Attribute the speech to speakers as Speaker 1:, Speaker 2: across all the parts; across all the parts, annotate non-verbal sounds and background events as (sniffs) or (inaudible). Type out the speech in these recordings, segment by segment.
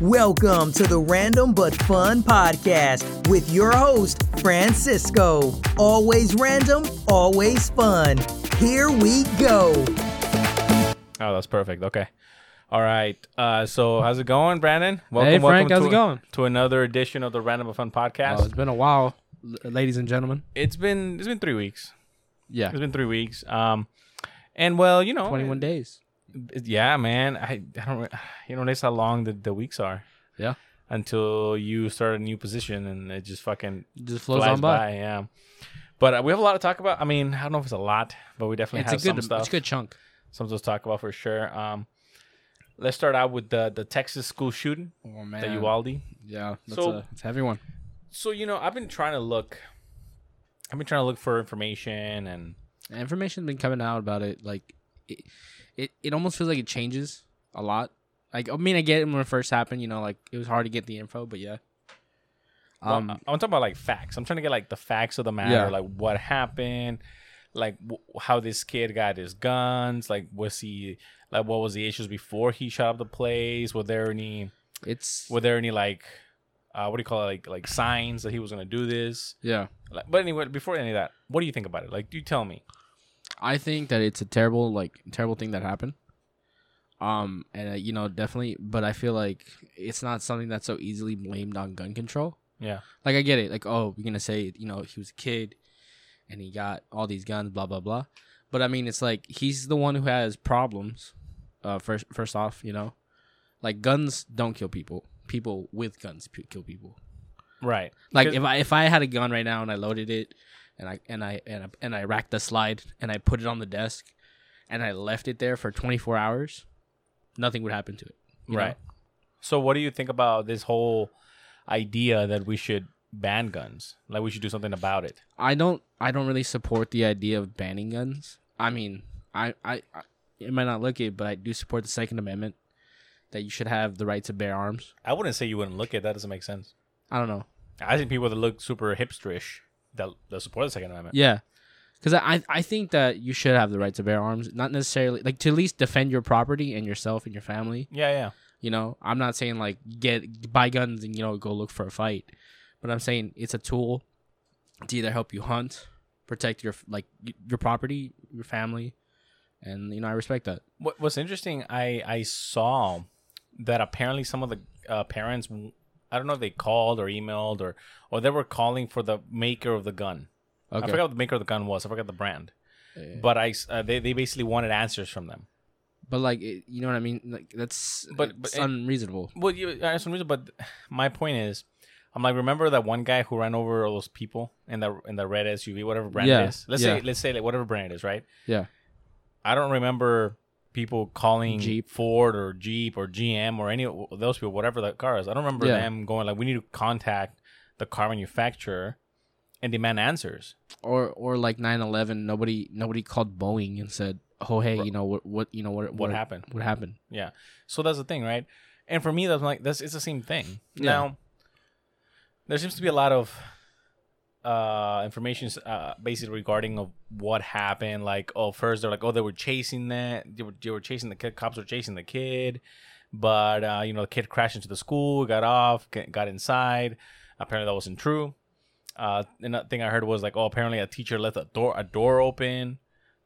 Speaker 1: Welcome to the Random But Fun Podcast with your host, Francisco. Always random, always fun. Here we go.
Speaker 2: Oh, that's perfect. Okay. All right. Uh, so how's it going, Brandon? Welcome,
Speaker 3: Hey, Frank, how's
Speaker 2: to,
Speaker 3: it going?
Speaker 2: To another edition of the Random of Fun podcast.
Speaker 3: Oh, it's been a while, l- ladies and gentlemen.
Speaker 2: it's been it's been three weeks.
Speaker 3: Yeah,
Speaker 2: It's been three weeks. Um, and well, you know,
Speaker 3: 21 days.
Speaker 2: it- yeah, man. I, I don't. (sighs) re- You know, that's how long the, the weeks are
Speaker 3: Yeah,
Speaker 2: until you start a new position, and it just fucking
Speaker 3: It just flows
Speaker 2: flies
Speaker 3: on by.
Speaker 2: Yeah. But uh, we have a lot to talk about. I mean, I don't know if it's a lot, but we definitely
Speaker 3: It's a
Speaker 2: have
Speaker 3: good,
Speaker 2: some stuff.
Speaker 3: it's a good chunk.
Speaker 2: Something to talk about for sure. Um, let's start out with the the Texas school shooting,
Speaker 3: Oh man,
Speaker 2: the Uvalde.
Speaker 3: Yeah, that's
Speaker 2: So-
Speaker 3: a, it's a heavy one.
Speaker 2: so you know i've been trying to look i've been trying to look for information and
Speaker 3: Information's been coming out about it. Like, it, it, it almost feels like it changes a lot. Like, I mean, I get it when it first happened. You know, like it was hard to get the info, but yeah.
Speaker 2: um,
Speaker 3: Um,
Speaker 2: i'm talking about like facts i'm trying to get like the facts of the matter
Speaker 3: Yeah.
Speaker 2: like what happened like w- how this kid got his guns like was he like what was the issues before he shot up the place were there any
Speaker 3: it's
Speaker 2: were there any like uh, what do you call it like like signs that he was gonna do this
Speaker 3: yeah.
Speaker 2: like, but anyway before any of that what do you think about it like you tell me
Speaker 3: I think that it's a terrible, like, terrible thing that happened. Um, and uh, you know, definitely, but I feel like it's not something that's so easily blamed on gun control.
Speaker 2: yeah
Speaker 3: Like I get it. Like oh, you're gonna say you know he was a kid, and he got all these guns, blah blah blah. But I mean, it's like he's the one who has problems. Uh, first first off, you know, like guns don't kill people. People with guns p- kill people.
Speaker 2: right
Speaker 3: Like
Speaker 2: Because-
Speaker 3: if I if I had a gun right now and I loaded it, and I and I and I, and I racked the slide and I put it on the desk, and I left it there for 24 hours, nothing would happen to it. you know?
Speaker 2: Right. So what do you think about this whole idea that we should ban guns? Like we should do something about it.
Speaker 3: I don't I don't really support the idea of banning guns. I mean, I, I, I it might not look it, but I do support the Second Amendment that you should have the right to bear arms.
Speaker 2: I wouldn't say you wouldn't look at that doesn't make sense.
Speaker 3: I don't know.
Speaker 2: I think people that look super hipsterish that, that support the Second Amendment.
Speaker 3: Yeah. Because I, I- I think that you should have the right to bear arms, not necessarily like to at least defend your property and yourself and your family.
Speaker 2: Yeah, yeah.
Speaker 3: You know, I'm not saying like get buy guns and you know go look for a fight, but I'm saying it's a tool to either help you hunt, protect your like y- your property, your family, and you know I respect that.
Speaker 2: What, what's interesting, I I saw that apparently some of the uh, parents, I don't know if they called or emailed or or they were calling for the maker of the gun.
Speaker 3: Okay.
Speaker 2: I forgot what the maker of the gun was. I forgot the brand.
Speaker 3: Yeah.
Speaker 2: But I s- uh, they they basically wanted answers from them.
Speaker 3: But like, it, you know what I mean? Like that's
Speaker 2: But-
Speaker 3: but,
Speaker 2: but it-
Speaker 3: unreasonable.
Speaker 2: Well, you, I have some reason, but my point is, I'm like, remember that one guy who ran over all those people in that in the red SUV, whatever brand
Speaker 3: Yeah,
Speaker 2: it is. Let's
Speaker 3: yeah.
Speaker 2: say, let's say, like whatever brand it is, right?
Speaker 3: Yeah.
Speaker 2: I don't remember people calling
Speaker 3: Jeep.
Speaker 2: Ford or Jeep or GM or any of those people, whatever that car is. I don't remember
Speaker 3: Yeah.
Speaker 2: them going like, we need to contact the car manufacturer and demand answers.
Speaker 3: Or or like 9-11, Nobody nobody called Boeing and said, "Oh hey, you know what what you know what
Speaker 2: What happened?
Speaker 3: What happened?"
Speaker 2: Yeah. So that's the thing, right? And for me, that's like that's it's the same thing.
Speaker 3: Yeah.
Speaker 2: Now, there seems to be a lot of uh information uh basically regarding of what happened like oh first they're like oh they were chasing that they were, they were chasing the kid cops were chasing the kid but uh you know the kid crashed into the school got off g- got inside apparently that wasn't true uh another thing i heard was like oh apparently a teacher left a door a door open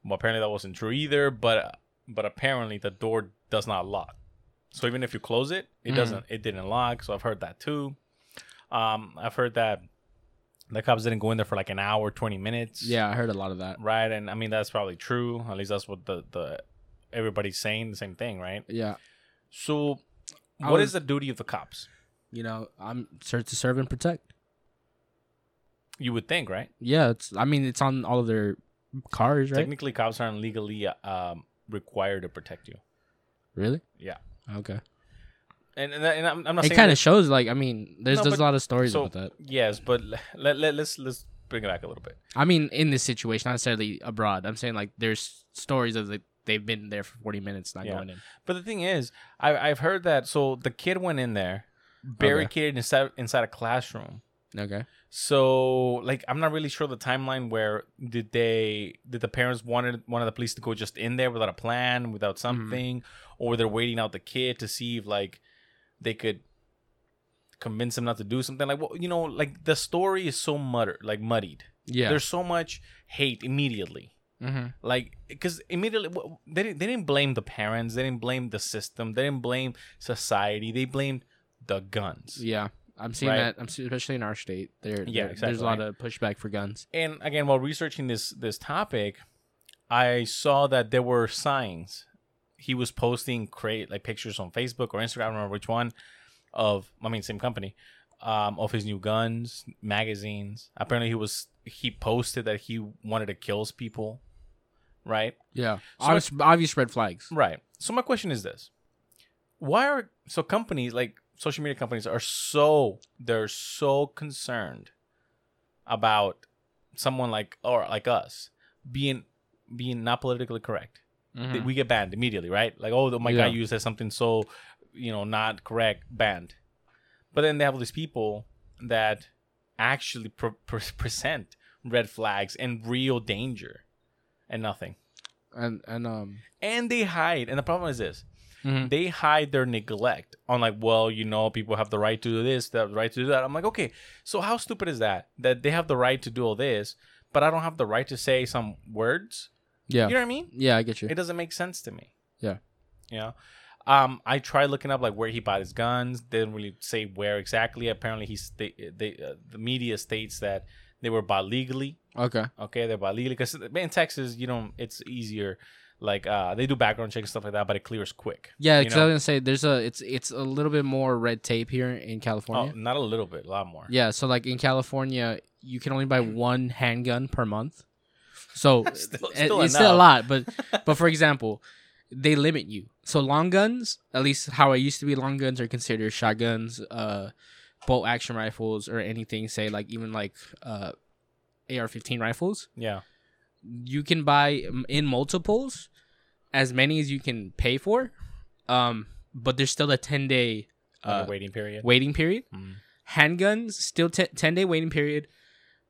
Speaker 2: well, apparently that wasn't true either but but apparently the door does not lock so even if you close it it
Speaker 3: Mm.
Speaker 2: doesn't it didn't lock so i've heard that too um i've heard that the cops didn't go in there for like an hour 20 minutes
Speaker 3: Yeah, I heard a lot of that.
Speaker 2: right and i mean that's probably true at least that's what the the everybody's saying the same thing right
Speaker 3: Yeah,
Speaker 2: so
Speaker 3: I
Speaker 2: what
Speaker 3: was-
Speaker 2: is the duty of the cops
Speaker 3: you know, I'm serve to serve and protect.
Speaker 2: you would think right
Speaker 3: Yeah, it's I mean it's on all of their cars, right?
Speaker 2: technically cops aren't legally uh, um required to protect you
Speaker 3: really?
Speaker 2: yeah
Speaker 3: Okay.
Speaker 2: and and, and I'm, I'm not
Speaker 3: It
Speaker 2: saying
Speaker 3: kind
Speaker 2: that-
Speaker 3: of shows like I mean there's
Speaker 2: No,
Speaker 3: there's
Speaker 2: but-
Speaker 3: a lot of stories
Speaker 2: so
Speaker 3: about that.
Speaker 2: yes but l- let, let, let's let's bring it back a little bit
Speaker 3: I mean in this situation, not necessarily abroad. I'm saying like there's stories of like they've been there for 40 minutes not
Speaker 2: Yeah.
Speaker 3: going in.
Speaker 2: But the thing is, I, I've heard that. So the kid went in there, barricaded inside inside a classroom.
Speaker 3: Okay.
Speaker 2: So like, I'm not really sure the timeline. Where did they? Did the parents wanted wanted the police to go just in there without a plan, without something, or were they waiting out the kid to see if like they could convince him not to do something. Like, well, you know, like the story is so mudder, like muddied.
Speaker 3: Yeah.
Speaker 2: There's so much hate immediately.
Speaker 3: mm-hmm.
Speaker 2: Like, because immediately w- they didn't, they didn't blame the parents, they didn't blame the system, they didn't blame society, they blamed the guns.
Speaker 3: Yeah. I'm seeing
Speaker 2: Right.
Speaker 3: that. I'm se- especially in our state. There,
Speaker 2: Yeah,
Speaker 3: there- There's a
Speaker 2: exactly.
Speaker 3: lot of pushback for guns.
Speaker 2: and again while researching this this topic i saw that there were signs he was posting create like pictures on facebook or instagram i don't remember which one of i mean same company um, of his new guns magazines apparently he was he posted that he wanted to kill people right
Speaker 3: Yeah.
Speaker 2: So
Speaker 3: obvious, obvious red flags.
Speaker 2: Right. So my question is this: Why are so companies like social media companies are so they're so concerned about someone like or like us being being not politically correct? That
Speaker 3: Mhm.
Speaker 2: We get banned immediately, right? Like, oh my
Speaker 3: Yeah.
Speaker 2: god, you said something so you know not correct, banned. But then they have all these people that actually pre- pre- present red flags and real danger, and nothing,
Speaker 3: And and um.
Speaker 2: and they hide. And the problem is this:
Speaker 3: mhm.
Speaker 2: they hide their neglect on like well you know people have the right to do this the right to do that i'm like okay so how stupid is that that they have the right to do all this but i don't have the right to say some words
Speaker 3: Yeah.
Speaker 2: you know what i mean
Speaker 3: Yeah, I get you.
Speaker 2: it doesn't make sense to me
Speaker 3: Yeah.
Speaker 2: you know um i tried looking up like where he bought his guns they didn't really say where exactly apparently he's they, they uh, the media states that they were bought legally
Speaker 3: Okay.
Speaker 2: Okay, they're bilingual because in Texas, you know, it's easier. Like uh, they do background check and stuff like that, but it clears quick.
Speaker 3: Yeah,
Speaker 2: you
Speaker 3: because I was gonna say there's a it's it's a little bit more red tape here in
Speaker 2: Oh,
Speaker 3: California.
Speaker 2: not a little bit, a lot more.
Speaker 3: Yeah, so like in California, you can only buy one handgun per month. So
Speaker 2: (laughs) Still-
Speaker 3: it-
Speaker 2: still
Speaker 3: it's still a
Speaker 2: enough.
Speaker 3: lot,
Speaker 2: (laughs)
Speaker 3: but but for example, they limit you. So long guns, at least how I used to be, long guns are considered shotguns, uh, bolt action rifles, or anything. Say like even like uh, AR-15 rifles.
Speaker 2: yeah,
Speaker 3: you can buy m- in multiples as many as you can pay for um but there's still a 10 day
Speaker 2: uh,
Speaker 3: uh,
Speaker 2: waiting period.
Speaker 3: waiting period
Speaker 2: Mm.
Speaker 3: handguns still te- 10 day waiting period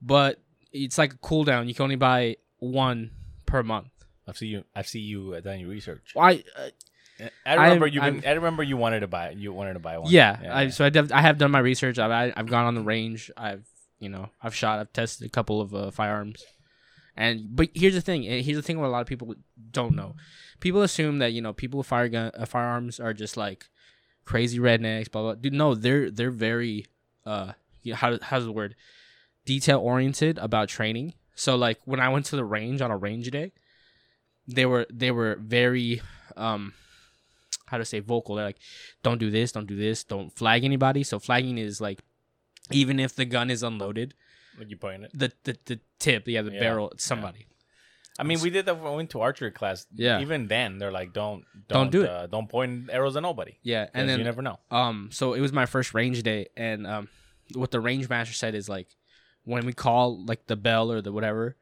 Speaker 3: but it's like a cooldown you can only buy one per month
Speaker 2: I've seen you. I've seen you uh, done your research.
Speaker 3: why uh,
Speaker 2: I remember
Speaker 3: I'm-
Speaker 2: you.
Speaker 3: I'm-
Speaker 2: I remember you wanted to buy. You wanted to buy one.
Speaker 3: yeah, I, so I, dev- I have done my research I've, I, I've gone on the range I've you know I've shot I've tested a couple of uh, firearms and but here's the thing and here's the thing what a lot of people don't know people assume that you know people with fire gun uh, firearms are just like crazy rednecks blah blah dude no they're they're very uh you know, how, how's the word detail oriented about training so like when I went to the range on a range day they were they were very um how to say vocal they're like don't do this, don't do this, don't flag anybody. So flagging is like even if the gun is unloaded,
Speaker 2: Like you pointed.
Speaker 3: the the, the tip, yeah, the
Speaker 2: Yeah,
Speaker 3: barrel, it's somebody.
Speaker 2: I mean, we did that when we went to archery class.
Speaker 3: Yeah.
Speaker 2: Even then, they're like, don't,
Speaker 3: Don't
Speaker 2: don't,
Speaker 3: do it.
Speaker 2: uh, Don't point arrows at nobody.
Speaker 3: Yeah,
Speaker 2: 'Cause
Speaker 3: and then
Speaker 2: you never know.
Speaker 3: um, so it was my first range day, and um, what the range master said is like, when we call like the bell or the whatever,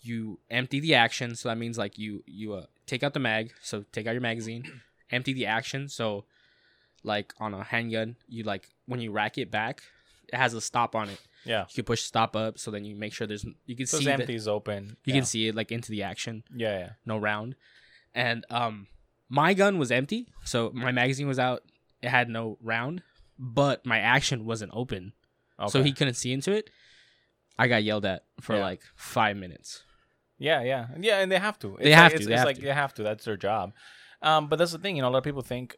Speaker 3: you empty the action. So that means like you you uh, take out the mag. So take out your magazine, (clears throat) empty the action. So like on a handgun, you like when you rack it back, it has a stop on it.
Speaker 2: Yeah.
Speaker 3: you can push stop up so then you make sure there's you can
Speaker 2: So
Speaker 3: see
Speaker 2: it's
Speaker 3: that
Speaker 2: empty
Speaker 3: you
Speaker 2: is open. yeah.
Speaker 3: can see it like into the action
Speaker 2: Yeah, yeah.
Speaker 3: no round and um my gun was empty so my magazine was out it had no round but my action wasn't open
Speaker 2: Okay.
Speaker 3: so he couldn't see into it i got yelled at for
Speaker 2: Yeah.
Speaker 3: like five minutes
Speaker 2: Yeah, yeah, yeah, and they have to. It's
Speaker 3: They
Speaker 2: like,
Speaker 3: have to,
Speaker 2: It's,
Speaker 3: they
Speaker 2: it's
Speaker 3: have
Speaker 2: like
Speaker 3: to.
Speaker 2: they have to. That's their job. Um, but that's the thing. You know, a lot of people think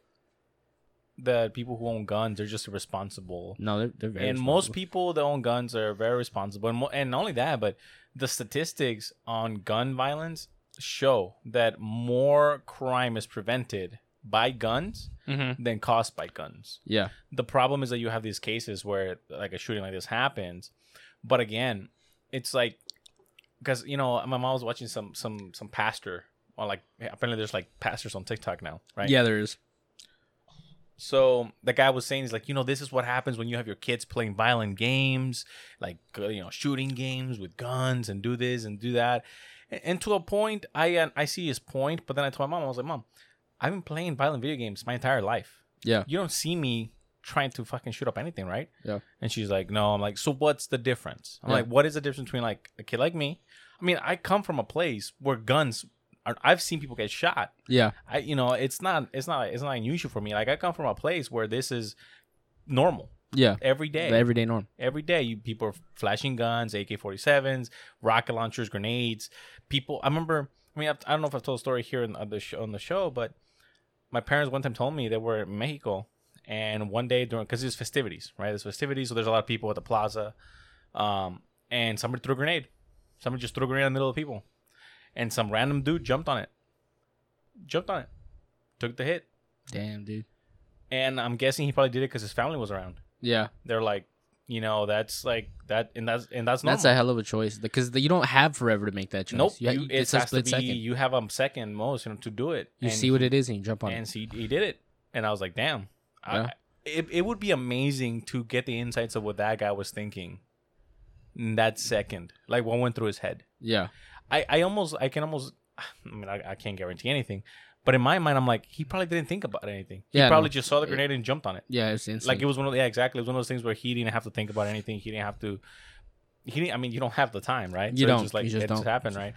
Speaker 2: that people who own guns are just irresponsible,
Speaker 3: no they're, they're very
Speaker 2: and most people that own guns are very responsible. And, mo- and not only that, but the statistics on gun violence show that more crime is prevented by guns
Speaker 3: hmm
Speaker 2: than caused by guns
Speaker 3: yeah
Speaker 2: the problem is that you have these cases where like a shooting like this happens but again it's like because you know my mom was watching some some some pastor on like apparently there's like pastors on tiktok now right
Speaker 3: yeah there is
Speaker 2: so the guy was saying he's like you know this is what happens when you have your kids playing violent games like uh, you know shooting games with guns and do this and do that and, and to a point i uh, i see his point but then i told my mom i was like mom i've been playing violent video games my entire life
Speaker 3: yeah
Speaker 2: you don't see me trying to fucking shoot up anything, right?
Speaker 3: Yeah.
Speaker 2: And she's like, no. I'm like, so what's the difference? I'm
Speaker 3: Yeah.
Speaker 2: like, what is the difference between like a kid like me? I mean, I come from a place where guns are. I've seen people get shot.
Speaker 3: yeah
Speaker 2: I, you know, it's not, it's not, it's not unusual for me. Like, I come from a place where this is normal.
Speaker 3: Yeah.
Speaker 2: every day.
Speaker 3: The everyday norm.
Speaker 2: Every day, you people are flashing guns, AK 47s, rocket launchers, grenades. People, I remember, I mean, I've, I don't know if I've told a story here in, on, the show, on the show, but my parents one time told me they were in Mexico. And one day during, because there's festivities, right? There's festivities, so there's a lot of people at the plaza. Um, and somebody threw a grenade. Somebody just threw a grenade in the middle of people. And some random dude jumped on it. Jumped on it. Took the hit.
Speaker 3: Damn, dude.
Speaker 2: And I'm guessing he probably did it because his family was around
Speaker 3: Yeah.
Speaker 2: they're like you know that's like that and that's and that's normal.
Speaker 3: That's a hell of a choice because you don't have forever to make that choice.
Speaker 2: nope
Speaker 3: You, ha-
Speaker 2: you, it
Speaker 3: it's a
Speaker 2: has to
Speaker 3: split
Speaker 2: be
Speaker 3: second. You,
Speaker 2: you have a second most you know to do it And
Speaker 3: see what it is and you jump on
Speaker 2: and
Speaker 3: it.
Speaker 2: see he did it and i was like damn
Speaker 3: Yeah.
Speaker 2: I, it, it would be amazing to get the insights of what that guy was thinking in that second like what went through his head
Speaker 3: Yeah.
Speaker 2: i i almost i can almost (sighs) i mean i, I can't guarantee anything but in my mind i'm like he probably didn't think about anything he
Speaker 3: Yeah,
Speaker 2: probably
Speaker 3: no.
Speaker 2: just saw the grenade and jumped on it
Speaker 3: Yeah. It's instant.
Speaker 2: like it was one of the, yeah exactly it was one of those things where he didn't have to think about anything he didn't have to he didn't I mean you don't have the time right
Speaker 3: You
Speaker 2: it's
Speaker 3: don't.
Speaker 2: just like
Speaker 3: You just
Speaker 2: it just
Speaker 3: don't.
Speaker 2: happened right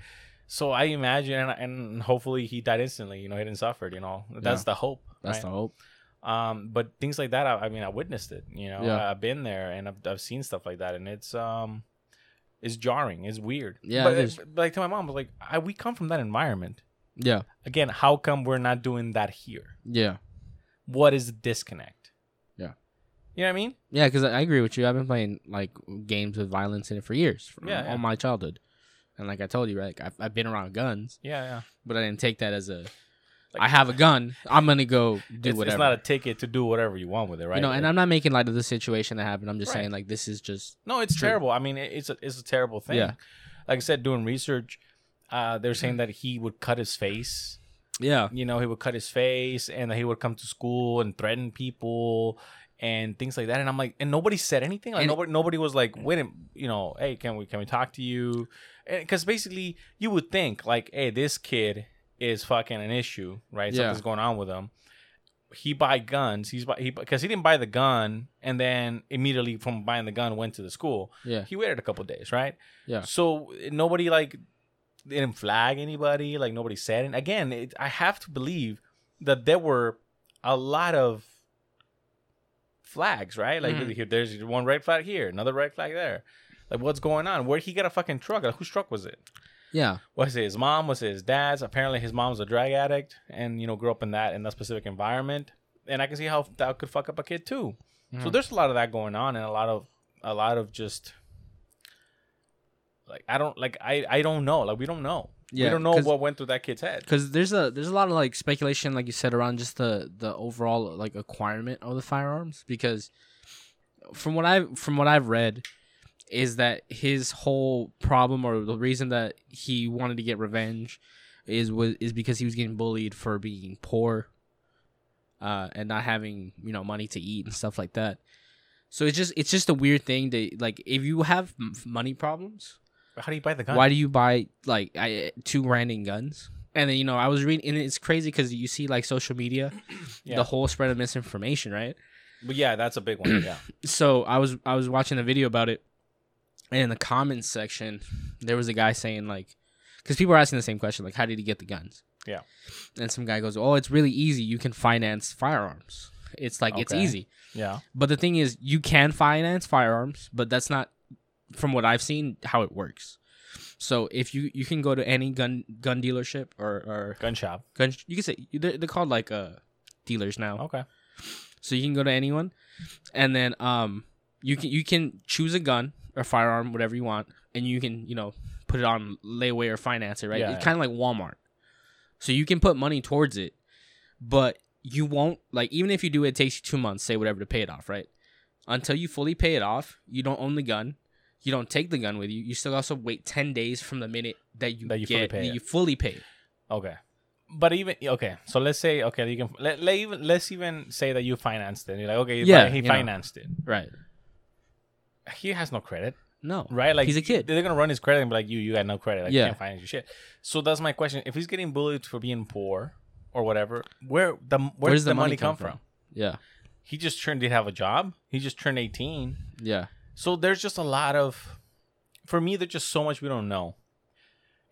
Speaker 2: so I imagine and, and hopefully he died instantly you know he didn't suffer you know that's
Speaker 3: Yeah.
Speaker 2: the hope
Speaker 3: That's the
Speaker 2: right?
Speaker 3: hope.
Speaker 2: um but things like that I, I mean I witnessed it you know
Speaker 3: Yeah.
Speaker 2: I've been there and I've, I've seen stuff like that and it's um it's jarring it's weird
Speaker 3: Yeah,
Speaker 2: but,
Speaker 3: it is.
Speaker 2: but, like to my mom I was like I, we come from that environment
Speaker 3: Yeah.
Speaker 2: again how come we're not doing that here
Speaker 3: Yeah.
Speaker 2: what is the disconnect
Speaker 3: Yeah.
Speaker 2: you know what I mean
Speaker 3: Yeah, because I I agree with you. I've been playing like games with violence in it for years, from
Speaker 2: Yeah, yeah.
Speaker 3: all my childhood, and like I told you, right, like, I've, I've been around guns,
Speaker 2: yeah yeah
Speaker 3: but I didn't take that as a.
Speaker 2: Like-
Speaker 3: I have a gun. I'm gonna go do
Speaker 2: (laughs) it's,
Speaker 3: whatever.
Speaker 2: it's not a ticket to do whatever you want with it, right?
Speaker 3: You know, and
Speaker 2: Like-
Speaker 3: I'm not making light of the situation that happened. I'm just
Speaker 2: Right.
Speaker 3: saying, like, this is just
Speaker 2: no, it's
Speaker 3: True.
Speaker 2: terrible. I mean, it- it's a, it's a terrible thing.
Speaker 3: Yeah.
Speaker 2: Like I said, doing research, uh, they're saying that he would cut his face.
Speaker 3: yeah,
Speaker 2: You know, he would cut his face, and he would come to school and threaten people and things like that. And I'm like, and nobody said anything. Like
Speaker 3: And-
Speaker 2: nobody, nobody was like, wait, a- you know, hey, can we can we talk to you? Because basically, you would think like, hey, this kid is fucking an issue, right?
Speaker 3: Yeah.
Speaker 2: Something's going on with him. he buy guns. He's buy he because he didn't buy the gun, and then immediately from buying the gun went to the school.
Speaker 3: yeah,
Speaker 2: He waited a couple days, right?
Speaker 3: Yeah.
Speaker 2: So nobody like they didn't flag anybody. Like nobody said. And again, it, I have to believe that there were a lot of flags, right? Like
Speaker 3: Mhm.
Speaker 2: here- there's one red flag here, another red flag there. Like what's going on? Where would he get a fucking truck? Like, whose truck was it?
Speaker 3: yeah,
Speaker 2: was it his mom? Was it his dad's? Apparently, his mom's a drug addict, and you know, grew up in that in that specific environment. And I can see how that could fuck up a kid too. So
Speaker 3: Mhm.
Speaker 2: there's a lot of that going on, and a lot of a lot of just like I don't like I I don't know. Like we don't know.
Speaker 3: Yeah,
Speaker 2: we don't know
Speaker 3: 'cause-
Speaker 2: what went through that kid's head.
Speaker 3: because there's a there's a lot of like speculation, like you said, around just the the overall like acquirement of the firearms. Because from what I from what I've read, is that his whole problem or the reason that he wanted to get revenge is was is because he was getting bullied for being poor, uh, and not having you know money to eat and stuff like that. So it's just it's just a weird thing that like if you have m- money problems,
Speaker 2: How do you buy the gun?
Speaker 3: why do you buy like I, two random guns? And then you know I was reading, and it's crazy because you see like social
Speaker 2: (clears throat)
Speaker 3: media,
Speaker 2: Yeah.
Speaker 3: the whole spread of misinformation, right?
Speaker 2: but yeah, that's a big
Speaker 3: (clears throat)
Speaker 2: one. Yeah,
Speaker 3: So I was I was watching a video about it, and in the comments section, there was a guy saying like, because people are asking the same question, like, how did he get the guns?
Speaker 2: Yeah.
Speaker 3: And some guy goes, oh, it's really easy. You can finance firearms. It's like it's
Speaker 2: Okay.
Speaker 3: easy.
Speaker 2: yeah,
Speaker 3: But the thing is, you can finance firearms, but that's not, from what I've seen, how it works. So if you you can go to any gun gun dealership or or
Speaker 2: gun shop.
Speaker 3: gun, you can say they're, they're called like uh dealers now.
Speaker 2: Okay,
Speaker 3: So you can go to anyone, and then um you can you can choose a gun or firearm, whatever you want, and you can you know put it on layaway or finance it, right?
Speaker 2: Yeah,
Speaker 3: it's
Speaker 2: yeah.
Speaker 3: kind of like Walmart. So you can put money towards it, but you won't like even if you do, it takes you two months, say whatever, to pay it off, right? Until you fully pay it off, you don't own the gun. You don't take the gun with you. You still also wait ten days from the minute that you
Speaker 2: That you fully
Speaker 3: get
Speaker 2: pay
Speaker 3: that
Speaker 2: it.
Speaker 3: you fully pay.
Speaker 2: okay. But even okay, so let's say okay, you can let, let even let's even say that you financed it. You're like okay,
Speaker 3: Yeah,
Speaker 2: yeah, he
Speaker 3: you know.
Speaker 2: financed
Speaker 3: Right?
Speaker 2: it. He has no credit.
Speaker 3: No.
Speaker 2: right? Like
Speaker 3: he's a kid.
Speaker 2: They're gonna run his credit and be like, "You, you got no credit. Like,
Speaker 3: Yeah.
Speaker 2: you can't finance your shit." So that's my question: If he's getting bullied for being poor or whatever, where the where does the, money, come from?
Speaker 3: Yeah.
Speaker 2: He just turned did have a job. He just turned eighteen.
Speaker 3: Yeah.
Speaker 2: So there's just a lot of, for me, there's just so much we don't know,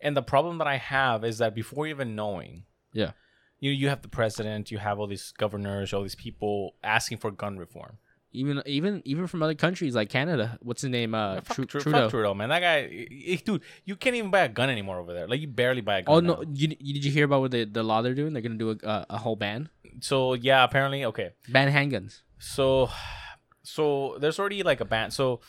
Speaker 2: and the problem that I have is that before even knowing,
Speaker 3: Yeah.
Speaker 2: you you have the president, you have all these governors, all these people asking for gun reform.
Speaker 3: Even even even from other countries like Canada. What's his name? Uh,
Speaker 2: Yeah, fuck,
Speaker 3: Tru-
Speaker 2: Tru- fuck
Speaker 3: Trudeau.
Speaker 2: Trudeau, man. That guy, i- i- dude, you can't even buy a gun anymore over there. Like you barely buy a gun.
Speaker 3: Oh no!
Speaker 2: now.
Speaker 3: You, you, did you hear about what the, the law they're doing? They're gonna do a, a, a whole ban,
Speaker 2: So yeah, apparently, okay.
Speaker 3: ban handguns.
Speaker 2: So, so there's already like a ban. So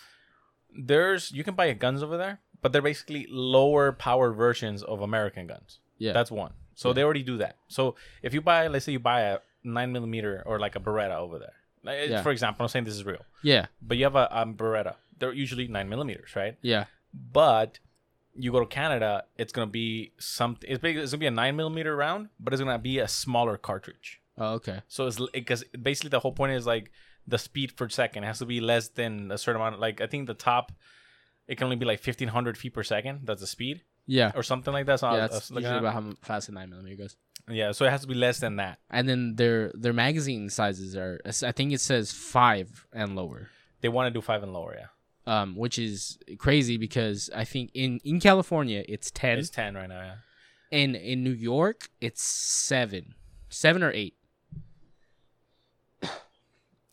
Speaker 2: there's you can buy guns over there, but they're basically lower power versions of American guns.
Speaker 3: Yeah,
Speaker 2: That's one. So
Speaker 3: Yeah.
Speaker 2: they already do that. So if you buy, let's say you buy a nine millimeter or like a Beretta over there, like, it's-
Speaker 3: Yeah.
Speaker 2: for example, I'm saying this is real,
Speaker 3: yeah,
Speaker 2: but you have a um, Beretta. They're usually nine millimeters, right?
Speaker 3: yeah,
Speaker 2: but you go to Canada, it's gonna be something. It's, big, it's gonna be a nine millimeter round, but it's gonna be a smaller cartridge.
Speaker 3: Oh, okay.
Speaker 2: So it's because basically the whole point is like the speed per second has to be less than a certain amount. Like I think the top, it can only be like fifteen hundred feet per second. That's the speed
Speaker 3: Yeah,
Speaker 2: or something like that. So
Speaker 3: yeah.
Speaker 2: Uh, I was- I
Speaker 3: That's
Speaker 2: was looking
Speaker 3: usually
Speaker 2: at-
Speaker 3: about how fast a nine millimeter goes.
Speaker 2: yeah. So it has to be less than that.
Speaker 3: And then their their magazine sizes are. I think it says five and lower.
Speaker 2: They want to do five and lower. Yeah,
Speaker 3: um, which is crazy because I think in, in California it's ten,
Speaker 2: it's ten right now. Yeah.
Speaker 3: and in New York it's seven, seven or eight.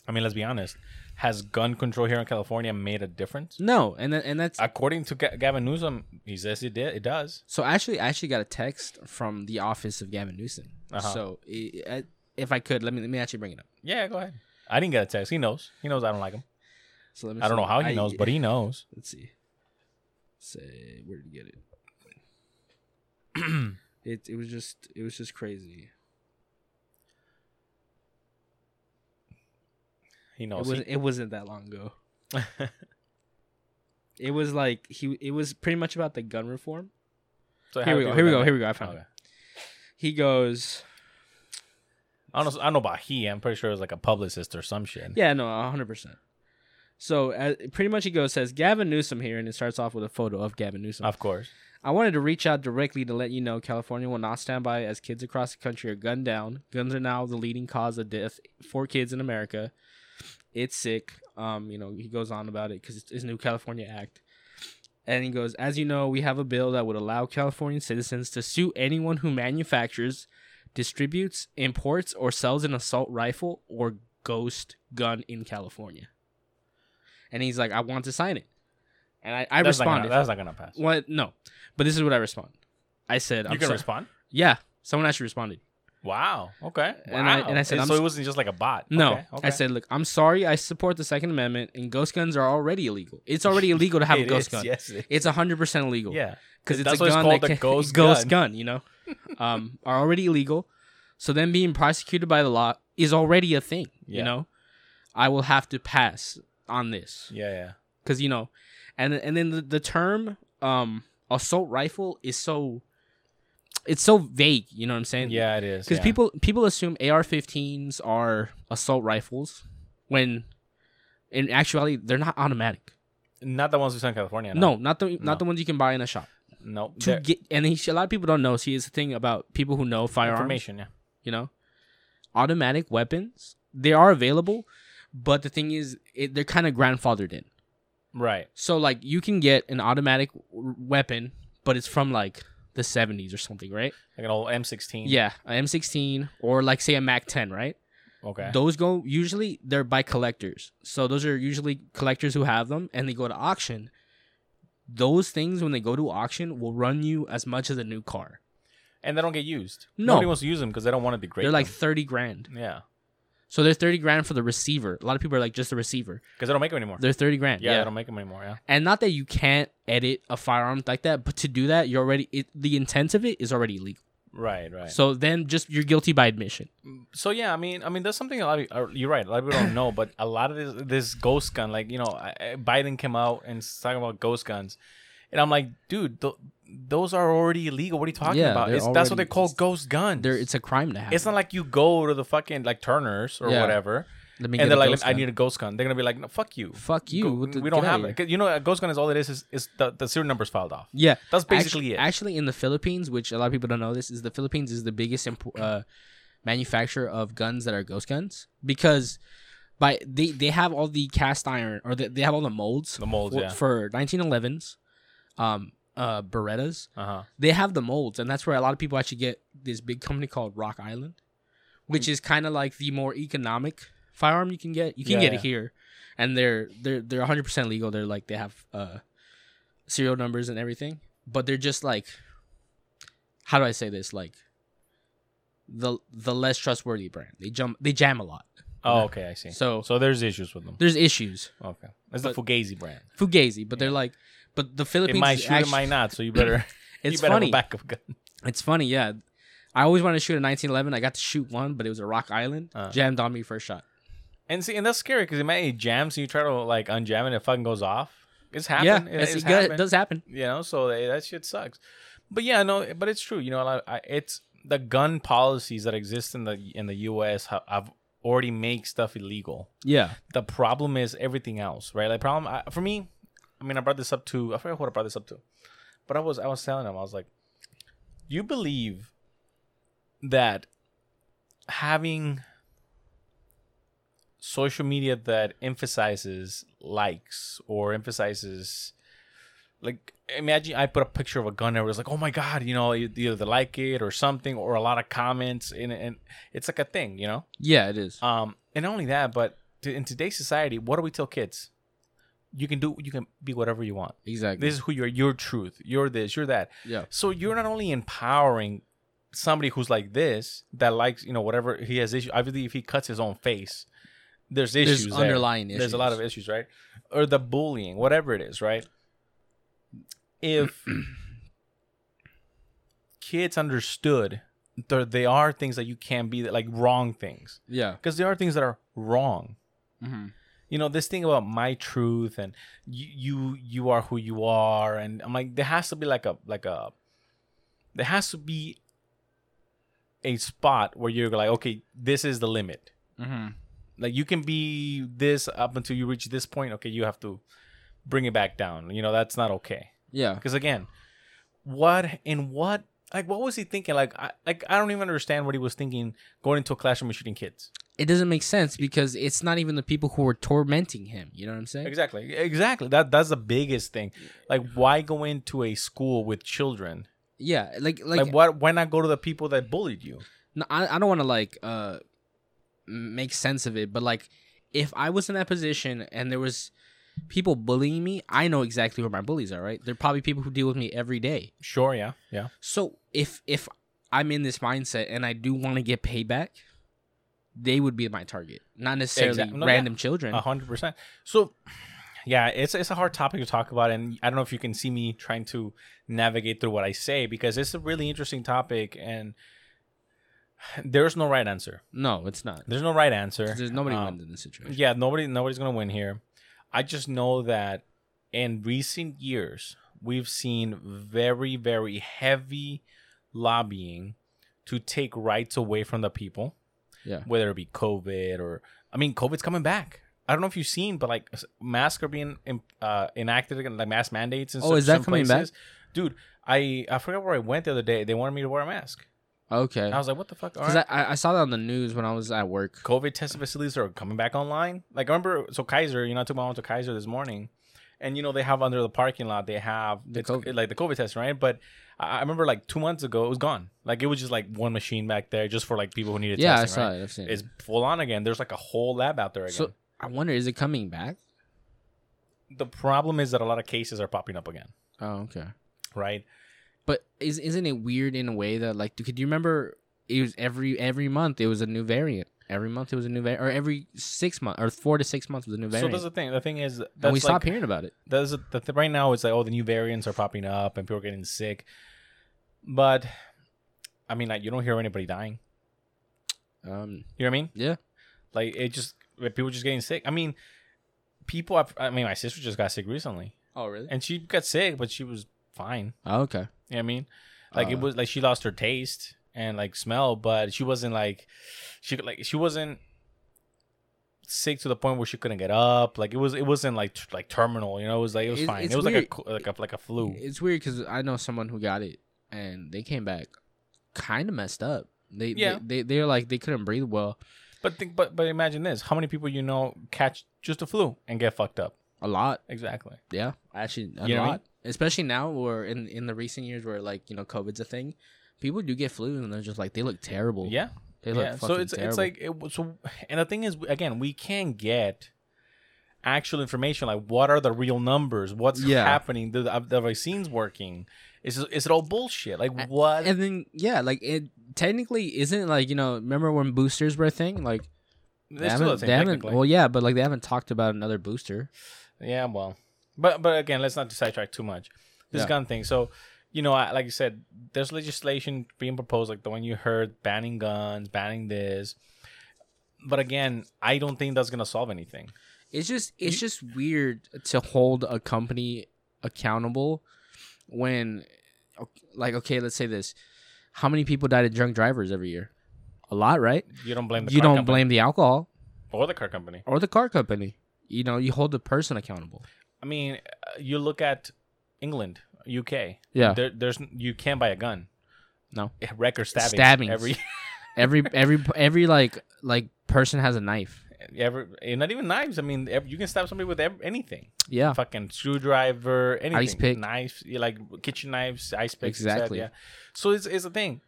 Speaker 2: I mean, let's be honest. Has gun control here in California made a difference?
Speaker 3: No, and that, and that's
Speaker 2: According to Ga- Gavin Newsom, he says it did. It does.
Speaker 3: so. Actually, I actually got a text from the office of Gavin Newsom.
Speaker 2: Uh-huh.
Speaker 3: So i I, if I could, let me let me actually bring it up.
Speaker 2: Yeah, go ahead. I didn't get a text. He knows. He knows I don't like him.
Speaker 3: So let me.
Speaker 2: I don't
Speaker 3: see.
Speaker 2: know how he knows, but he knows.
Speaker 3: let's see. Say where did you
Speaker 2: (clears throat)
Speaker 3: get it? it it was just it was just crazy.
Speaker 2: He
Speaker 3: It
Speaker 2: knows.
Speaker 3: was it wasn't that long
Speaker 2: (laughs)
Speaker 3: ago. It was like he it was pretty much about the gun reform.
Speaker 2: So how
Speaker 3: Here we
Speaker 2: do
Speaker 3: go.
Speaker 2: you
Speaker 3: Here we go.
Speaker 2: remember?
Speaker 3: Here we go. I found
Speaker 2: Okay.
Speaker 3: it. He goes,
Speaker 2: I don't, know, I don't know about he. I'm pretty sure it was like a publicist or some shit.
Speaker 3: yeah, no, 100%. So uh, pretty much he goes, says Gavin Newsom here, and it starts off with a photo of Gavin Newsom.
Speaker 2: Of course.
Speaker 3: I wanted to reach out directly to let you know California will not stand by as kids across the country are gunned down. Guns are now the leading cause of death for kids in America. It's sick. Um, you know, he goes on about it because it's his new California Act. And he goes, as you know, we have a bill that would allow California citizens to sue anyone who manufactures, distributes, imports, or sells an assault rifle or ghost gun in California. And he's like, I want to sign it. And I, I
Speaker 2: that's Not
Speaker 3: responded.
Speaker 2: gonna, that's not going to pass.
Speaker 3: What? No. But this is what I respond. I said,
Speaker 2: you
Speaker 3: I'm
Speaker 2: can
Speaker 3: so-
Speaker 2: respond?
Speaker 3: Yeah. Someone actually responded.
Speaker 2: Wow. Okay.
Speaker 3: And I-
Speaker 2: Wow.
Speaker 3: and I said, I'm
Speaker 2: so
Speaker 3: s-
Speaker 2: it wasn't just like a bot.
Speaker 3: No.
Speaker 2: Okay, okay.
Speaker 3: I said, look, I'm sorry. I support the Second Amendment, and ghost guns are already illegal. It's already illegal to have a
Speaker 2: (laughs) It
Speaker 3: ghost
Speaker 2: is,
Speaker 3: gun.
Speaker 2: Yes. it-
Speaker 3: It's 100% illegal.
Speaker 2: Yeah.
Speaker 3: Because it's
Speaker 2: That's
Speaker 3: a
Speaker 2: why it's
Speaker 3: gun
Speaker 2: called
Speaker 3: that
Speaker 2: a
Speaker 3: can-
Speaker 2: ghost
Speaker 3: gun.
Speaker 2: (laughs)
Speaker 3: you know, um, are already illegal. So then being prosecuted by the law is already a thing, you
Speaker 2: Yeah.
Speaker 3: know? I will have to pass on this.
Speaker 2: Yeah. Yeah.
Speaker 3: because you know, and and then the, the term um assault rifle is so it's so vague. You know what I'm saying?
Speaker 2: Yeah, it is.
Speaker 3: Because
Speaker 2: yeah.
Speaker 3: people people assume AR-15s are assault rifles when in actuality they're not automatic.
Speaker 2: Not the ones we saw in California.
Speaker 3: No, not the
Speaker 2: No.
Speaker 3: not the ones you can buy in a shop.
Speaker 2: No.
Speaker 3: To
Speaker 2: they're-
Speaker 3: get and he, a lot of people don't know. See, it's the thing about people who know firearms
Speaker 2: Information, yeah.
Speaker 3: you know automatic weapons they are available but the thing is it, they're kind of grandfathered in
Speaker 2: Right.
Speaker 3: so like you can get an automatic w- weapon but it's from like the 70s or something right
Speaker 2: Like an old M16.
Speaker 3: yeah a m16 or like say a mac 10 right
Speaker 2: Okay.
Speaker 3: those go usually they're by collectors so those are usually collectors who have them and they go to auction those things when they go to auction will run you as much as a new car
Speaker 2: and they don't get used.
Speaker 3: No.
Speaker 2: Nobody wants to use them because they don't want to degrade
Speaker 3: they're like
Speaker 2: them.
Speaker 3: 30 grand
Speaker 2: yeah.
Speaker 3: so they're 30 grand for the receiver a lot of people are like just the receiver
Speaker 2: Because they don't make them anymore.
Speaker 3: They're 30 grand.
Speaker 2: Yeah,
Speaker 3: Yeah.
Speaker 2: they don't make them anymore. Yeah.
Speaker 3: And not that you can't edit a firearm like that, but to do that, you're already it, the intent of it is already illegal.
Speaker 2: Right. Right.
Speaker 3: So then just you're guilty by admission.
Speaker 2: so yeah, I mean, I mean, that's something a lot. Of, uh, you're right. A lot of people don't know, but a lot of this, this ghost gun, like you know, I, I- Biden came out and s- talking about ghost guns, and I'm like, dude, th- those are already illegal. What are you talking
Speaker 3: Yeah,
Speaker 2: about?
Speaker 3: they're
Speaker 2: It's, that's what they
Speaker 3: already-
Speaker 2: call
Speaker 3: it's-
Speaker 2: ghost guns.
Speaker 3: There it's a crime to have.
Speaker 2: it's not like you go to the fucking like Turners or
Speaker 3: Yeah.
Speaker 2: whatever,
Speaker 3: Let me
Speaker 2: and
Speaker 3: get
Speaker 2: they're
Speaker 3: a
Speaker 2: like,
Speaker 3: ghost
Speaker 2: "I
Speaker 3: gun."
Speaker 2: need a ghost gun." They're gonna be like, "No, fuck you,
Speaker 3: Fuck you.
Speaker 2: Go-
Speaker 3: What the-
Speaker 2: we don't
Speaker 3: get
Speaker 2: have
Speaker 3: outta
Speaker 2: it." 'Cause You know, a ghost gun is all it is is, is the, the serial numbers filed off.
Speaker 3: Yeah.
Speaker 2: That's
Speaker 3: Actu-
Speaker 2: basically it.
Speaker 3: Actually in the Philippines, which a lot of people don't know this, is the Philippines is the biggest imp- uh, manufacturer of guns that are ghost guns because by they they have all the cast iron or they, they have all the molds
Speaker 2: The molds,
Speaker 3: for,
Speaker 2: yeah.
Speaker 3: for 1911s um uh Berettas
Speaker 2: Uh huh.
Speaker 3: they have the molds, and that's where a lot of people
Speaker 2: Hmm.
Speaker 3: actually get this big company called Rock Island, which is kind of like the more economic firearm you can get. You can
Speaker 2: Yeah,
Speaker 3: get
Speaker 2: yeah.
Speaker 3: it here, and they're they're they're 100 percent legal. They're like they have uh serial numbers and everything, but they're just like how do I say this like the the less trustworthy brand. They jump they jam a lot.
Speaker 2: Oh, okay, I see.
Speaker 3: So-
Speaker 2: so there's issues with them.
Speaker 3: There's issues.
Speaker 2: Okay, that's
Speaker 3: But-
Speaker 2: the Fugazi brand.
Speaker 3: Fugazi, but they're like but the
Speaker 2: It
Speaker 3: Philippines
Speaker 2: might
Speaker 3: is
Speaker 2: shoot,
Speaker 3: actu-
Speaker 2: it might not. So
Speaker 3: (clears throat)
Speaker 2: you better.
Speaker 3: it's
Speaker 2: you better
Speaker 3: funny.
Speaker 2: Have a backup gun.
Speaker 3: It's funny, yeah. I always wanted to shoot a 1911. I got to shoot one, but it was a rock island.
Speaker 2: Uh.
Speaker 3: Jammed on me first shot.
Speaker 2: And see, and that's scary because it might it jams and you try to like unjam it and it fucking goes off. It's
Speaker 3: Yeah,
Speaker 2: happened.
Speaker 3: it's-
Speaker 2: it's
Speaker 3: it go-
Speaker 2: happened.
Speaker 3: does happen.
Speaker 2: you know so they, that shit sucks but yeah no but it's true you know a lot- I, it's the gun policies that exist in the in the us have, have already make stuff illegal
Speaker 3: Yeah,
Speaker 2: the problem is everything else right like problem I, for me i mean i brought this up to i forget what i brought this up to but i was i was telling him i was like you believe that having social media that emphasizes likes or emphasizes like imagine I put a picture of a gun and it was like, oh my god, you know, you- either they like it or something, or a lot of comments, and and it's like a thing, you know.
Speaker 3: yeah, it is.
Speaker 2: Um, and not only that, but to, in today's society, what do we tell kids? You can do, you can be whatever you want.
Speaker 3: exactly.
Speaker 2: This is who you are. Your truth. You're this. You're that.
Speaker 3: yeah,
Speaker 2: So you're not only empowering somebody who's like this that likes, you know, whatever he has issues. Obviously, if he cuts his own face, there's issues. there.
Speaker 3: underlying
Speaker 2: There's a lot of issues, right? Or the bullying, whatever it is, right? If kids understood there they are things that you can't be like wrong things
Speaker 3: yeah.
Speaker 2: because there are things that are wrong
Speaker 3: Mhm.
Speaker 2: you know this thing about my truth and you you you are who you are and i'm like there has to be like a like a there has to be a spot where you're like okay this is the limit
Speaker 3: Mhm.
Speaker 2: like you can be this up until you reach this point okay you have to bring it back down you know that's not okay
Speaker 3: Yeah,
Speaker 2: because again what in what like what was he thinking like I, like i don't even understand what he was thinking going into a classroom and shooting kids
Speaker 3: it doesn't make sense because it's not even the people who were tormenting him. You know what I'm saying?
Speaker 2: Exactly. Exactly. That that's the biggest thing. Like why go into a school with children?
Speaker 3: Yeah, like like,
Speaker 2: Like, what why not go to the people that bullied you?
Speaker 3: no, I, I don't want to like uh m- make sense of it, but like if I was in that position and there was people bullying me, I know exactly where my bullies are. Right? They're probably people who deal with me every day.
Speaker 2: Sure, yeah. Yeah.
Speaker 3: So if if I'm in this mindset and I do want to get payback, they would be my target, not necessarily
Speaker 2: Exact- no, Uh-huh.
Speaker 3: random children.
Speaker 2: A hundred percent. So yeah, it's it's a hard topic to talk about and I don't know if you can see me trying to navigate through what I say because it's a really interesting topic and there's no right answer.
Speaker 3: No, it's not.
Speaker 2: There's no right answer.
Speaker 3: 'Cause There's nobody
Speaker 2: Um,
Speaker 3: wins in this situation.
Speaker 2: Yeah, nobody nobody's gonna win here. I just know that in recent years we've seen very, very heavy lobbying to take rights away from the people.
Speaker 3: Yeah.
Speaker 2: Whether it be COVID or I mean, COVID's coming back. I don't know if you've seen, but like s- masks are being em- uh, enacted again, like mask mandates and
Speaker 3: Oh, is that coming back?
Speaker 2: Dude, I I forgot where I went the other day. They wanted me to wear a mask.
Speaker 3: Okay.
Speaker 2: And I was like, what the fuck? All
Speaker 3: 'Cause
Speaker 2: right.
Speaker 3: I, I- I saw that on the news when I was at work.
Speaker 2: COVID testing facilities are coming back online. Like I remember, so Kaiser, you know, I took my mom to Kaiser this morning, and you know they have under the parking lot they have
Speaker 3: The
Speaker 2: it's
Speaker 3: COVID.
Speaker 2: like the COVID test, right? But I I remember like two months ago it was gone. Like it was just like one machine back there just for like people who needed.
Speaker 3: Yeah, I
Speaker 2: testing,
Speaker 3: saw
Speaker 2: right?
Speaker 3: it. I've seen
Speaker 2: It's
Speaker 3: it.
Speaker 2: full on again. There's like a whole lab out there again.
Speaker 3: So I wonder, is it coming back?
Speaker 2: the problem is that a lot of cases are popping up again,
Speaker 3: Oh, okay.
Speaker 2: right?
Speaker 3: But is isn't it weird in a way that like, could you remember? It was every every month it was a new variant. Every month it was a new variant, or every six months or four to six months was a new
Speaker 2: So
Speaker 3: variant.
Speaker 2: that's the thing. The thing is, that's
Speaker 3: and we
Speaker 2: like,
Speaker 3: stop hearing about it.
Speaker 2: That's the, the, right now. It's like oh, the new variants are popping up and people are getting sick, but I mean, like, you don't hear anybody dying.
Speaker 3: Um,
Speaker 2: You know what I mean?
Speaker 3: Yeah.
Speaker 2: Like it just like, people just getting sick. I mean, people. I've, I mean, my sister just got sick recently,
Speaker 3: oh really?
Speaker 2: and she got sick, but she was fine.
Speaker 3: Oh, okay.
Speaker 2: You know what I mean? Like it
Speaker 3: Uh,
Speaker 2: was like she lost her taste and like smell, but she wasn't like she could- like she wasn't sick to the point where she couldn't get up. Like it was it wasn't like t- like terminal. You know, it was like it was
Speaker 3: It's-
Speaker 2: fine.
Speaker 3: it's
Speaker 2: It was
Speaker 3: weird.
Speaker 2: like a co- like a like a flu.
Speaker 3: It's weird because I know someone who got it and they came back kind of messed up. They
Speaker 2: Yeah.
Speaker 3: they, they they're like they couldn't breathe well.
Speaker 2: But think but but imagine this: how many people you know catch just a flu and get fucked up?
Speaker 3: A lot,
Speaker 2: Exactly.
Speaker 3: yeah. Actually, a
Speaker 2: You know what I mean?
Speaker 3: lot. Especially now, or in in the recent years, where like you know COVID's a thing, people do get flu and they're just like they look terrible.
Speaker 2: Yeah.
Speaker 3: They look
Speaker 2: yeah,
Speaker 3: fucking
Speaker 2: so it's it's
Speaker 3: terrible.
Speaker 2: like it, w- so, and the thing is, again, we can't get actual information like what are the real numbers, what's
Speaker 3: Yeah.
Speaker 2: happening, the, the the vaccine's working, is is it all bullshit? Like what?
Speaker 3: and then yeah, like it technically isn't like you know remember when boosters were a thing like they
Speaker 2: They're still the
Speaker 3: haven't,
Speaker 2: same,
Speaker 3: they haven't
Speaker 2: technically.
Speaker 3: well yeah but like they haven't talked about another booster.
Speaker 2: Yeah, well, but but again, let's not sidetrack too much. This
Speaker 3: Yeah.
Speaker 2: gun thing. So, you know, I, like you said, there's legislation being proposed, like the one you heard, banning guns, banning this. But again, I don't think that's gonna solve anything.
Speaker 3: It's just it's just weird to hold a company accountable when like okay let's say this how many people die to drunk drivers every year a lot right
Speaker 2: You don't blame the
Speaker 3: you
Speaker 2: car
Speaker 3: don't
Speaker 2: company
Speaker 3: blame the alcohol
Speaker 2: or the car company.
Speaker 3: or the car company you know you hold the person accountable
Speaker 2: I mean, uh, you look at England, UK.
Speaker 3: yeah
Speaker 2: There, there's you can't buy a gun.
Speaker 3: No.
Speaker 2: Eh, record stabbing.
Speaker 3: Stabbings.
Speaker 2: every (laughs)
Speaker 3: every every every like like person has a knife
Speaker 2: every eh, not even knives. I mean, ev you can stab somebody with ev- anything.
Speaker 3: yeah
Speaker 2: fucking screwdriver, anything,
Speaker 3: pick.
Speaker 2: knives, yeah, like kitchen knives, ice picks, et
Speaker 3: Exactly.
Speaker 2: cetera. So it's it's a thing.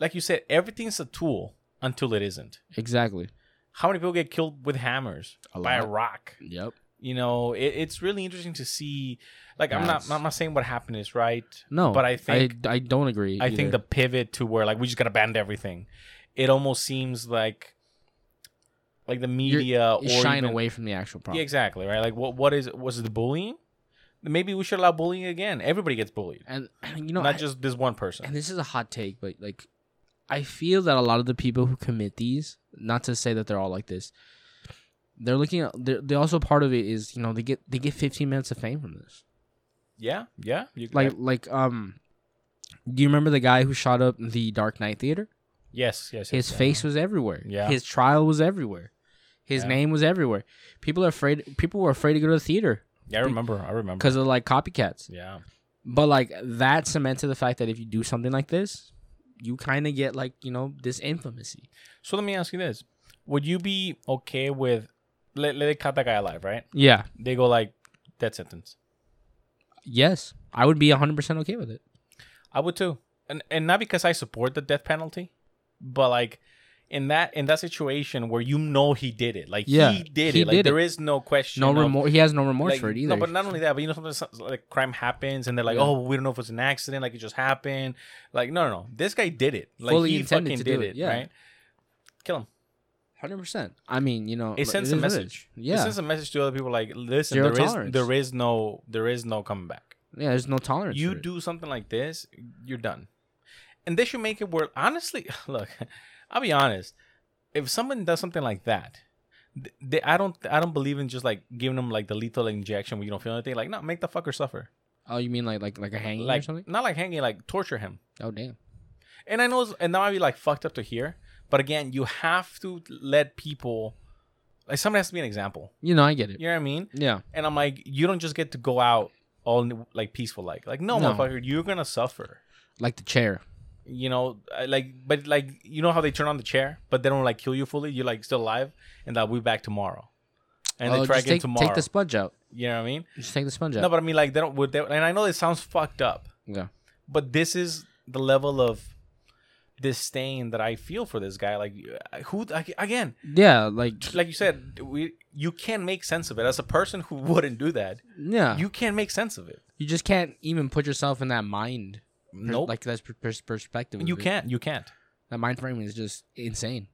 Speaker 2: Like you said, everything's a tool until it isn't.
Speaker 3: exactly
Speaker 2: How many people get killed with hammers
Speaker 3: A
Speaker 2: by a
Speaker 3: lot.
Speaker 2: rock?
Speaker 3: yep
Speaker 2: You know, it, it's really interesting to see. Like I'm not,
Speaker 3: Yes.
Speaker 2: I'm not saying what happened is right.
Speaker 3: no
Speaker 2: but I think
Speaker 3: i, I don't agree
Speaker 2: I think
Speaker 3: either.
Speaker 2: the pivot to where like we just gotta ban everything. It almost seems like like the media
Speaker 3: You
Speaker 2: or
Speaker 3: shine
Speaker 2: even-
Speaker 3: away from the actual problem
Speaker 2: Yeah, exactly. Right. Like what what is was it the bullying? Maybe we should allow bullying again. Everybody gets bullied.
Speaker 3: and you know
Speaker 2: not
Speaker 3: I-
Speaker 2: just this one person.
Speaker 3: and this is a hot take, but like I feel that a lot of the people who commit these, not to say that they're all like this, they're looking at they're, they also part of it is, you know, they get they get 15 minutes of fame from this.
Speaker 2: yeah, yeah. You,
Speaker 3: Like like um do you remember the guy who shot up the Dark Knight theater?
Speaker 2: yes, yes.
Speaker 3: His
Speaker 2: yes,
Speaker 3: face was everywhere.
Speaker 2: Yeah.
Speaker 3: His trial was everywhere. His
Speaker 2: Yeah.
Speaker 3: name was everywhere. People are afraid people were afraid to go to the theater
Speaker 2: Yeah, I remember. I remember.
Speaker 3: because of like copycats.
Speaker 2: Yeah,
Speaker 3: But like that cemented the fact that if you do something like this, you kind of get like, you know, this infamacy.
Speaker 2: So let me ask you this: Would you be okay with let let they cut that guy alive? Right?
Speaker 3: Yeah.
Speaker 2: They go like death sentence.
Speaker 3: Yes, I would be 100% okay with it.
Speaker 2: I would too, and and not because I support the death penalty, but like in that in that situation where you know he did it, like
Speaker 3: Yeah,
Speaker 2: he did
Speaker 3: he
Speaker 2: it, like
Speaker 3: did
Speaker 2: there is no question,
Speaker 3: No
Speaker 2: of-
Speaker 3: remorse. He has no remorse
Speaker 2: like,
Speaker 3: for it
Speaker 2: No,
Speaker 3: either.
Speaker 2: but not only that, but you know sometimes some- like crime happens and they're like,
Speaker 3: Yeah.
Speaker 2: oh, we don't know if it's an accident, like it just happened. Like no, no, no, this guy did it. Like
Speaker 3: Fully
Speaker 2: he
Speaker 3: intended
Speaker 2: fucking
Speaker 3: to
Speaker 2: did
Speaker 3: do it,
Speaker 2: it.
Speaker 3: yeah.
Speaker 2: Right? Kill him.
Speaker 3: 100%. I mean, you know,
Speaker 2: It sends
Speaker 3: is
Speaker 2: a
Speaker 3: what it
Speaker 2: message.
Speaker 3: is. Yeah.
Speaker 2: It sends a message to other people like, listen,
Speaker 3: Zero
Speaker 2: there is
Speaker 3: tolerance.
Speaker 2: there is no there is no coming back.
Speaker 3: yeah, there's no tolerance.
Speaker 2: you
Speaker 3: for it.
Speaker 2: do something like this, you're done. And they should make it work. Honestly, (laughs) look, I'll be honest. If someone does something like that, th- they, I don't I don't believe in just like giving them like the lethal injection where you don't feel anything. Like, no, make the fucker suffer.
Speaker 3: Oh, you mean like like like a hanging
Speaker 2: like
Speaker 3: or something?
Speaker 2: not like hanging, like torture him.
Speaker 3: Oh, damn.
Speaker 2: And I know, it's- and that might be like fucked up to hear, but again, you have to let people. Like somebody has to be an example.
Speaker 3: You know, I get it.
Speaker 2: You know what I mean?
Speaker 3: Yeah.
Speaker 2: And I'm like, you don't just get to go out all like peaceful, like like no,
Speaker 3: No.
Speaker 2: motherfucker, you're gonna suffer.
Speaker 3: Like the chair.
Speaker 2: You know, I- like but like you know how they turn on the chair, but they don't like kill you fully. You're like still alive, and that we back tomorrow, and
Speaker 3: Oh,
Speaker 2: they try
Speaker 3: just
Speaker 2: again
Speaker 3: take,
Speaker 2: tomorrow.
Speaker 3: Take the sponge out.
Speaker 2: you know what I mean?
Speaker 3: Just take the sponge out.
Speaker 2: No, but I mean like they don't. Would they, and I know it sounds fucked up,
Speaker 3: yeah.
Speaker 2: but this is the level of disdain that I feel for this guy. Like who like, again,
Speaker 3: Yeah, like
Speaker 2: like you said, we you can't make sense of it as a person who (laughs) wouldn't do that.
Speaker 3: yeah. You,
Speaker 2: You can't make sense of it.
Speaker 3: just can't even put yourself in that mind. per-
Speaker 2: Nope.
Speaker 3: Like that's per- pers- perspective. of
Speaker 2: you
Speaker 3: it.
Speaker 2: can't. You can't.
Speaker 3: That mind framing is just insane.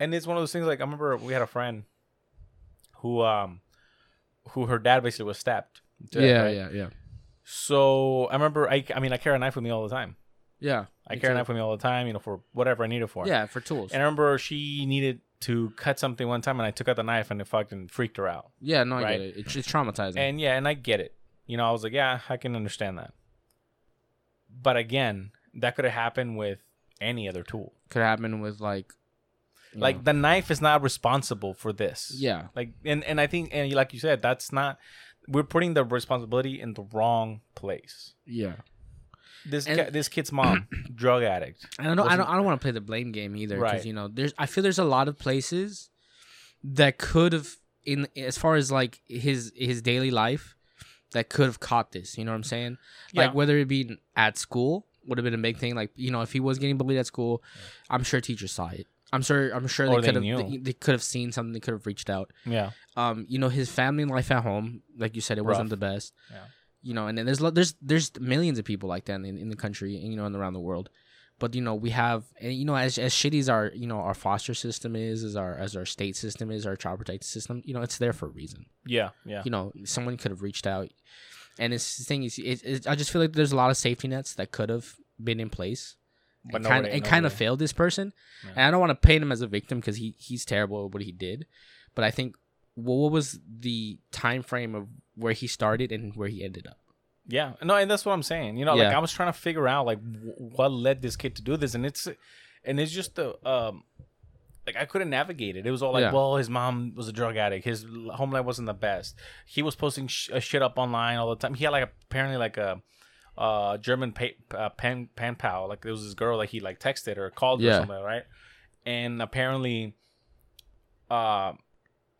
Speaker 2: And it's one of those things. Like I remember we had a friend who um who her dad basically was stabbed. to death, right?
Speaker 3: yeah, yeah.
Speaker 2: So I remember I I mean I carry a knife with me all the time.
Speaker 3: Yeah.
Speaker 2: I
Speaker 3: me
Speaker 2: carry a
Speaker 3: too.
Speaker 2: knife with me all the time. You know for whatever I need it for.
Speaker 3: Yeah, for tools.
Speaker 2: And I remember she needed to cut something one time, and I took out the knife, and it fucking freaked her out.
Speaker 3: yeah, no, I
Speaker 2: Right.
Speaker 3: get it. It's, it's traumatizing.
Speaker 2: And yeah, and I get it. You know, I was like, yeah, I can understand that. But again, that could have happened with any other tool.
Speaker 3: Could happen with like, you know.
Speaker 2: Like the knife is not responsible for this.
Speaker 3: Yeah.
Speaker 2: Like and and I think and like you said, that's not we're putting the responsibility in the wrong place.
Speaker 3: Yeah.
Speaker 2: This
Speaker 3: And-
Speaker 2: guy, this kid's
Speaker 3: (clears throat)
Speaker 2: mom, drug addict.
Speaker 3: And I don't I
Speaker 2: Wasn't-
Speaker 3: don't I don't want to play the blame game either because
Speaker 2: Right.
Speaker 3: you know there's I feel there's a lot of places that could have in as far as like his his daily life that could have caught this, you know what I'm saying?
Speaker 2: Yeah.
Speaker 3: Like whether it be at school would have been a big thing. Like you know, if he was getting bullied at school, I'm sure teachers saw it. I'm sure. I'm sure
Speaker 2: Or
Speaker 3: they could
Speaker 2: they
Speaker 3: have.
Speaker 2: knew.
Speaker 3: They, they could have seen something. They could have reached out.
Speaker 2: Yeah.
Speaker 3: Um, you know, his family life at home, like you said, it wasn't
Speaker 2: Rough.
Speaker 3: the best.
Speaker 2: Yeah.
Speaker 3: You know, and then there's lo- there's there's millions of people like that in, in the country, and you know, and around the world. But you know, we have, and you know, as as shitty as our you know our foster system is, as our as our state system is, our child protective system, you know, it's there for a reason
Speaker 2: Yeah. Yeah.
Speaker 3: you know someone could have reached out and it's the thing is it, it, i just feel like there's a lot of safety nets that could have been in place
Speaker 2: But
Speaker 3: but
Speaker 2: no
Speaker 3: kind of
Speaker 2: way,
Speaker 3: it
Speaker 2: no
Speaker 3: kind of
Speaker 2: way.
Speaker 3: failed this person
Speaker 2: Yeah.
Speaker 3: and i don't want to paint him as a victim because he he's terrible at what he did but i think well, what was the time frame of where he started and where he ended up
Speaker 2: Yeah, no, and that's what I'm saying. You know, like
Speaker 3: Yeah.
Speaker 2: I was trying to figure out like w- what led this kid to do this, and it's, and it's just the um, like I couldn't navigate it. It was all like,
Speaker 3: Yeah.
Speaker 2: well, his mom was a drug addict. His l- home life wasn't the best. He was posting sh- uh, shit up online all the time. He had like apparently like a uh German pa- uh, pen pen pal. Like there was this girl that he like texted or called or
Speaker 3: Yeah.
Speaker 2: something, right? And apparently, uh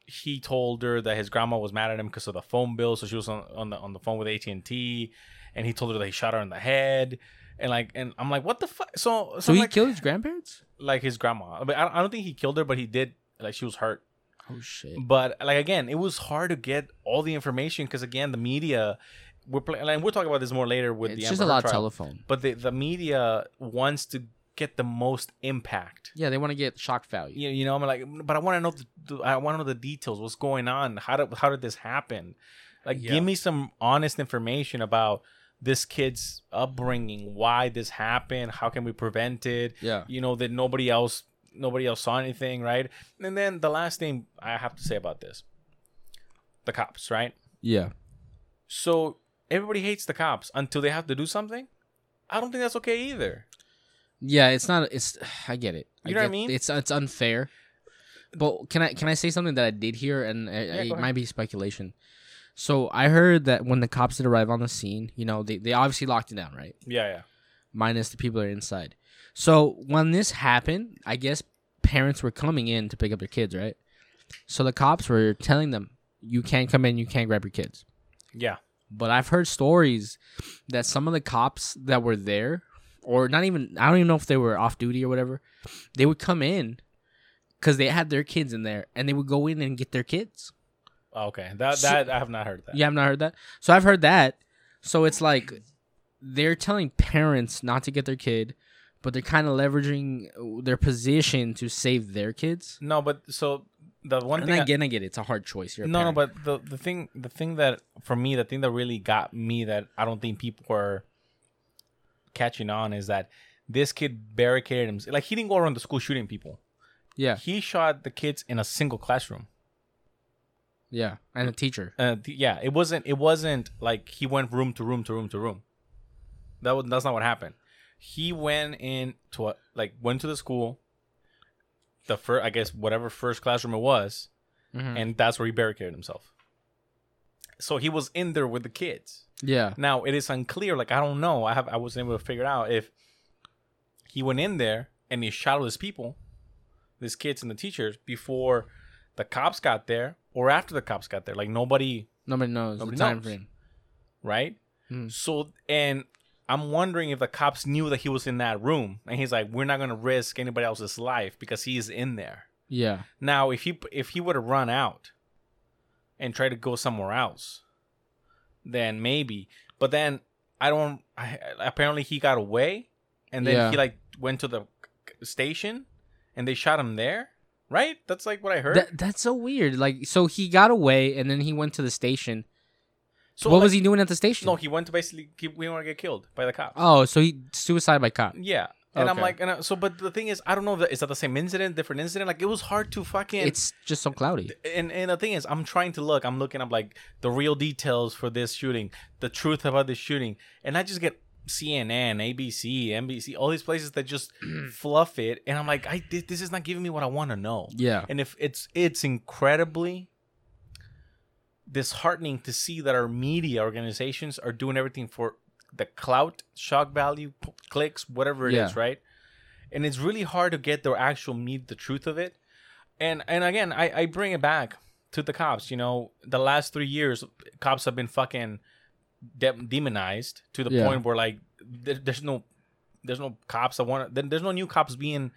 Speaker 2: he told her that his grandma was mad at him because of the phone bill, so she was on, on the on the phone with AT and T, and he told her that he shot her in the head, and like and I'm like, what the fuck? So so,
Speaker 3: so
Speaker 2: I'm
Speaker 3: he
Speaker 2: like,
Speaker 3: killed his grandparents
Speaker 2: like his grandma. I, mean, I don't- I don't think he killed her, but he did. Like she was hurt,
Speaker 3: oh shit
Speaker 2: but like again, it was hard to get all the information because again, the media. We're playing, and we'll talk about this more later with the
Speaker 3: it's just
Speaker 2: Amber
Speaker 3: a
Speaker 2: Heard
Speaker 3: lot of
Speaker 2: trial,
Speaker 3: telephone
Speaker 2: But the, the media wants to get the most impact
Speaker 3: yeah they want to get shock value
Speaker 2: you, you know i'm like "Mm, but i want to know the, the- i want to know the details what's going on how did how did this happen like
Speaker 3: Yeah.
Speaker 2: give me some honest information about this kid's upbringing why this happened how can we prevent it
Speaker 3: yeah
Speaker 2: you know that nobody else nobody else saw anything right and then the last thing i have to say about this the cops right
Speaker 3: yeah
Speaker 2: so everybody hates the cops until they have to do something i don't think that's okay either
Speaker 3: Yeah, it's not. It's (sighs) I get it.
Speaker 2: You know what I
Speaker 3: get-
Speaker 2: mean?
Speaker 3: It's it's unfair. But can I can I say something that I did hear and I,
Speaker 2: Yeah, go
Speaker 3: it
Speaker 2: ahead.
Speaker 3: might be speculation. So I heard that when the cops did arrive on the scene, you know they they obviously locked it down, right?
Speaker 2: yeah yeah
Speaker 3: Minus the people that are inside. So when this happened, I guess parents were coming in to pick up their kids, right? So the cops were telling them, "You can't come in. You can't grab your kids."
Speaker 2: yeah
Speaker 3: but I've heard stories that some of the cops that were there, or not even, I don't even know if they were off duty or whatever, they would come in because they had their kids in there and they would go in and get their kids.
Speaker 2: Oh, okay that
Speaker 3: So-
Speaker 2: that i have not heard that
Speaker 3: You have not heard that? So I've heard that. So it's like they're telling parents not to get their kid, but they're kind of leveraging their position to save their kids.
Speaker 2: no but so the one
Speaker 3: And
Speaker 2: thing
Speaker 3: I get, I get it. It's a hard choice. You're a
Speaker 2: no no
Speaker 3: parent.
Speaker 2: but the, the thing the thing that for me the thing that really got me that i don't think people were catching on is that this kid barricaded himself like he didn't go around the school shooting people
Speaker 3: yeah,
Speaker 2: he shot the kids in a single classroom
Speaker 3: yeah, and a teacher.
Speaker 2: uh, th- yeah it wasn't it wasn't like he went room to room to room to room that was that's not what happened he went in to a, like went to the school the first i guess whatever first classroom it was
Speaker 3: Mhm.
Speaker 2: and that's where he barricaded himself so he was in there with the kids
Speaker 3: Yeah,
Speaker 2: Now it is unclear. Like I don't know. I have I wasn't able to figure out if he went in there and he shot all his people, these kids and the teachers before the cops got there or after the cops got there. Like nobody,
Speaker 3: nobody knows
Speaker 2: Nobody
Speaker 3: the time
Speaker 2: knows.
Speaker 3: frame.
Speaker 2: right?
Speaker 3: Hmm.
Speaker 2: So and I'm wondering if the cops knew that he was in that room and he's like, we're not gonna risk anybody else's life because he's in there.
Speaker 3: Yeah.
Speaker 2: Now, if he if he would have run out and tried to go somewhere else, then maybe. But then I don't. I, apparently, he got away, and then
Speaker 3: Yeah.
Speaker 2: he like went to the c- c- station, and they shot him there. Right? That's like what I heard.
Speaker 3: That, that's so weird. Like, so he got away and then he went to the station.
Speaker 2: so
Speaker 3: what
Speaker 2: like-
Speaker 3: was he doing at the station?
Speaker 2: No, he went to basically. He, we want to get killed by the cops.
Speaker 3: oh, so he suicide by cop.
Speaker 2: yeah. And I'm
Speaker 3: Okay.
Speaker 2: like, and I, so, but the thing is, I don't know. That, is that the same incident, different incident? Like, it was hard to fucking.
Speaker 3: It's just so cloudy.
Speaker 2: and and the thing is i'm trying to look i'm looking up like the real details for this shooting the truth about this shooting and i just get cnn abc nbc all these places that just fluff it and i'm like i thi- this is not giving me what i want to know
Speaker 3: Yeah.
Speaker 2: and if it's it's incredibly disheartening to see that our media organizations are doing everything for the clout shock value p- clicks whatever it is,
Speaker 3: Yeah.
Speaker 2: right and it's really hard to get the actual meat the truth of it and and again i i bring it back to the cops you know the last three years cops have been fucking de- demonized to the
Speaker 3: Yeah.
Speaker 2: point where like there, there's no there's no cops that want. Then there's no new cops being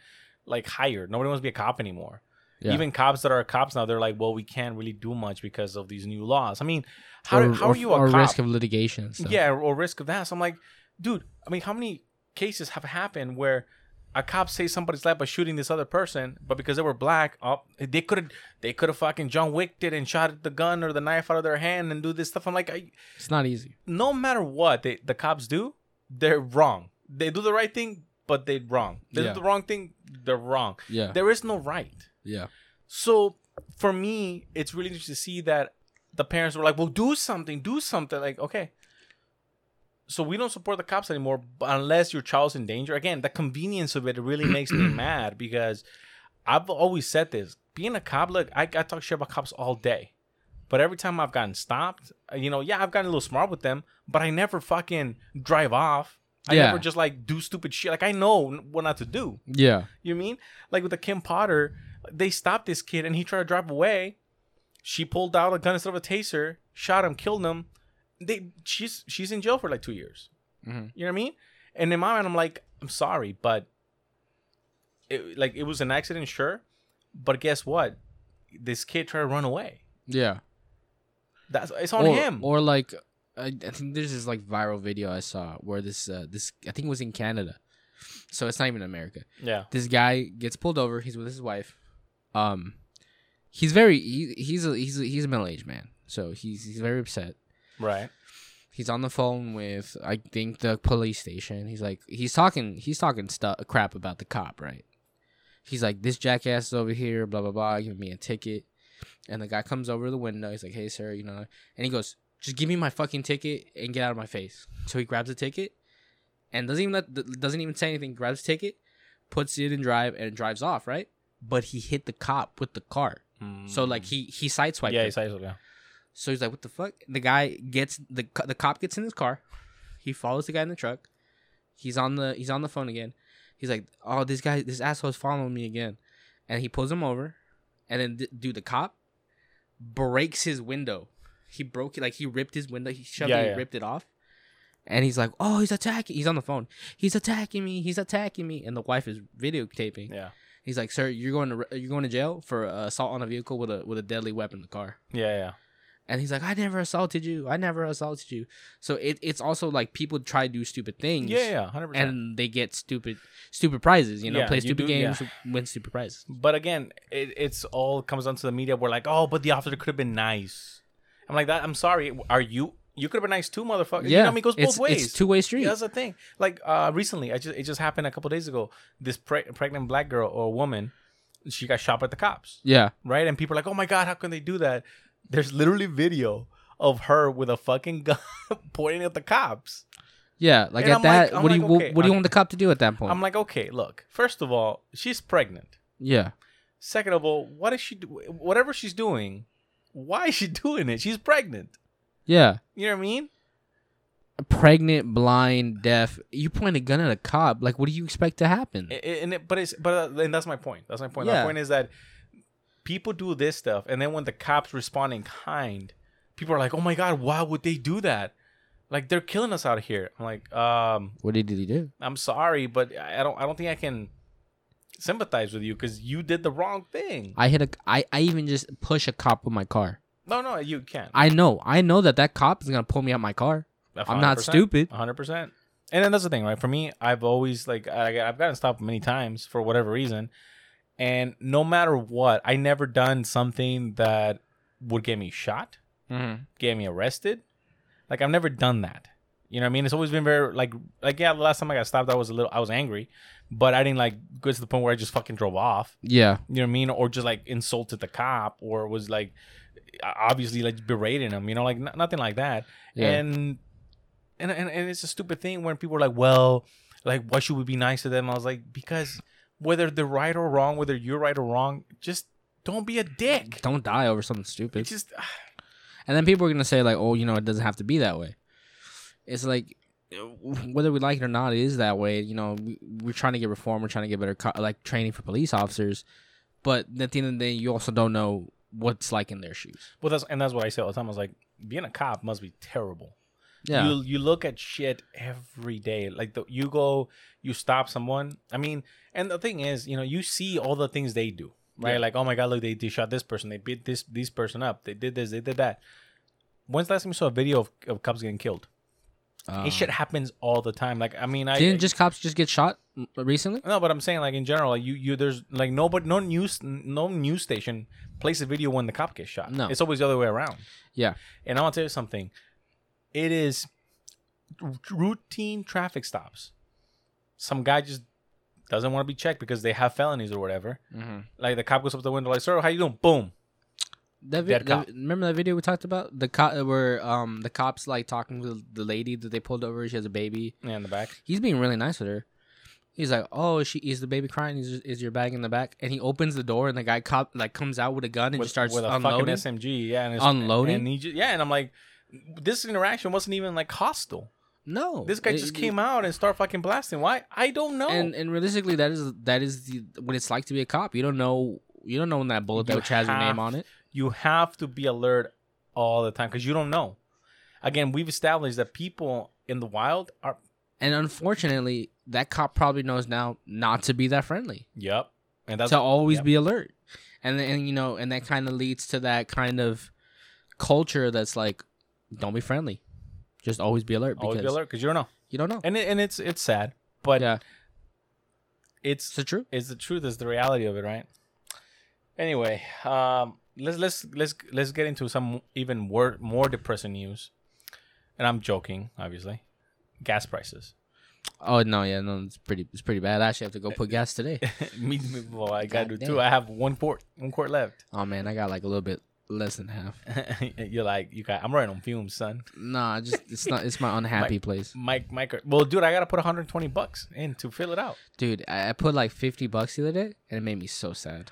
Speaker 2: like hired. Nobody wants to be a cop anymore.
Speaker 3: Yeah.
Speaker 2: Even cops that are cops now, they're like, well, we can't really do much because of these new laws. I mean, how,
Speaker 3: or,
Speaker 2: how
Speaker 3: or-
Speaker 2: are you a
Speaker 3: or
Speaker 2: cop?
Speaker 3: risk of litigation? and stuff.
Speaker 2: Yeah, or risk of that. So I'm like, dude, I mean, how many cases have happened where a cop saves somebody's life by shooting this other person, but because they were black, oh, they could have they could have fucking John Wicked it and shot the gun or the knife out of their hand and do this stuff. I'm like, I,
Speaker 3: it's not easy.
Speaker 2: no matter what they, the cops do, they're wrong. They do the right thing, but they're wrong. They
Speaker 3: Yeah.
Speaker 2: do the wrong thing, they're wrong.
Speaker 3: Yeah,
Speaker 2: There is no right.
Speaker 3: yeah,
Speaker 2: So for me, it's really interesting to see that the parents were like, "Well, do something, do something." Like, okay. So we don't support the cops anymore b- unless your child's in danger. Again, the convenience of it
Speaker 3: (clears throat)
Speaker 2: really makes me mad because I've always said this: being a cop, look, I, I talk shit about cops all day, but every time I've gotten stopped, uh, you know, yeah, I've gotten a little smart with them, but I never fucking drive off. I
Speaker 3: Yeah.
Speaker 2: never just like do stupid shit. Like I know n- what not to do.
Speaker 3: yeah,
Speaker 2: You mean like with the Kim Potter? They stopped this kid and he tried to drive away. She pulled out a gun instead of a taser, shot him, killed him. They she's she's in jail for like two years.
Speaker 3: Mhm.
Speaker 2: You know what I mean? And in my mind, I'm like, I'm sorry, but it, like it was an accident, sure, but guess what? This kid tried to run away.
Speaker 3: yeah.
Speaker 2: That's it's on
Speaker 3: or,
Speaker 2: him.
Speaker 3: Or like, I, I think there's this like viral video I saw where this uh, this I think it was in Canada, so it's not even America.
Speaker 2: yeah,
Speaker 3: This guy gets pulled over. He's with his wife. Um, he's very he, he's a, he's a, he's a middle aged man, so he's he's very upset.
Speaker 2: right.
Speaker 3: He's on the phone with I think the police station. He's like he's talking he's talking stuff crap about the cop, right? He's like this jackass is over here, blah blah blah, giving me a ticket. And the guy comes over the window. He's like, "Hey, sir, you know," and he goes, "Just give me my fucking ticket and get out of my face." So he grabs a ticket and doesn't even let, th- doesn't even say anything. Grabs the ticket, puts it in drive, and drives off. Right, but he hit the cop with the car. So like he he sideswiped.
Speaker 2: Mm. yeah,
Speaker 3: him.
Speaker 2: he's actually, yeah.
Speaker 3: So he's like, "What the fuck?" The guy gets the co- the cop gets in his car. He follows the guy in the truck. He's on the he's on the phone again. He's like, "Oh, this guy, this asshole's following me again," and he pulls him over. And then, th- dude, the cop breaks his window. He broke it like he ripped his window. He shoved
Speaker 2: Yeah,
Speaker 3: it,
Speaker 2: yeah.
Speaker 3: ripped it off. And he's like, "Oh, he's attacking." He's on the phone. He's attacking me. He's attacking me. And the wife is videotaping.
Speaker 2: yeah,
Speaker 3: He's like, "Sir, you're going to re- you're going to jail for uh, assault on a vehicle with a with a deadly weapon in the car."
Speaker 2: yeah, yeah.
Speaker 3: and he's like, "I never assaulted you. I never assaulted you." So it, it's also like people try to do stupid things,
Speaker 2: Yeah, yeah, hundred percent.
Speaker 3: and they get stupid, stupid prizes. You know,
Speaker 2: Yeah,
Speaker 3: play
Speaker 2: you
Speaker 3: stupid
Speaker 2: do-
Speaker 3: games, win stupid prizes.
Speaker 2: But again, it, it's all comes down to the media. We're like, oh, but the officer could have been nice. I'm like that. I'm sorry. Are you? You could have been nice too, motherfucker.
Speaker 3: Yeah,
Speaker 2: you know what I mean? It goes
Speaker 3: it's,
Speaker 2: both ways.
Speaker 3: It's two way street.
Speaker 2: Yeah, that's the thing. Like uh, recently, I just it just happened a couple days ago. This pre- pregnant black girl or woman, she got shot by the cops,
Speaker 3: yeah,
Speaker 2: right? And people are like, oh my god, how can they do that? There's literally video of her with a fucking (laughs) gun pointing at the cops.
Speaker 3: yeah. Like
Speaker 2: And
Speaker 3: at
Speaker 2: I'm
Speaker 3: that,
Speaker 2: like- I'm
Speaker 3: what do
Speaker 2: like,
Speaker 3: you what,
Speaker 2: okay,
Speaker 3: what do you
Speaker 2: okay.
Speaker 3: want the cop to do at that point?
Speaker 2: I'm like, okay, look. First of all, she's pregnant.
Speaker 3: yeah,
Speaker 2: Second of all, what is she do- whatever she's doing, why is she (laughs) doing it? She's pregnant.
Speaker 3: yeah.
Speaker 2: You know what I mean?
Speaker 3: Pregnant, blind, deaf. You point a gun at a cop. Like, what do you expect to happen?
Speaker 2: I- I- and it, but it's but uh, and that's my point. That's my point.
Speaker 3: Yeah.
Speaker 2: My point is that people do this stuff, and then when the cops respond in kind, people are like, "Oh my god, why would they do that? Like they're killing us out here." I'm like, um,
Speaker 3: what did did he do?
Speaker 2: I'm sorry, but I I don't I don't think I can sympathize with you because you did the wrong thing.
Speaker 3: I hit a. I I even just push a cop with my car.
Speaker 2: No, no, you can't.
Speaker 3: I know. I know that that cop is gonna pull me out my car. I'm not
Speaker 2: 100%.
Speaker 3: stupid.
Speaker 2: 100%. And then that's the thing, right? For me, I've always like I, I've gotten stopped many times for whatever reason, and no matter what, I never done something that would get me shot,
Speaker 3: Mm-hmm.
Speaker 2: get me arrested. Like I've never done that. You know what I mean? It's always been very like like yeah. The last time I got stopped, I was a little I was angry, but I didn't like go to the point where I just fucking drove off.
Speaker 3: Yeah.
Speaker 2: You know what I mean? Or just like insulted the cop, or was like obviously like berating him. You know, like n- nothing like that
Speaker 3: Yeah.
Speaker 2: and, and and and it's a stupid thing when people are like, well, like why should we be nice to them? I was like, because whether they're right or wrong, whether you're right or wrong, just don't be a dick.
Speaker 3: don't die over something stupid.
Speaker 2: It's just ah,
Speaker 3: And then people are gonna say like, oh, you know, it doesn't have to be that way. It's like whether we like it or not, it is that way. You know, we, we're trying to get reform. We're trying to get better, co- like training for police officers. But at the end of the day, you also don't know what's like in their shoes.
Speaker 2: well, that's and that's what I say all the time. I was like, being a cop must be terrible.
Speaker 3: Yeah.
Speaker 2: You you look at shit every day. Like the, you go, you stop someone. I mean, and the thing is, you know, you see all the things they do, right?
Speaker 3: Yeah.
Speaker 2: Like, oh my god, look, they, they shot this person, they beat this this person up, they did this, they did that. When's the last time you saw a video of, of cops getting killed?
Speaker 3: Uh,
Speaker 2: This shit happens all the time. Like, I mean, I
Speaker 3: didn't just cops just get shot m- recently?
Speaker 2: no, but I'm saying like in general, like, you you there's like nobody, no news, no news station plays a video when the cop gets shot.
Speaker 3: No.
Speaker 2: it's always the other way around.
Speaker 3: Yeah.
Speaker 2: And I want to tell you something. It is r- routine traffic stops. Some guy just doesn't want to be checked because they have felonies or whatever. Like the cop goes up to the window, like, "Sir, how you doing?" Boom.
Speaker 3: That, vi-
Speaker 2: Dead cop.
Speaker 3: that- remember that video we talked about? The cop where um the cops like talking to the lady that they pulled over. She has a baby.
Speaker 2: Yeah, in the back.
Speaker 3: He's being really nice with her. He's like, "Oh, she is the baby crying? Is, is your bag in the back?" And he opens the door, and the guy cop like comes out with a gun and
Speaker 2: With,
Speaker 3: just starts
Speaker 2: with a
Speaker 3: unloading.
Speaker 2: fucking SMG. Yeah, and it's,
Speaker 3: Unloading?
Speaker 2: And he just, yeah, and I'm like, this interaction wasn't even like hostile.
Speaker 3: No,
Speaker 2: This guy
Speaker 3: Oh, It-
Speaker 2: just
Speaker 3: it-
Speaker 2: came out and started fucking blasting. Why? I don't know.
Speaker 3: And and realistically, that is that is the, what it's like to be a cop. You don't know you don't know when that bullet
Speaker 2: You
Speaker 3: which has your
Speaker 2: have-
Speaker 3: name on it.
Speaker 2: you have to be alert all the time because you don't know. Again, we've established that people in the wild are.
Speaker 3: And unfortunately, that cop probably knows now not to be that friendly.
Speaker 2: Yep. And that's
Speaker 3: to always
Speaker 2: yep.
Speaker 3: be alert. And then and, you know, and that kind of leads to that kind of culture that's like, don't be friendly, just always be alert because
Speaker 2: always be alert because you don't know.
Speaker 3: you don't know.
Speaker 2: And it, and it's it's sad, but
Speaker 3: yeah,
Speaker 2: it's
Speaker 3: it's the truth.
Speaker 2: is the truth is the reality of it right anyway um let's let's let's let's get into some even wor- more depressing news and i'm joking obviously gas prices (laughs)
Speaker 3: Oh no, yeah, no, it's pretty, it's pretty bad. I actually have to go put
Speaker 2: (laughs)
Speaker 3: gas today.
Speaker 2: me me- well i gotta do
Speaker 3: Goddamn.
Speaker 2: two i have one quart one quart left
Speaker 3: Oh man, I got like a little bit less than half.
Speaker 2: (laughs) you're like you got i'm running on fumes son
Speaker 3: Nah, just it's
Speaker 2: (laughs)
Speaker 3: not. It's my unhappy place,
Speaker 2: mike mike well dude i gotta put 120 bucks in to fill it out
Speaker 3: dude. I, I put like fifty bucks the other day, and it made me so sad.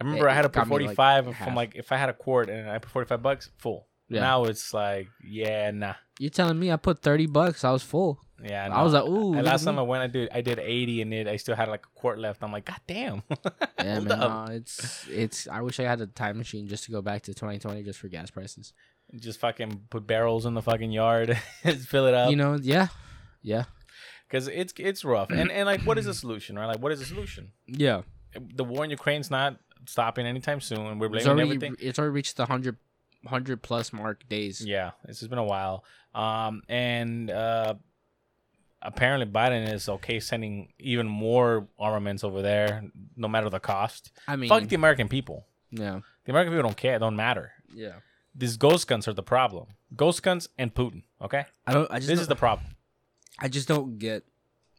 Speaker 2: i remember
Speaker 3: It-
Speaker 2: i had to
Speaker 3: it got
Speaker 2: put
Speaker 3: me, like,
Speaker 2: 45 from
Speaker 3: half.
Speaker 2: like if i had a quart and i put 45 bucks full
Speaker 3: Yeah.
Speaker 2: now it's like yeah nah
Speaker 3: You're telling me I put thirty bucks? I was
Speaker 2: (laughs)
Speaker 3: full.
Speaker 2: Yeah,
Speaker 3: I was
Speaker 2: know.
Speaker 3: like, ooh,
Speaker 2: And
Speaker 3: look (laughs)
Speaker 2: last
Speaker 3: at
Speaker 2: time
Speaker 3: me.
Speaker 2: I went, I did I did eighty, and it I still had like a quart left. I'm like, god damn. (laughs)
Speaker 3: Yeah,
Speaker 2: Hold
Speaker 3: man,
Speaker 2: up.
Speaker 3: nah, it's it's. I wish I had a time machine just to go back to 2020 just for gas prices.
Speaker 2: Just fucking put barrels in the fucking yard, (laughs) just fill it up,
Speaker 3: you know, yeah, yeah,
Speaker 2: because it's it's rough. And and like, what is the solution, right? Like, what is the solution?
Speaker 3: yeah.
Speaker 2: The war in Ukraine's not stopping anytime soon. We're
Speaker 3: It's
Speaker 2: blaming
Speaker 3: already
Speaker 2: everything.
Speaker 3: it's already reached the 100, 100 plus mark days.
Speaker 2: Yeah, it's just been a while. Um, and uh, apparently Biden is okay sending even more armaments over there, no matter the cost.
Speaker 3: I mean,
Speaker 2: Fuck the American people.
Speaker 3: yeah,
Speaker 2: The American people don't care. Don't matter.
Speaker 3: yeah.
Speaker 2: these ghost guns are the problem. Ghost guns and Putin. Okay,
Speaker 3: I don't. I just.
Speaker 2: this
Speaker 3: don't-
Speaker 2: is the problem.
Speaker 3: I just don't get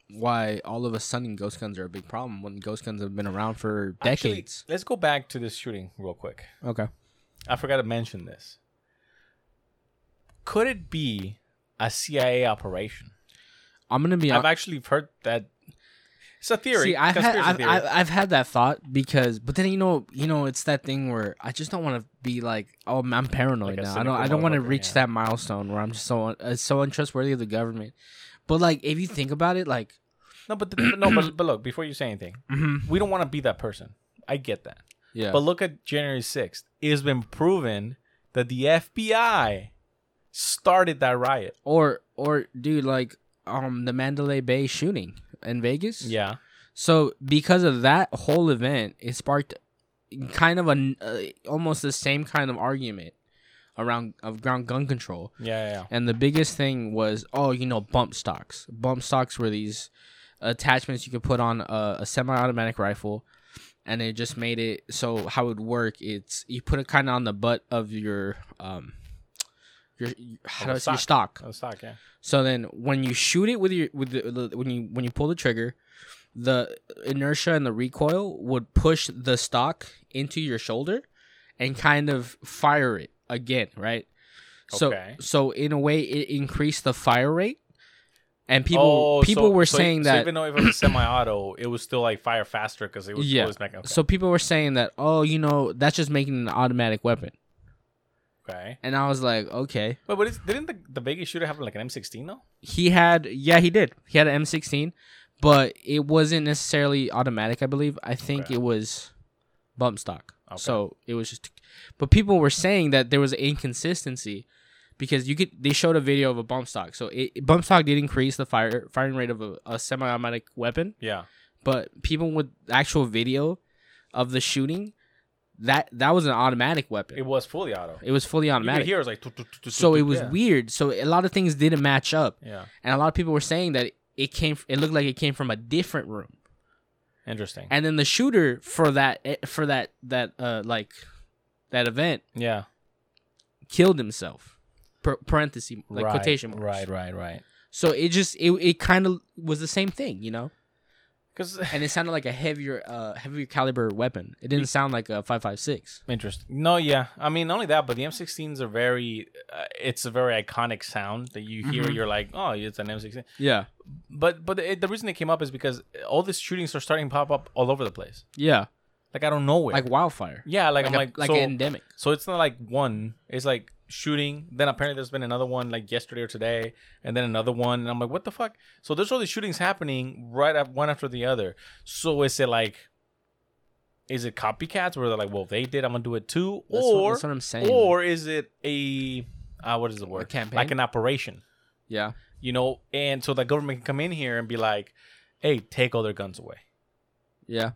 Speaker 3: why all of a sudden ghost guns are a big problem when ghost guns have been around for
Speaker 2: Actually,
Speaker 3: decades.
Speaker 2: let's go back to this shooting real quick.
Speaker 3: okay.
Speaker 2: I forgot to mention this. Could it be a CIA operation?
Speaker 3: I'm gonna be.
Speaker 2: I've
Speaker 3: hon-
Speaker 2: actually heard that. It's a theory.
Speaker 3: See, I've had,
Speaker 2: conspiracy
Speaker 3: I've,
Speaker 2: theory.
Speaker 3: I've, I've had that thought because, but then you know, you know, it's that thing where I just don't want to be like, oh, I'm
Speaker 2: Like
Speaker 3: paranoid
Speaker 2: a
Speaker 3: now. I don't,
Speaker 2: cynical
Speaker 3: I don't want to
Speaker 2: motherfucker,
Speaker 3: reach
Speaker 2: yeah.
Speaker 3: that milestone where I'm just so, uh, so untrustworthy of the government. But like, if you think about it, like,
Speaker 2: no, but the, no, (clears throat) but, but look. Before you say anything, we don't want to be that person. I get that.
Speaker 3: yeah,
Speaker 2: But look at January sixth. It has been proven that the FBI started that riot.
Speaker 3: or or dude, like, um, the Mandalay Bay shooting in Vegas.
Speaker 2: Yeah.
Speaker 3: So because of that whole event, it sparked kind of an uh, almost the same kind of argument around of ground gun control.
Speaker 2: Yeah. Yeah.
Speaker 3: And the biggest thing was, oh, you know, bump stocks. Bump stocks were these attachments you could put on a, a semi-automatic rifle, and it just made it so how it would work. It's you put it kind of on the butt of your um your how
Speaker 2: Of the
Speaker 3: do I say, your
Speaker 2: stock.
Speaker 3: stock.
Speaker 2: yeah. Oh, stock. Yeah.
Speaker 3: So then when you shoot it with your with the, the when you when you pull the trigger, the inertia and the recoil would push the stock into your shoulder and kind of fire it again, right? So
Speaker 2: Okay.
Speaker 3: so in a way it increased the fire rate. And people
Speaker 2: Oh,
Speaker 3: people
Speaker 2: so-
Speaker 3: were
Speaker 2: so-
Speaker 3: saying
Speaker 2: so
Speaker 3: that
Speaker 2: even though if it was semi-auto, it was still like fire faster because it was
Speaker 3: Yeah.
Speaker 2: yeah. Back, okay.
Speaker 3: so people were saying that oh, you know, that's just making it an automatic weapon.
Speaker 2: okay.
Speaker 3: And I was like, okay.
Speaker 2: Wait, but is, didn't the, the biggest shooter happen like an M16 though?
Speaker 3: He had yeah, he did. He had an M16, but it wasn't necessarily automatic, I believe. I think
Speaker 2: Okay.
Speaker 3: it was bump stock.
Speaker 2: Okay.
Speaker 3: So it was just but people were saying that there was inconsistency because you could they showed a video of a bump stock. So it, it- bump stock did increase the fire firing rate of a, a semi-automatic weapon,
Speaker 2: Yeah.
Speaker 3: but people with actual video of the shooting, that that was an automatic weapon.
Speaker 2: It was fully auto.
Speaker 3: It was fully
Speaker 2: You could
Speaker 3: automatic.
Speaker 2: hear it was like. tu- tu- tu- tu-
Speaker 3: so
Speaker 2: tu-
Speaker 3: it was
Speaker 2: yeah.
Speaker 3: weird. So a lot of things didn't match up,
Speaker 2: Yeah.
Speaker 3: and a lot of people were saying that it came. It looked like it came from a different room.
Speaker 2: Interesting.
Speaker 3: And then the shooter for that eh, for that that uh like that event
Speaker 2: Yeah.
Speaker 3: killed himself. Per- parenthesis like
Speaker 2: right.
Speaker 3: quotation marks.
Speaker 2: Right. Right. Right.
Speaker 3: So it just it, it kind of was the same thing, you know.
Speaker 2: Because
Speaker 3: And it sounded like a heavier uh heavier caliber weapon. It didn't sound like a 556.
Speaker 2: Interesting. No, yeah. I mean, not only that, but the M16s are very. Uh, it's a very iconic sound that you hear.
Speaker 3: Mhm.
Speaker 2: You're like, oh, it's an M16.
Speaker 3: Yeah.
Speaker 2: But but it, the reason they came up is because all these shootings are starting to pop up all over the place.
Speaker 3: Yeah.
Speaker 2: Like I don't know where.
Speaker 3: Like wildfire.
Speaker 2: yeah, like, I'm
Speaker 3: a-
Speaker 2: like
Speaker 3: like
Speaker 2: so,
Speaker 3: endemic.
Speaker 2: so it's not like one. It's like shooting. Then apparently there's been another one like yesterday or today, and then another one. And I'm like, what the fuck? So there's all these shootings happening right up one after the other. So is it like, is it copycats where they're like, well, they did, I'm gonna do it too,
Speaker 3: That's what-
Speaker 2: or
Speaker 3: that's what I'm saying.
Speaker 2: or is it a uh, what is the word?
Speaker 3: campaign?
Speaker 2: like an operation,
Speaker 3: yeah.
Speaker 2: you know? And so the government can come in here and be like, "Hey, take all their guns away,"
Speaker 3: Yeah.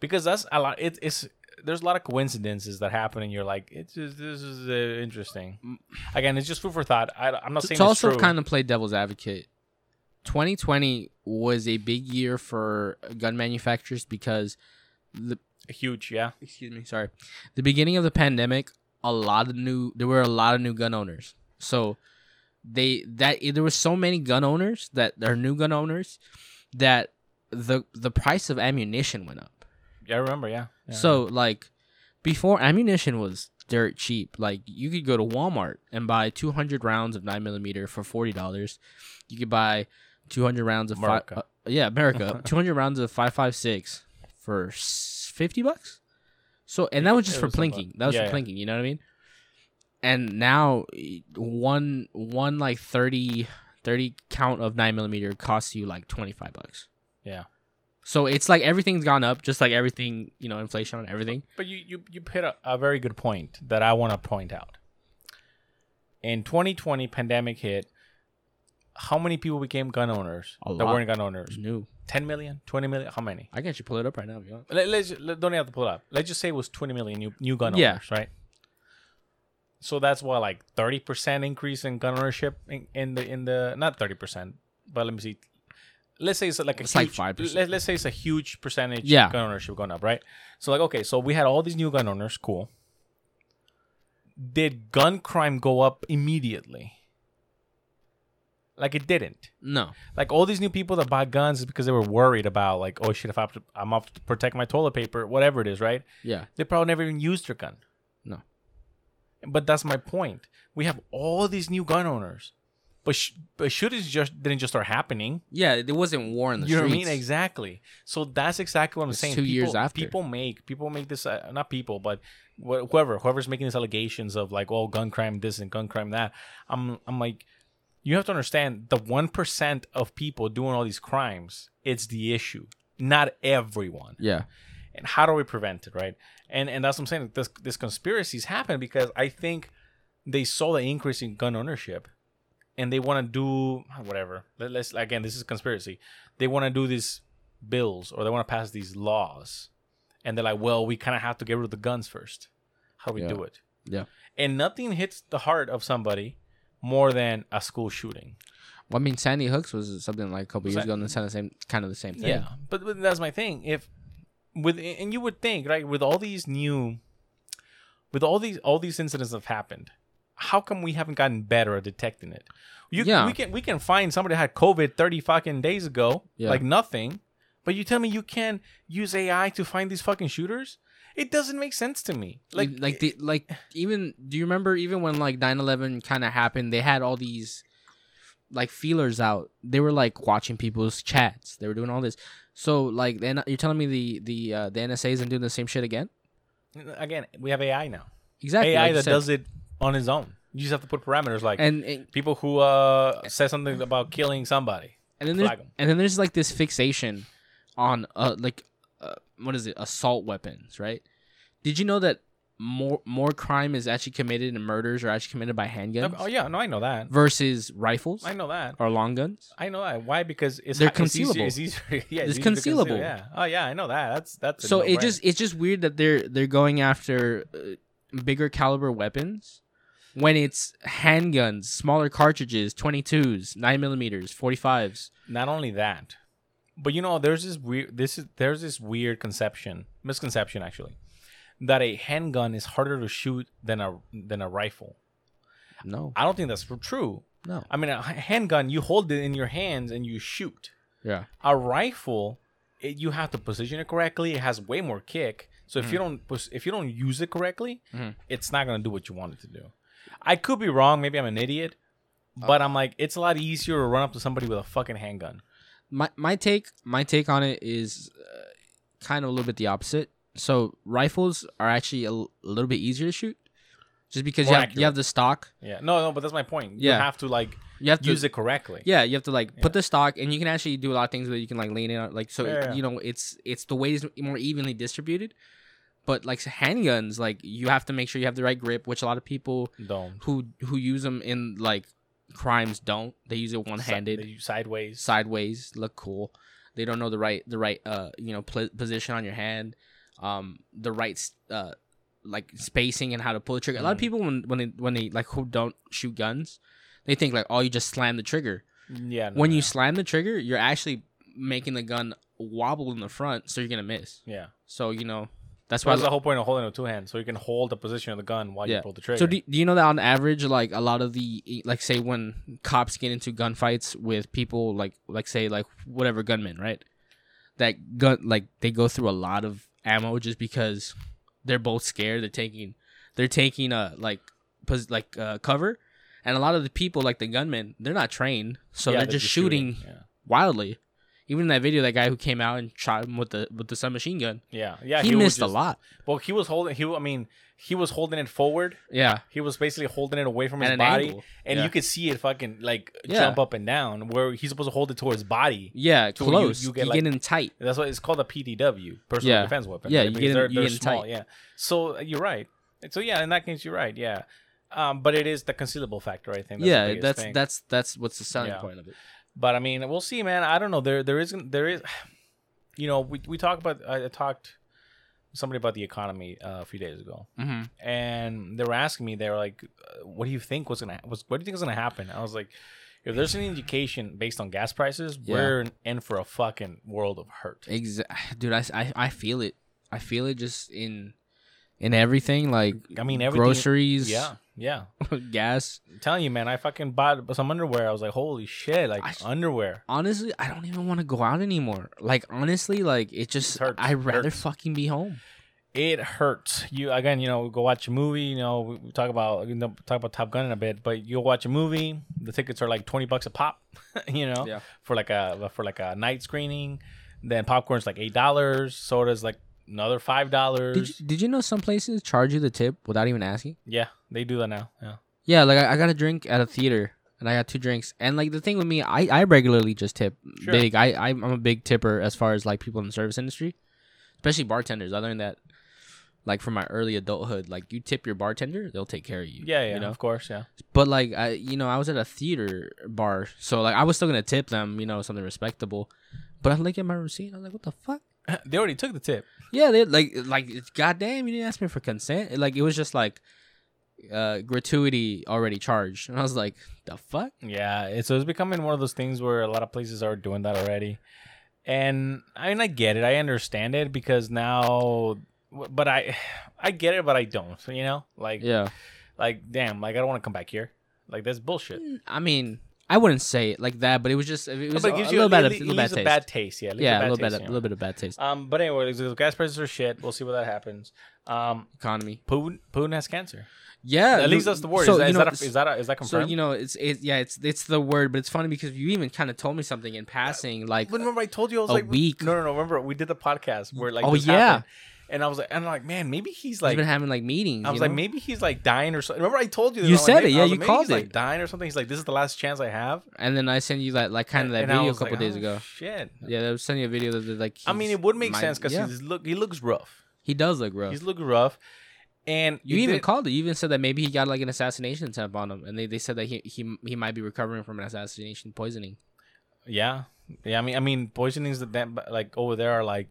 Speaker 2: because that's a lot. It, it's there's a lot of coincidences that happen, and you're like, "It's just, this is uh, interesting." Again, it's just food for thought. I, I'm not saying
Speaker 3: Mm. to also
Speaker 2: it's true.
Speaker 3: kind of play devil's advocate 2020 was a big year for gun manufacturers because the
Speaker 2: huge, yeah,
Speaker 3: excuse me sorry the beginning of the pandemic a lot of new there were a lot of new gun owners so they that there were so many gun owners that are new gun owners that the the price of ammunition went up
Speaker 2: yeah. I remember, yeah. yeah.
Speaker 3: so like before ammunition was dirt cheap. Like you could go to Walmart and buy 200 rounds of 9 millimeter for $40. You could buy 200 rounds of five,
Speaker 2: America.
Speaker 3: uh,
Speaker 2: (laughs)
Speaker 3: yeah, America. 200 rounds of 556 for s- 50 bucks. So and that was just
Speaker 2: it
Speaker 3: for
Speaker 2: was something.
Speaker 3: plinking. That was
Speaker 2: Yeah,
Speaker 3: for
Speaker 2: yeah.
Speaker 3: plinking, you know what I mean? And now e- one one like 30 30 count of 9 millimeter costs you like 25 bucks.
Speaker 2: yeah.
Speaker 3: So it's like everything's gone up, just like everything, you know, inflation and everything.
Speaker 2: But you you you hit a, a very good point that I want to point out. In 2020, pandemic hit. How many people became gun owners
Speaker 3: A
Speaker 2: that
Speaker 3: lot.
Speaker 2: weren't gun owners?
Speaker 3: It's new.
Speaker 2: 10 million, 20 million. How many?
Speaker 3: I can actually pull it up right now if you want.
Speaker 2: Let, let's let, don't have to pull it up. Let's just say it was 20 million new new gun
Speaker 3: Yeah.
Speaker 2: owners, right? So that's what like 30 percent increase in gun ownership in, in the in the not 30 percent, but let me see. Let's say it's like a
Speaker 3: It's like
Speaker 2: huge,
Speaker 3: 5%.
Speaker 2: Let, us say it's a huge percentage
Speaker 3: Yeah.
Speaker 2: gun ownership going up, right? So like okay, so we had all these new gun owners, cool. Did gun crime go up immediately? Like it didn't
Speaker 3: No.
Speaker 2: like all these new people that buy guns is because they were worried about like oh shit if I have to, I'm off to protect my toilet paper whatever it is right
Speaker 3: Yeah.
Speaker 2: they probably never even used their gun
Speaker 3: No.
Speaker 2: but that's my point we have all these new gun owners but sh- but shootings just didn't just start happening
Speaker 3: Yeah, it wasn't war in the
Speaker 2: you know what I
Speaker 3: streets.
Speaker 2: mean exactly so that's exactly what I'm
Speaker 3: It's
Speaker 2: saying
Speaker 3: two
Speaker 2: people,
Speaker 3: years after.
Speaker 2: people make people make this uh, not people but wh- whoever whoever's making these allegations of like oh gun crime this and gun crime that I'm I'm like you have to understand the one percent of people doing all these crimes, it's the issue, not everyone.
Speaker 3: Yeah.
Speaker 2: And how do we prevent it, right? And and that's what I'm saying. This this conspiracies happen because I think they saw the increase in gun ownership, and they want to do whatever. Let, let's again, this is conspiracy. They want to do these bills or they want to pass these laws, and they're like, well, we kind of have to get rid of the guns first. How do we
Speaker 3: Yeah.
Speaker 2: do it?
Speaker 3: Yeah.
Speaker 2: And nothing hits the heart of somebody more than a school shooting.
Speaker 3: Well, I mean, Sandy Hooks was something like a couple
Speaker 2: Was
Speaker 3: years
Speaker 2: that-
Speaker 3: ago, and it's kind of the same, kind of the same thing.
Speaker 2: Yeah, but, but that's my thing. If with and you would think right with all these new, with all these all these incidents that have happened, how come we haven't gotten better at detecting it? You,
Speaker 3: Yeah.
Speaker 2: we can we can find somebody that had COVID thirty fucking days ago,
Speaker 3: Yeah.
Speaker 2: like nothing. But you tell me you can use AI to find these fucking shooters? It doesn't make sense to me.
Speaker 3: Like,
Speaker 2: Like
Speaker 3: like the like even do you remember even when like 9-11 kind of happened, they had all these like feelers out. They were like watching people's chats. They were doing all this. So like, then you're telling me the the uh, the NSA isn't doing the same shit again?
Speaker 2: again, we have AI now.
Speaker 3: Exactly.
Speaker 2: AI
Speaker 3: like you
Speaker 2: that
Speaker 3: said.
Speaker 2: does it on his own. You just have to put parameters like
Speaker 3: And, and
Speaker 2: people who uh said something about killing somebody.
Speaker 3: and then there's,
Speaker 2: Flag 'em.
Speaker 3: and then there's like this fixation on uh like uh, what is it assault weapons right did you know that more more crime is actually committed and murders are actually committed by handguns
Speaker 2: Oh yeah, no, I know that.
Speaker 3: versus rifles
Speaker 2: I know that.
Speaker 3: or long guns.
Speaker 2: I know that. Why? Because it's
Speaker 3: They're
Speaker 2: hi- it's easier-
Speaker 3: concealable.
Speaker 2: It's easier. (laughs) yeah,
Speaker 3: It's
Speaker 2: easier to conceal,
Speaker 3: concealable.
Speaker 2: Yeah. Oh yeah, I know that. That's that's. a
Speaker 3: So it
Speaker 2: no-brainer.
Speaker 3: just it's just weird that they're they're going after uh, bigger caliber weapons when it's handguns, smaller cartridges, 22s, 9 millimeters, 45s.
Speaker 2: not only that, but you know, there's this weird. This is there's this weird conception, misconception actually, that a handgun is harder to shoot than a than a rifle.
Speaker 3: No.
Speaker 2: I don't think that's true.
Speaker 3: No.
Speaker 2: I mean, a h- handgun you hold it in your hands and you shoot.
Speaker 3: Yeah.
Speaker 2: a rifle it, you have to position it correctly it has way more kick so
Speaker 3: Hmm.
Speaker 2: if you don't pos- if you don't use it correctly it's not going to do what you want it to do i could be wrong maybe i'm an idiot
Speaker 3: Uh.
Speaker 2: but i'm like it's a lot easier to run up to somebody with a fucking handgun
Speaker 3: my my take my take on it is uh, kind of a little bit the opposite. So rifles are actually a l- a little bit easier to shoot, just because you
Speaker 2: More
Speaker 3: have, you have the stock.
Speaker 2: yeah no no but that's my point
Speaker 3: Yeah.
Speaker 2: you have to like
Speaker 3: You have to
Speaker 2: use it correctly
Speaker 3: Yeah, you have to like put the stock, and you can actually do a lot of things where you can like lean in, on- like so
Speaker 2: Yeah, yeah.
Speaker 3: you know it's it's the weight is more evenly distributed. But like handguns, like you have to make sure you have the right grip, which a lot of people
Speaker 2: don't
Speaker 3: who who use them in like crimes don't. They use it one handed
Speaker 2: Si- sideways
Speaker 3: sideways look cool they don't know the right the right uh you know pl- position on your hand um the right s- uh like spacing and how to pull the trigger a lot of
Speaker 2: Mhm.
Speaker 3: people when when they when they like who don't shoot guns they think like oh you just slam the trigger
Speaker 2: Uh, yeah no,
Speaker 3: when
Speaker 2: no.
Speaker 3: you slam the trigger you're actually making the gun wobble in the front so you're gonna miss
Speaker 2: yeah
Speaker 3: so you know that's
Speaker 2: so
Speaker 3: why
Speaker 2: that's the whole point of holding it with two hands so you can hold the position of the gun while
Speaker 3: Yeah.
Speaker 2: you pull the trigger
Speaker 3: So do, do you know that on average, like a lot of the e, like say when cops get into gunfights with people like like say like whatever gunmen, right? That gun like they go through a lot of ammo just because they're both scared. They're taking they're taking a like pos- like uh, cover, and a lot of the people like the gunmen, they're not trained, so
Speaker 2: Yeah,
Speaker 3: they're, just shooting,
Speaker 2: Yeah.
Speaker 3: wildly. Even in that video, that guy who came out and shot him with the with the submachine gun,
Speaker 2: yeah yeah
Speaker 3: he,
Speaker 2: would
Speaker 3: missed a
Speaker 2: just-
Speaker 3: lot.
Speaker 2: well he was holding he i mean he was holding it forward
Speaker 3: Yeah,
Speaker 2: He was basically holding it away from
Speaker 3: At
Speaker 2: his
Speaker 3: an
Speaker 2: body,
Speaker 3: angle.
Speaker 2: and
Speaker 3: Yeah.
Speaker 2: you could see it fucking like
Speaker 3: Yeah.
Speaker 2: jump up and down. Where he's supposed to hold it towards his body.
Speaker 3: yeah,
Speaker 2: So you-
Speaker 3: close.
Speaker 2: you
Speaker 3: You,
Speaker 2: get,
Speaker 3: get,
Speaker 2: like-
Speaker 3: in tight.
Speaker 2: That's why it's called a PDW, personal
Speaker 3: Yeah.
Speaker 2: defense weapon.
Speaker 3: Yeah,
Speaker 2: right?
Speaker 3: you
Speaker 2: Because
Speaker 3: get in- you get in tight.
Speaker 2: Yeah, so uh, you're right. And So yeah, in that case, you're right. Yeah, um, but it is the concealable factor. I think. That's the
Speaker 3: yeah,
Speaker 2: biggest
Speaker 3: that's
Speaker 2: thing.
Speaker 3: that's that's what's the selling
Speaker 2: Yeah.
Speaker 3: point of it.
Speaker 2: But I mean, we'll see, man. I don't know. There, there isn't. There is. (sighs) You know, we we talk about. I I talked to somebody about the economy uh, a few days ago,
Speaker 3: Mm-hmm.
Speaker 2: and they were asking me, they were like, uh, "What do you think was gonna? Was, what do you think is gonna happen?" I was like, "If there's an indication based on gas prices,
Speaker 3: Yeah.
Speaker 2: we're in for a fucking world of hurt."
Speaker 3: Exa- dude, I, s- I- I feel it. I feel it just in in everything like
Speaker 2: I mean, everything.
Speaker 3: groceries,
Speaker 2: Yeah, yeah.
Speaker 3: (laughs) gas.
Speaker 2: I'm telling you, man, I fucking bought some underwear. I was like, "Holy shit!" Like
Speaker 3: I s-
Speaker 2: underwear.
Speaker 3: Honestly, I don't even want to go out anymore. Like honestly, like it just
Speaker 2: hurts.
Speaker 3: I'd rather
Speaker 2: Hurts.
Speaker 3: fucking be home.
Speaker 2: It hurts. You again, you know, we go watch a movie. You know, we, we talk about you know, talk about Top Gun in a bit, but you'll watch a movie. The tickets are like twenty bucks a pop. (laughs) you know,
Speaker 3: Yeah.
Speaker 2: for like a for like a night screening. Then popcorn's like eight dollars. Soda's like another five
Speaker 3: Did
Speaker 2: dollars.
Speaker 3: you, did you know some places charge you the tip without even asking?
Speaker 2: Yeah, they do that now. Yeah,
Speaker 3: Yeah, like I, I got a drink at a theater and I got two drinks. And like the thing with me, I, I regularly just tip
Speaker 2: Sure.
Speaker 3: big. I I'm I'm a big tipper as far as like people in the service industry, especially bartenders. I learned that like from my early adulthood. Like you tip your bartender, they'll take care of you.
Speaker 2: yeah, yeah.
Speaker 3: You know,
Speaker 2: Of course, yeah. (laughs)
Speaker 3: but like I you know I was at a theater bar, so like I was still gonna tip them, you know, something respectable. But I look at my receipt, I'm like, what the fuck?
Speaker 2: they already took the tip.
Speaker 3: Yeah, they like like it's- goddamn, you didn't ask me for consent. It, like it was just like uh gratuity already charged. And I was like, the fuck?
Speaker 2: Yeah, it, so it's becoming one of those things where a lot of places are doing that already. And I mean, I get it. I understand it because now, but I, (sighs) I get it, but I don't. You know, like,
Speaker 3: Yeah.
Speaker 2: like, damn, like I don't want to come back here. Like that's bullshit.
Speaker 3: I mean, I wouldn't say it like that, but it was just it was
Speaker 2: But
Speaker 3: Mm. a,
Speaker 2: it gives
Speaker 3: a
Speaker 2: you
Speaker 3: little bad, a
Speaker 2: it le-
Speaker 3: little
Speaker 2: it
Speaker 3: bad
Speaker 2: leaves
Speaker 3: taste.
Speaker 2: a bad taste. Yeah, it leaves
Speaker 3: yeah, a
Speaker 2: bad
Speaker 3: little bit,
Speaker 2: taste,
Speaker 3: a
Speaker 2: you know.
Speaker 3: little bit of bad taste.
Speaker 2: Um, but anyway, the gas prices are shit. We'll see what that happens. Um,
Speaker 3: Economy.
Speaker 2: Putin, Putin has cancer.
Speaker 3: Yeah.
Speaker 2: At least
Speaker 3: you-
Speaker 2: that's the word.
Speaker 3: so,
Speaker 2: is, that,
Speaker 3: you
Speaker 2: is,
Speaker 3: know,
Speaker 2: that a, is that a, is that confirmed?
Speaker 3: So you know, it's it, yeah, it's it's the word, but it's funny because you even kind of told me something in passing, like
Speaker 2: But remember, I told you I was
Speaker 3: a
Speaker 2: like,
Speaker 3: week.
Speaker 2: No, no, no. Remember, we did the podcast where like,
Speaker 3: Oh,
Speaker 2: this
Speaker 3: yeah.
Speaker 2: happened. and I was like, and I'm like, man, maybe he's
Speaker 3: he's
Speaker 2: like,
Speaker 3: been having like meetings.
Speaker 2: I was
Speaker 3: you know?
Speaker 2: like, maybe he's like dying or something. Remember, I told you. that,
Speaker 3: You
Speaker 2: I'm like,
Speaker 3: said
Speaker 2: may-
Speaker 3: it,
Speaker 2: I
Speaker 3: yeah,
Speaker 2: was
Speaker 3: you
Speaker 2: like, maybe
Speaker 3: called
Speaker 2: he's, Like
Speaker 3: it.
Speaker 2: dying or something. He's like, this is the last chance I have.
Speaker 3: and then I sent you that like kind of that
Speaker 2: And I
Speaker 3: video a
Speaker 2: was like,
Speaker 3: couple days
Speaker 2: oh,
Speaker 3: ago.
Speaker 2: Shit.
Speaker 3: Yeah, they were sending you a video that they're like.
Speaker 2: I mean,
Speaker 3: he's
Speaker 2: it would make
Speaker 3: my-
Speaker 2: sense because
Speaker 3: yeah.
Speaker 2: he's look he looks rough.
Speaker 3: he does look rough.
Speaker 2: He's looking rough, And
Speaker 3: You
Speaker 2: it
Speaker 3: even
Speaker 2: did-
Speaker 3: called it. You even said that maybe he got like an assassination attempt on him, and they, they said that he, he he might be recovering from an assassination poisoning.
Speaker 2: Yeah, yeah. I mean, I mean, poisonings that them like over there are like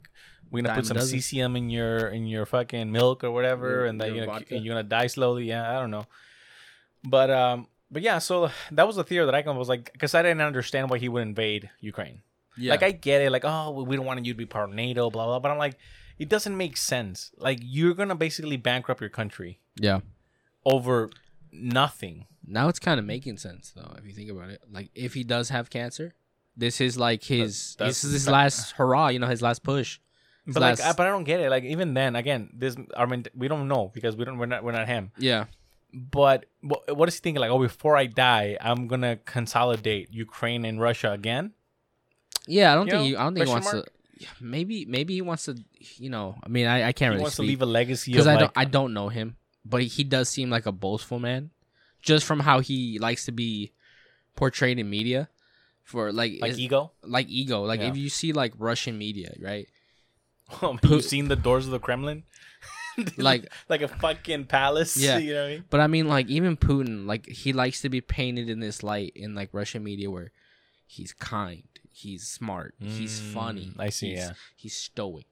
Speaker 2: we're gonna
Speaker 3: Dime
Speaker 2: put
Speaker 3: a
Speaker 2: some
Speaker 3: dozen.
Speaker 2: CCM in your in your fucking milk or whatever,
Speaker 3: Your-
Speaker 2: and that
Speaker 3: your
Speaker 2: you're gonna
Speaker 3: vodka.
Speaker 2: you're gonna die slowly. Yeah, I don't know, but um, but yeah. So that was the theory that I come was like because I didn't understand why he would invade Ukraine.
Speaker 3: Yeah,
Speaker 2: Like I get it, like oh we- we don't want you to be part of NATO, blah blah. But I'm like, it doesn't make sense. Like you're gonna basically bankrupt your country
Speaker 3: yeah.
Speaker 2: over nothing.
Speaker 3: Now it's kind of making sense though, if you think about it. Like if he does have cancer, this is like his
Speaker 2: that's-
Speaker 3: this is his last hurrah. You know, his last push. His
Speaker 2: But
Speaker 3: last,
Speaker 2: like, I, but I don't get it. Like even then, again, this I mean, we don't know because we don't we're not we're not him.
Speaker 3: yeah,
Speaker 2: But what, what is he thinking? Like, oh, before I die, I'm gonna consolidate Ukraine and Russia again.
Speaker 3: yeah. I don't
Speaker 2: You
Speaker 3: think
Speaker 2: know,
Speaker 3: he, I don't think he
Speaker 2: question
Speaker 3: wants to. yeah, Maybe maybe he wants to. You know, I mean, I, I can't
Speaker 2: he
Speaker 3: really
Speaker 2: wants
Speaker 3: speak.
Speaker 2: to leave a legacy of
Speaker 3: because I
Speaker 2: like,
Speaker 3: don't I don't know him, but he does seem like a boastful man, just from how he likes to be portrayed in media, for like
Speaker 2: like
Speaker 3: is-
Speaker 2: ego. (laughs)
Speaker 3: like ego. Like
Speaker 2: Yeah.
Speaker 3: if you see like Russian media, right?
Speaker 2: Oh, man, you seen the doors of the Kremlin?
Speaker 3: (laughs) Like-
Speaker 2: (laughs) like a fucking palace. (laughs)
Speaker 3: Yeah.
Speaker 2: you know what I mean.
Speaker 3: But I mean, like even Putin, like he likes to be painted in this light in like Russian media where he's kind, he's smart, he's
Speaker 2: Mm,
Speaker 3: funny.
Speaker 2: I see,
Speaker 3: He's,
Speaker 2: yeah.
Speaker 3: he's stoic.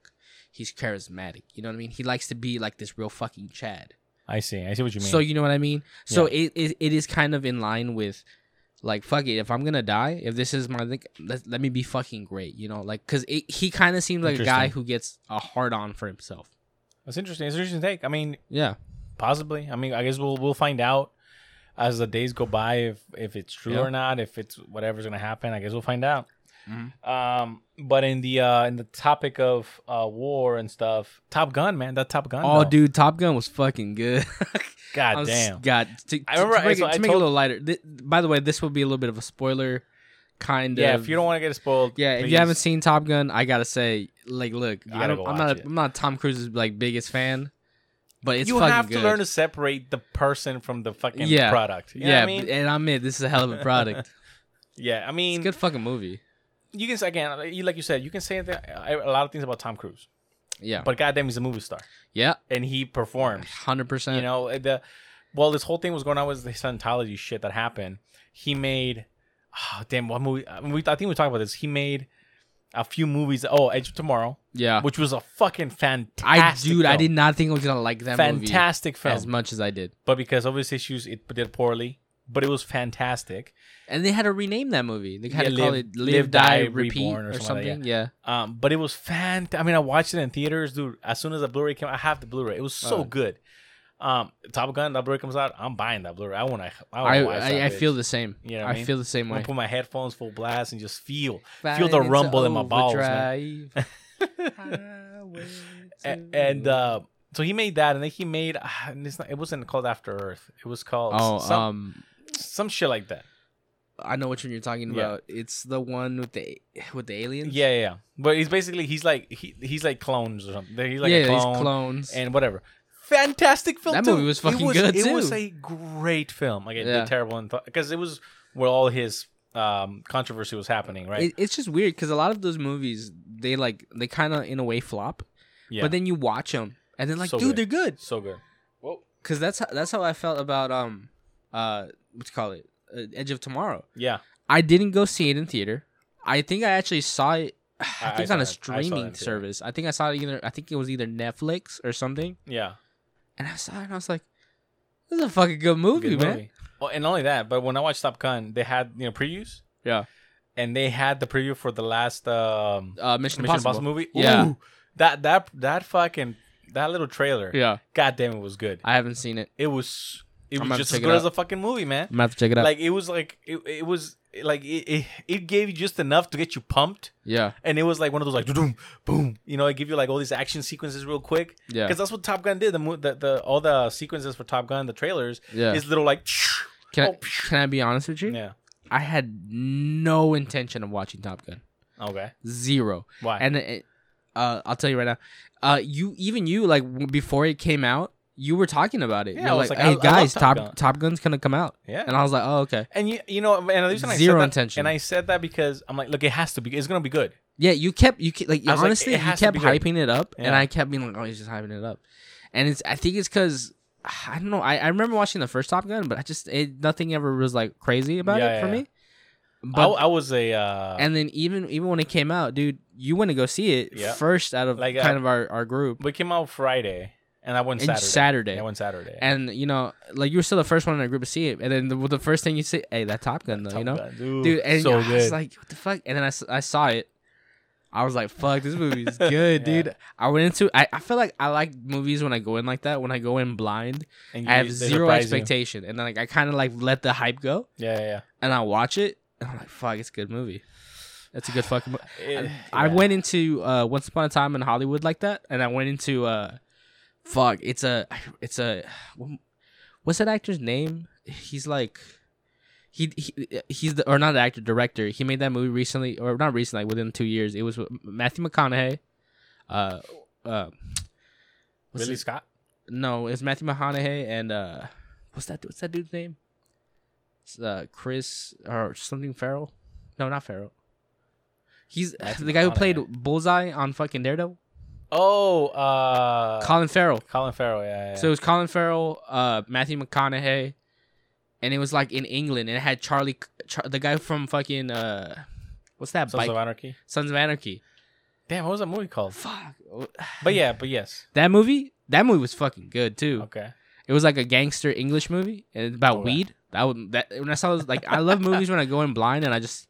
Speaker 3: He's charismatic. You know what I mean? He likes to be like this real fucking Chad.
Speaker 2: I see. I see what you mean.
Speaker 3: So you know what I mean. So it, it it is kind of in line with, like fuck it. If I'm gonna die, if this is my like, let, let me be fucking great. You know, like because he kind of seems like a guy
Speaker 2: Interesting.
Speaker 3: who gets a hard on for himself.
Speaker 2: that's interesting. It's an interesting take. I mean,
Speaker 3: Yeah,
Speaker 2: possibly. I mean, I guess we'll we'll find out as the days go by if if it's true
Speaker 3: Yeah.
Speaker 2: or not. If it's whatever's gonna happen, I guess we'll find out.
Speaker 3: Mhm.
Speaker 2: Um, but in the uh in the topic of uh war and stuff, Top Gun, man, that Top Gun.
Speaker 3: Oh,
Speaker 2: though.
Speaker 3: dude, Top Gun was fucking good. (laughs)
Speaker 2: God
Speaker 3: I'm s-
Speaker 2: damn.
Speaker 3: God, to,
Speaker 2: I
Speaker 3: to- to
Speaker 2: remember-
Speaker 3: make,
Speaker 2: so
Speaker 3: it,
Speaker 2: I
Speaker 3: to make it
Speaker 2: told-
Speaker 3: a little lighter. Th- by the way, this will be a little bit of a spoiler, kind
Speaker 2: Yeah,
Speaker 3: of.
Speaker 2: if you don't want to get it spoiled,
Speaker 3: Yeah, if
Speaker 2: please.
Speaker 3: you haven't seen Top Gun, I gotta say, like, look, I
Speaker 2: gotta
Speaker 3: don't,
Speaker 2: go watch
Speaker 3: I'm not,
Speaker 2: it.
Speaker 3: a, I'm not Tom Cruise's like biggest fan, but it's
Speaker 2: you
Speaker 3: fucking
Speaker 2: have to
Speaker 3: good.
Speaker 2: learn to separate the person from the fucking
Speaker 3: Yeah.
Speaker 2: product. You know
Speaker 3: yeah,
Speaker 2: what I mean,
Speaker 3: b- and I'm it. This is a hell of
Speaker 2: (laughs)
Speaker 3: a product.
Speaker 2: yeah, I
Speaker 3: it's
Speaker 2: mean,
Speaker 3: a good fucking movie.
Speaker 2: you can say again, you, like you said, you can say that, uh, a lot of things about Tom Cruise,
Speaker 3: Yeah,
Speaker 2: but goddamn, he's a movie star
Speaker 3: yeah,
Speaker 2: and he performs.
Speaker 3: hundred
Speaker 2: You
Speaker 3: percent.
Speaker 2: know, Uh, the well, this whole thing was going on with the Scientology shit that happened. He made, oh, damn, what movie? I, mean, we, I think we talked about this. He made a few movies. Oh, Edge of Tomorrow,
Speaker 3: Yeah,
Speaker 2: which was a fucking fantastic.
Speaker 3: I dude, I
Speaker 2: film.
Speaker 3: did not think I was gonna like that
Speaker 2: fantastic
Speaker 3: movie
Speaker 2: film.
Speaker 3: as much as I did.
Speaker 2: but because of his issues, it did poorly. But it was fantastic.
Speaker 3: And they had to rename that movie. They had
Speaker 2: Yeah,
Speaker 3: to call
Speaker 2: Live-
Speaker 3: it "Live,
Speaker 2: Live,
Speaker 3: Die,
Speaker 2: Die,
Speaker 3: Repeat"
Speaker 2: Reborn
Speaker 3: or,
Speaker 2: or something
Speaker 3: something.
Speaker 2: like that,
Speaker 3: yeah.
Speaker 2: Um, but it was fan. I mean, I watched it in theaters, dude. As soon as the Blu-ray came, I have the Blu-ray. It was so
Speaker 3: Oh.
Speaker 2: good. Um, Top Gun, that Blu-ray comes out. I'm buying that Blu-ray. I want to. I,
Speaker 3: I
Speaker 2: wanna watch that
Speaker 3: I, I
Speaker 2: bitch.
Speaker 3: feel the same.
Speaker 2: You
Speaker 3: Yeah,
Speaker 2: know what I
Speaker 3: I,
Speaker 2: mean?
Speaker 3: feel the same
Speaker 2: I'm gonna
Speaker 3: way.
Speaker 2: put my headphones full blast and just feel feel the rumble in my balls, man. (laughs)
Speaker 3: (laughs)
Speaker 2: and, and uh, so he made that, and then he made. Uh, it's not, it wasn't called After Earth. It was called
Speaker 3: oh,
Speaker 2: some,
Speaker 3: um,
Speaker 2: some shit like that.
Speaker 3: I know which one you're talking
Speaker 2: Yeah.
Speaker 3: about. It's the one with the with the aliens.
Speaker 2: Yeah, yeah, yeah. But he's basically he's like he, he's like clones or something. He's like
Speaker 3: yeah,
Speaker 2: a clone
Speaker 3: these clones.
Speaker 2: and whatever. Fantastic film.
Speaker 3: That
Speaker 2: too.
Speaker 3: movie was
Speaker 2: It
Speaker 3: fucking good,
Speaker 2: It was
Speaker 3: too.
Speaker 2: a great film. Like it
Speaker 3: Yeah.
Speaker 2: did terrible because it was where all his um controversy was happening, right?
Speaker 3: It, it's just weird because a lot of those movies they like they kind of in a way flop,
Speaker 2: yeah,
Speaker 3: but then you watch them and then like,
Speaker 2: So
Speaker 3: dude,
Speaker 2: good.
Speaker 3: they're good.
Speaker 2: so good.
Speaker 3: Because that's how, that's how I felt about um uh what's call it uh, Edge of Tomorrow.
Speaker 2: Yeah,
Speaker 3: I didn't go see it in theater. I think I actually saw it. (sighs) I,
Speaker 2: I- I
Speaker 3: think
Speaker 2: saw it. I saw it
Speaker 3: on a
Speaker 2: in
Speaker 3: streaming
Speaker 2: theater.
Speaker 3: service. I think I saw it either. I think it was either Netflix or something.
Speaker 2: yeah.
Speaker 3: And I saw it and I was like, "This is a fucking good movie,
Speaker 2: Good
Speaker 3: man."
Speaker 2: movie. Oh, and not only that, but when I watched Top Gun, they had you know previews,
Speaker 3: Yeah.
Speaker 2: and they had the preview for the last um,
Speaker 3: Uh, Mission,
Speaker 2: Mission
Speaker 3: Impossible.
Speaker 2: Impossible movie.
Speaker 3: Yeah.
Speaker 2: Ooh, that that that fucking that little trailer.
Speaker 3: Yeah,
Speaker 2: God damn, it was good.
Speaker 3: I haven't seen it.
Speaker 2: It was it was
Speaker 3: I'm gonna
Speaker 2: just as
Speaker 3: check it
Speaker 2: good
Speaker 3: out.
Speaker 2: as the fucking movie, man.
Speaker 3: I'm gonna have to check it out.
Speaker 2: Like it was like it, it was like it, it it gave you just enough to get you pumped,
Speaker 3: yeah,
Speaker 2: and it was like one of those like boom boom, you know, it give you like all these action sequences real quick.
Speaker 3: Yeah.
Speaker 2: because that's what Top Gun did. The, mo- the the all the sequences for Top Gun, the trailers,
Speaker 3: Yeah.
Speaker 2: is little like (sniffs)
Speaker 3: Can I,
Speaker 2: oh, phew.
Speaker 3: can I be honest with you?
Speaker 2: yeah,
Speaker 3: I had no intention of watching Top Gun.
Speaker 2: okay,
Speaker 3: Zero.
Speaker 2: why?
Speaker 3: And it, uh, I'll tell you right now, uh, you even you like w- before it came out, you were talking about it.
Speaker 2: Yeah,
Speaker 3: You're
Speaker 2: I was like,
Speaker 3: like,
Speaker 2: I- I
Speaker 3: hey
Speaker 2: love
Speaker 3: guys,
Speaker 2: Top
Speaker 3: Top
Speaker 2: Gun."
Speaker 3: Top Gun's gonna come out.
Speaker 2: Yeah.
Speaker 3: And I was like, oh okay.
Speaker 2: And you, you know, and at least when
Speaker 3: Zero
Speaker 2: I said
Speaker 3: intention.
Speaker 2: That, and I said that because I'm like, look, it has to be. It's gonna be good.
Speaker 3: Yeah, you kept you ke- like
Speaker 2: I was like,
Speaker 3: honestly
Speaker 2: it
Speaker 3: you
Speaker 2: has to
Speaker 3: kept
Speaker 2: be good.
Speaker 3: hyping it up, and
Speaker 2: Yeah.
Speaker 3: I kept being like, oh he's just hyping it up. and it's I think it's because (sighs) I don't know. I, I remember watching the first Top Gun, but I just it, nothing ever was like crazy about
Speaker 2: Yeah,
Speaker 3: it for
Speaker 2: yeah,
Speaker 3: me.
Speaker 2: I,
Speaker 3: But
Speaker 2: I was a uh,
Speaker 3: and then even even when it came out, dude, you went to go see it
Speaker 2: Yeah.
Speaker 3: first out of
Speaker 2: Like, uh,
Speaker 3: kind of our, our group.
Speaker 2: we came out Friday, and I went
Speaker 3: And
Speaker 2: Saturday.
Speaker 3: Saturday.
Speaker 2: I went Saturday.
Speaker 3: And you know, like you were still the first one in our group to see it, and then the, the first thing you say, "Hey, that Top Gun, though,"
Speaker 2: Top
Speaker 3: you know,
Speaker 2: Gun, dude,
Speaker 3: dude. And
Speaker 2: so
Speaker 3: I
Speaker 2: good.
Speaker 3: was like, "What the fuck?" And then I, s- I saw it. I was like, "Fuck, this movie
Speaker 2: (laughs)
Speaker 3: is good,
Speaker 2: Yeah.
Speaker 3: dude." I went into I I feel like I like movies when I go in like that. When I go in blind,
Speaker 2: And you-
Speaker 3: I have
Speaker 2: they
Speaker 3: zero
Speaker 2: surprise you.
Speaker 3: expectation, and then like I kind of like let the hype go,
Speaker 2: Yeah, yeah.
Speaker 3: and I watch it, and I'm like, "Fuck, it's a good movie." That's a good fucking. Mo-
Speaker 2: yeah. It-
Speaker 3: I
Speaker 2: Eh, yeah.
Speaker 3: went into uh, Once Upon a Time in Hollywood like that, and I went into uh, fuck, it's a, it's a, what's that actor's name? He's like, he, he he's the or not the actor director. He made that movie recently, or not recently, like within two years. It was with Matthew McConaughey. Uh, uh, what's
Speaker 2: Really,
Speaker 3: his-
Speaker 2: Scott?
Speaker 3: no, it's Matthew McConaughey and uh, what's that? What's that dude's name? It's uh, Chris or something Farrell. No, not Farrell. He's
Speaker 2: Matthew
Speaker 3: (laughs) the guy who played
Speaker 2: McConaughey.
Speaker 3: Bullseye on fucking Daredevil.
Speaker 2: Oh, uh, Colin,
Speaker 3: Colin Farrell.
Speaker 2: Farrell. Yeah, yeah.
Speaker 3: So it was Colin Farrell, uh, Matthew McConaughey, and it was like in England, and it had Charlie, Char- the guy from fucking uh, what's that
Speaker 2: Sons
Speaker 3: bike?
Speaker 2: of Oh, Anarchy.
Speaker 3: Sons of Anarchy.
Speaker 2: Damn, what was that movie called?
Speaker 3: Fuck.
Speaker 2: But yeah, but yes.
Speaker 3: That movie. That movie was fucking good too.
Speaker 2: Okay.
Speaker 3: It was like a gangster English movie and it's about
Speaker 2: Okay.
Speaker 3: weed. That would that when I saw those, like I love movies when I go in blind and I
Speaker 2: (laughs)
Speaker 3: just,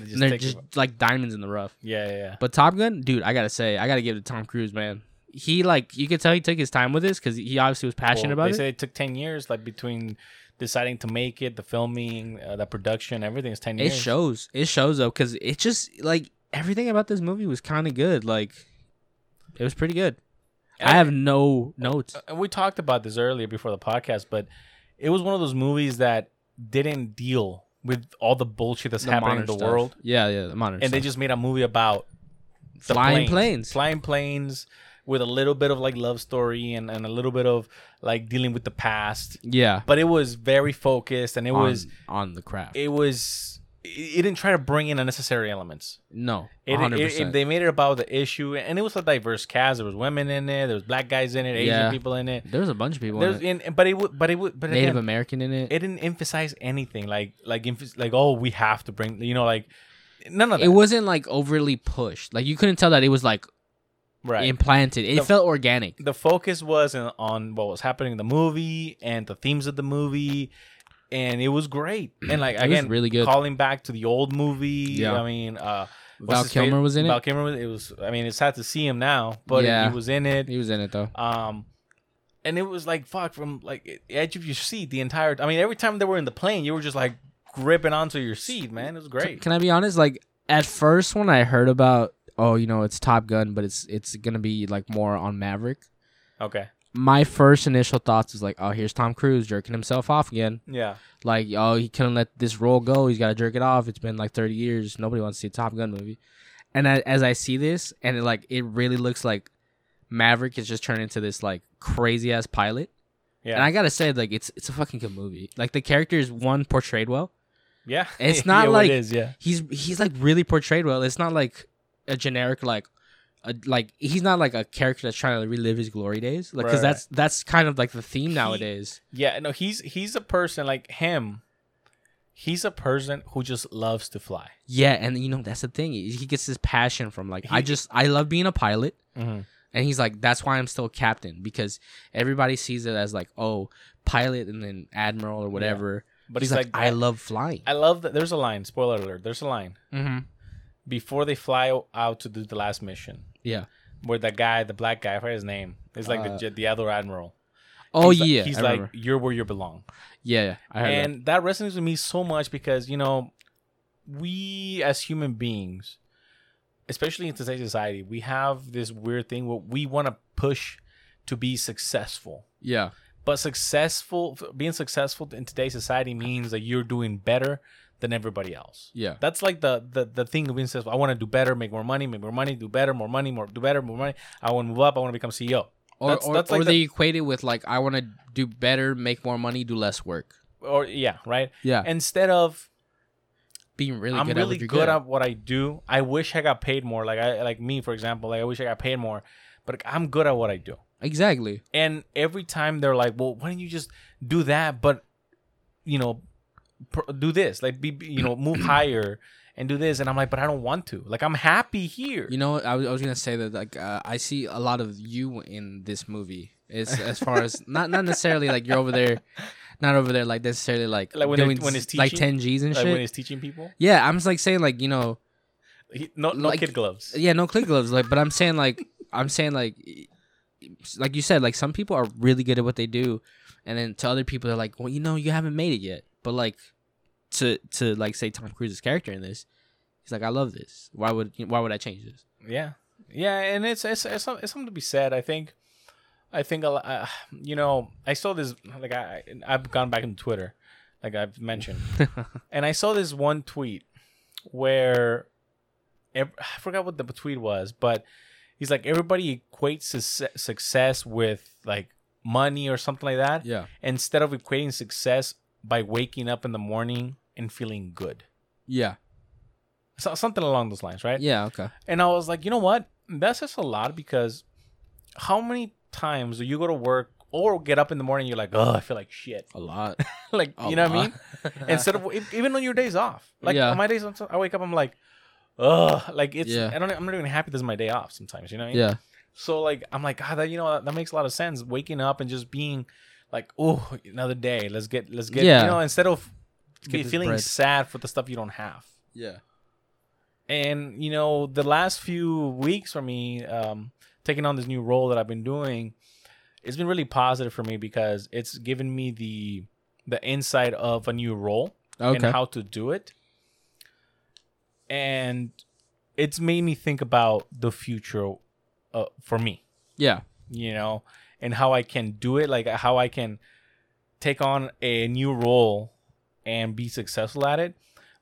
Speaker 2: They
Speaker 3: and they're
Speaker 2: take
Speaker 3: just
Speaker 2: it-
Speaker 3: like diamonds in the rough.
Speaker 2: yeah, yeah, yeah.
Speaker 3: But Top Gun, dude, I gotta say, I gotta give it to Tom Cruise, man. He like you could tell he took his time with this because he obviously was passionate
Speaker 2: Well,
Speaker 3: about it.
Speaker 2: They say it took ten years, like between deciding to make it, the filming, uh, the production, everything is ten
Speaker 3: It
Speaker 2: years.
Speaker 3: shows. It shows though because it just like everything about this movie was kind of good. Like it was pretty good.
Speaker 2: And
Speaker 3: I have no notes.
Speaker 2: and Uh, we talked about this earlier before the podcast, but it was one of those movies that didn't deal with all the bullshit that's happening in
Speaker 3: modern
Speaker 2: the
Speaker 3: stuff.
Speaker 2: world,
Speaker 3: Yeah, yeah, the modern.
Speaker 2: and they
Speaker 3: stuff.
Speaker 2: just made a movie about the
Speaker 3: flying planes.
Speaker 2: planes, flying planes with a little bit of like love story and, and a little bit of like dealing with the past.
Speaker 3: Yeah,
Speaker 2: But it was very focused, and it
Speaker 3: on,
Speaker 2: was
Speaker 3: on the craft.
Speaker 2: it was it it didn't try to bring in unnecessary elements.
Speaker 3: no,
Speaker 2: It,
Speaker 3: hundred
Speaker 2: it- it-
Speaker 3: percent.
Speaker 2: they made it about the issue, and it was a diverse cast. There was women in it, there was black guys in it, Asian
Speaker 3: Yeah.
Speaker 2: people in it.
Speaker 3: There's a bunch of people. in
Speaker 2: There's
Speaker 3: it.
Speaker 2: in, but it would, but it would, but
Speaker 3: Native
Speaker 2: again,
Speaker 3: American in it.
Speaker 2: it didn't emphasize anything like like emph- like oh we have to bring you know like none of that
Speaker 3: It wasn't like overly pushed. Like you couldn't tell that it was like
Speaker 2: right.
Speaker 3: implanted. It
Speaker 2: The-
Speaker 3: felt organic.
Speaker 2: the focus was in- on what was happening in the movie and the themes of the movie, and it was great. And like
Speaker 3: Mm. was
Speaker 2: again,
Speaker 3: really good.
Speaker 2: Calling back to the old movie.
Speaker 3: Yeah.
Speaker 2: I mean, uh, what's
Speaker 3: Val
Speaker 2: his fa-
Speaker 3: Kilmer was in it?
Speaker 2: Val Kilmer was. It was. I mean, it's sad to see him now, but
Speaker 3: Yeah.
Speaker 2: he was in it.
Speaker 3: He was in it though.
Speaker 2: Um, and it was like fuck from like edge of your seat the entire. I mean, every time they were in the plane, you were just like gripping onto your seat, man. It was great.
Speaker 3: Can I be honest? Like at first when I heard about oh you know it's Top Gun, but it's it's gonna be like more on Maverick.
Speaker 2: Okay.
Speaker 3: My first initial thoughts was like oh here's Tom Cruise jerking himself off again.
Speaker 2: Yeah.
Speaker 3: Like oh he couldn't let this role go. He's got to jerk it off. It's been like 30 years. Nobody wants to see a Top Gun movie. And I, as I see this, and it, like it really looks like Maverick is just turned into this like crazy ass pilot.
Speaker 2: Yeah.
Speaker 3: And I gotta say, like it's it's a fucking good movie. Like the character is one portrayed well.
Speaker 2: yeah.
Speaker 3: It's
Speaker 2: (laughs)
Speaker 3: not
Speaker 2: Yeah, well,
Speaker 3: like-
Speaker 2: it is, yeah.
Speaker 3: He's he's like really portrayed well. It's not like a generic like, a, like he's not like a character that's trying to relive his glory days. Like because
Speaker 2: Right,
Speaker 3: that's that's kind of like the theme nowadays.
Speaker 2: Yeah, no, he's he's a person like him. He's a person who just loves to fly.
Speaker 3: Yeah, and you know that's the thing. He he gets his passion from like I
Speaker 2: He-
Speaker 3: just I love being a pilot.
Speaker 2: Mm-hmm.
Speaker 3: And he's like, that's why I'm still captain because everybody sees it as like, oh, pilot and then admiral or whatever.
Speaker 2: But
Speaker 3: he's,
Speaker 2: he's
Speaker 3: like,
Speaker 2: like,
Speaker 3: I love flying.
Speaker 2: I love that. There's a line. Spoiler alert. There's a line
Speaker 3: mm-hmm.
Speaker 2: before they fly out to do the last mission,
Speaker 3: Yeah.
Speaker 2: where the guy, the black guy, I forget his name. It's like
Speaker 3: Uh,
Speaker 2: the the the other admiral.
Speaker 3: Oh
Speaker 2: He's like-
Speaker 3: yeah.
Speaker 2: he's
Speaker 3: I
Speaker 2: like,
Speaker 3: remember.
Speaker 2: you're where you belong.
Speaker 3: yeah, yeah, I heard that.
Speaker 2: and that. resonates with me so much because you know we as human beings especially in today's society we have this weird thing where we want to push to be successful
Speaker 3: Yeah.
Speaker 2: but successful being successful in today's society means that you're doing better than everybody else
Speaker 3: Yeah.
Speaker 2: that's like the the, the thing of being successful i want to do better make more money make more money do better more money more do better more money i want to move up i want to become E ceo
Speaker 3: Or,
Speaker 2: That's-
Speaker 3: or,
Speaker 2: that's
Speaker 3: or
Speaker 2: like the-
Speaker 3: they equate it with like I want to do better, make more money, do less work.
Speaker 2: or yeah right
Speaker 3: Yeah,
Speaker 2: instead of
Speaker 3: being really
Speaker 2: I'm
Speaker 3: good at
Speaker 2: really
Speaker 3: what you're
Speaker 2: good
Speaker 3: good
Speaker 2: at what I do. I wish I got paid more. Like I like me for example. Like I wish I got paid more, but I'm good at what I do.
Speaker 3: Exactly.
Speaker 2: And every time they're like, "Well, why don't you just do that?" But you know, pr- do this, like be be- you know,
Speaker 3: (clears throat)
Speaker 2: move higher and do this. And I'm like, "But I don't want to. Like, I'm happy here."
Speaker 3: You know, what? I was, I was gonna say that like uh, I see a lot of you in this movie. It's as far
Speaker 2: (laughs)
Speaker 3: as not not necessarily like you're over there, not over there like necessarily like
Speaker 2: Like when
Speaker 3: doing
Speaker 2: it- when it's
Speaker 3: s- like
Speaker 2: teaching?
Speaker 3: ten Gs and
Speaker 2: like when
Speaker 3: shit.
Speaker 2: he's teaching people,
Speaker 3: Yeah, I'm just like saying like you know
Speaker 2: he, no, no
Speaker 3: Like-
Speaker 2: kid gloves.
Speaker 3: yeah no click gloves like but I'm saying like I'm saying like y- like you said like some people are really good at what they do, and then to other people they're like well you know you haven't made it yet but like to to like say Tom Cruise's character in this he's like I love this why would why would I change this
Speaker 2: Yeah, yeah, and it's it's it's, some- it's something to be said. I think, I think a lot. Uh, (sighs) you know, I saw this like I I- I've gone back on Twitter, like I've mentioned, and I saw this one tweet where ev- (sighs) I forgot what the tweet was, but he's like everybody equates su- success with like money or something like that
Speaker 3: yeah
Speaker 2: instead of equating success by waking up in the morning and feeling good.
Speaker 3: yeah
Speaker 2: So, something along those lines, right?
Speaker 3: yeah okay
Speaker 2: And I was like, you know what? That's just a lot because how many times do you go to work or get up in the morning and you're like, oh, I feel like shit. (laughs)
Speaker 3: a lot.
Speaker 2: like,
Speaker 3: A
Speaker 2: you know what I
Speaker 3: lot.
Speaker 2: mean? (laughs)
Speaker 3: (laughs)
Speaker 2: Instead of e- even on your days off. Like
Speaker 3: Yeah.
Speaker 2: on my days off, I wake up, I'm like, ugh. Like it's
Speaker 3: Yeah.
Speaker 2: I don't I'm not even happy this is my day off sometimes, you know? what I mean?
Speaker 3: Yeah.
Speaker 2: So like I'm like, ah, that you know, that, that makes a lot of sense. Waking up and just being like, oh, another day. Let's get let's get
Speaker 3: Yeah.
Speaker 2: you know, instead of
Speaker 3: get
Speaker 2: be
Speaker 3: this
Speaker 2: feeling
Speaker 3: bread.
Speaker 2: sad for the stuff you don't have.
Speaker 3: Yeah.
Speaker 2: and you know the last few weeks for me um taking on this new role that i've been doing it's been really positive for me because it's given me the the insight of a new role
Speaker 3: Okay.
Speaker 2: and how to do it and it's made me think about the future uh, for me
Speaker 3: yeah.
Speaker 2: you know, and how I can do it, like how I can take on a new role and be successful at it,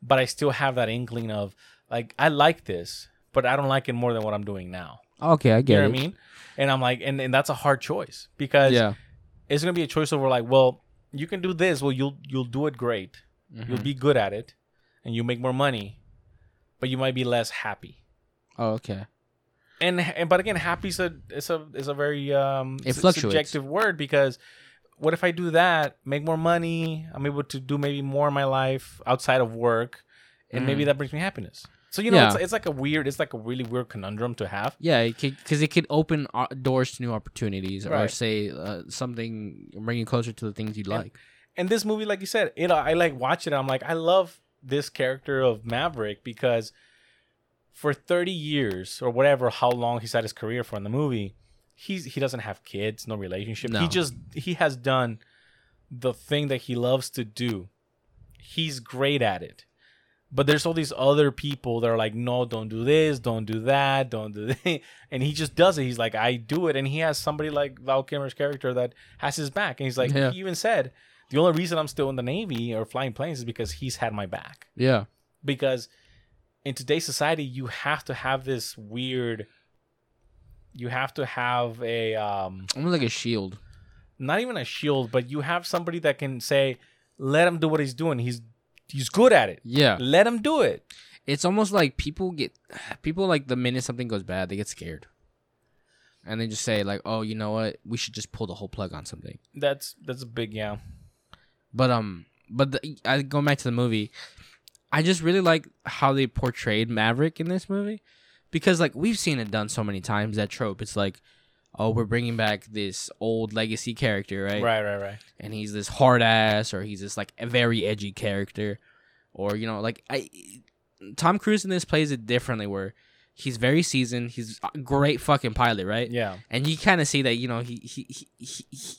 Speaker 2: but I still have that inkling of like I like this, but I don't like it more than what I'm doing now.
Speaker 3: Okay, I
Speaker 2: You
Speaker 3: get
Speaker 2: know
Speaker 3: it.
Speaker 2: what I mean? And I'm like, and, and that's a hard choice because
Speaker 3: Yeah.
Speaker 2: it's gonna be a choice over like, well, you can do this, well you'll you'll do it great.
Speaker 3: Mm-hmm.
Speaker 2: You'll be good at it and you make more money, but you might be less happy.
Speaker 3: Oh, okay.
Speaker 2: and, and but again, happy is a is a is a very um
Speaker 3: It
Speaker 2: su-
Speaker 3: fluctuates.
Speaker 2: subjective word because what if I do that, make more money, I'm able to do maybe more in my life outside of work, and maybe that brings me happiness. So you know,
Speaker 3: Mm. Yeah.
Speaker 2: it's, it's like a weird, it's like a really weird conundrum to have.
Speaker 3: Yeah, because it could open o- doors to new opportunities, or
Speaker 2: Right.
Speaker 3: say uh, something bring you closer to the things you like.
Speaker 2: And this movie, like you said, it I like watch it. I'm like, I love this character of Maverick because for 30 years or whatever, how long he's had his career for in the movie, he's he doesn't have kids, no relationship.
Speaker 3: No.
Speaker 2: He just he has done the thing that he loves to do. He's great at it. But there's all these other people that are like, no, don't do this, don't do that, don't do this. (laughs) And he just does it. He's like, I do it. And he has somebody like Val Kilmer's character that has his back. And he's like,
Speaker 3: Yeah.
Speaker 2: he even said, the only reason I'm still in the Navy or flying planes is because he's had my back.
Speaker 3: Yeah.
Speaker 2: Because in today's society, you have to have this weird, you have to have a, um,
Speaker 3: Almost like a shield.
Speaker 2: not even a shield, but you have somebody that can say, let him do what he's doing. He's, he's good at it.
Speaker 3: Yeah.
Speaker 2: (laughs) Let him do it.
Speaker 3: It's almost like people get (sighs) people like the minute something goes bad, they get scared, and they just say like, "Oh, you know what? We should just pull the whole plug on something."
Speaker 2: That's, that's a big, yeah.
Speaker 3: But um, but the, I going back to the movie, I just really like how they portrayed Maverick in this movie, because like we've seen it done so many times that trope. It's like, oh, we're bringing back this old legacy character, right?
Speaker 2: Right, right, right.
Speaker 3: And he's this hard ass, or he's this like a very edgy character, or you know, like I, Tom Cruise in this plays it differently, where he's very seasoned, he's a great fucking pilot, right?
Speaker 2: Yeah.
Speaker 3: and you kind of see that you know he he he he, he,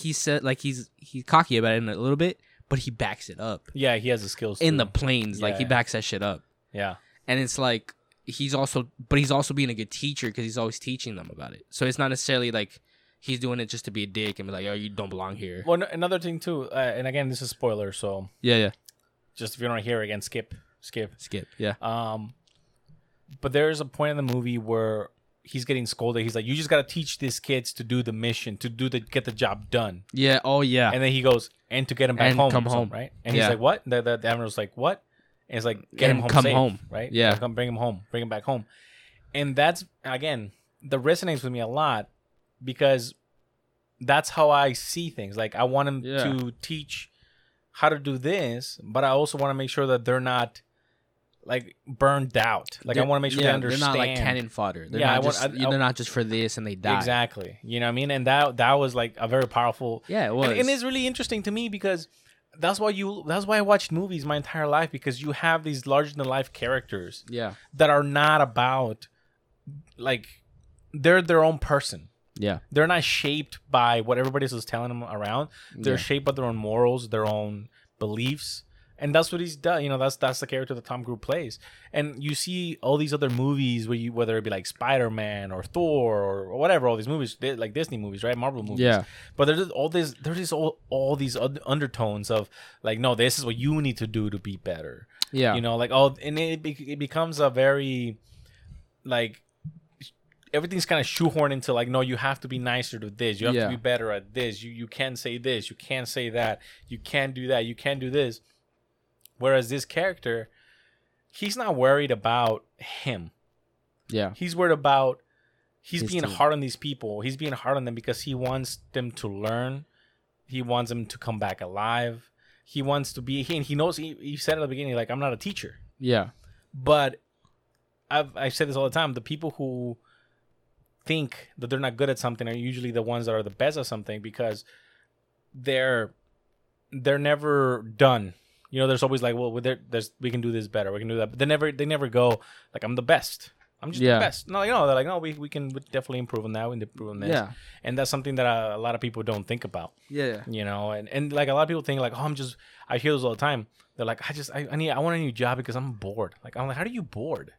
Speaker 3: he said like he's he's cocky about it in a little bit, but he backs it up
Speaker 2: Yeah, he has the skills.
Speaker 3: in
Speaker 2: too.
Speaker 3: the planes. Like he
Speaker 2: Yeah.
Speaker 3: backs that shit up,
Speaker 2: yeah,
Speaker 3: and it's like he's also but he's also being a good teacher because he's always teaching them about it. So it's not necessarily like he's doing it just to be a dick and be like, oh, you don't belong here.
Speaker 2: Well, no- another thing too, uh, and again, this is spoiler, so
Speaker 3: Yeah, yeah.
Speaker 2: just if you're not here again, skip, skip.
Speaker 3: Skip. Yeah.
Speaker 2: Um, but there is a point in the movie where he's getting scolded. He's like, "You just gotta teach these kids to do the mission, to do the get the job done."
Speaker 3: Yeah. Oh yeah.
Speaker 2: And then he goes, "And to get him back
Speaker 3: And
Speaker 2: home,
Speaker 3: come
Speaker 2: or something,
Speaker 3: home.
Speaker 2: right?" And
Speaker 3: Yeah.
Speaker 2: he's like, "What?" The, the, the admiral's like, "What?" And it's like, "Get
Speaker 3: And
Speaker 2: him home,
Speaker 3: come
Speaker 2: safe,
Speaker 3: home.
Speaker 2: right?
Speaker 3: Yeah.
Speaker 2: come bring him home, bring him back home." And that's again, that resonates with me a lot because that's how I see things. Like I want them
Speaker 3: Yeah.
Speaker 2: to teach how to do this, but I also want to make sure that they're not like burned out. Like I
Speaker 3: They're-
Speaker 2: want to make sure
Speaker 3: yeah,
Speaker 2: they understand.
Speaker 3: They're not like cannon fodder. They're
Speaker 2: Yeah, I
Speaker 3: not
Speaker 2: want-
Speaker 3: just,
Speaker 2: I- I-
Speaker 3: they're not just for this and they die.
Speaker 2: Exactly. You know what I mean? And that that was like a very powerful.
Speaker 3: Yeah, it was.
Speaker 2: And, and it's really interesting to me because that's why you that's why I watched movies my entire life because you have these larger than life characters
Speaker 3: yeah,
Speaker 2: that are not about like they're their own person.
Speaker 3: yeah,
Speaker 2: They're not shaped by what everybody else is telling them around. They're
Speaker 3: Yeah.
Speaker 2: shaped by their own morals, their own beliefs. And that's what he's done. You know, that's that's the character that Tom Cruise plays. And you see all these other movies where you whether it be like Spider Man or Thor or whatever, all these movies, di- like Disney movies, right? Marvel movies.
Speaker 3: Yeah.
Speaker 2: But there's all this there's this all, all these un- undertones of like, no, this is what you need to do to be better
Speaker 3: yeah.
Speaker 2: you know like oh and it, be- it becomes a very like everything's kind of shoehorned into like no you have to be nicer to this you have
Speaker 3: Yeah.
Speaker 2: to be better at this you you can't say this you can't say that you can't do that you can't do this whereas this character he's not worried about him
Speaker 3: yeah,
Speaker 2: he's worried about he's
Speaker 3: His
Speaker 2: being
Speaker 3: team.
Speaker 2: hard on these people he's being hard on them because he wants them to learn he wants them to come back alive he wants to be he, and he knows he, he said at the beginning like i'm not a teacher
Speaker 3: yeah,
Speaker 2: but I've I said this all the time. The people who think that they're not good at something are usually the ones that are the best at something because they're they're never done. You know, there's always like, well, there, there's we can do this better, we can do that. But they never they never go like I'm the best. I'm just
Speaker 3: Yeah.
Speaker 2: the best. No, you know, they're like, no, we, we can definitely improve on that, we can improve on this.
Speaker 3: Yeah.
Speaker 2: And that's something that uh, a lot of people don't think about
Speaker 3: yeah,
Speaker 2: you know and, and like a lot of people think like oh i'm just i hear this all the time they're like i just i, I need i want a new job because i'm bored like i'm like how do you bored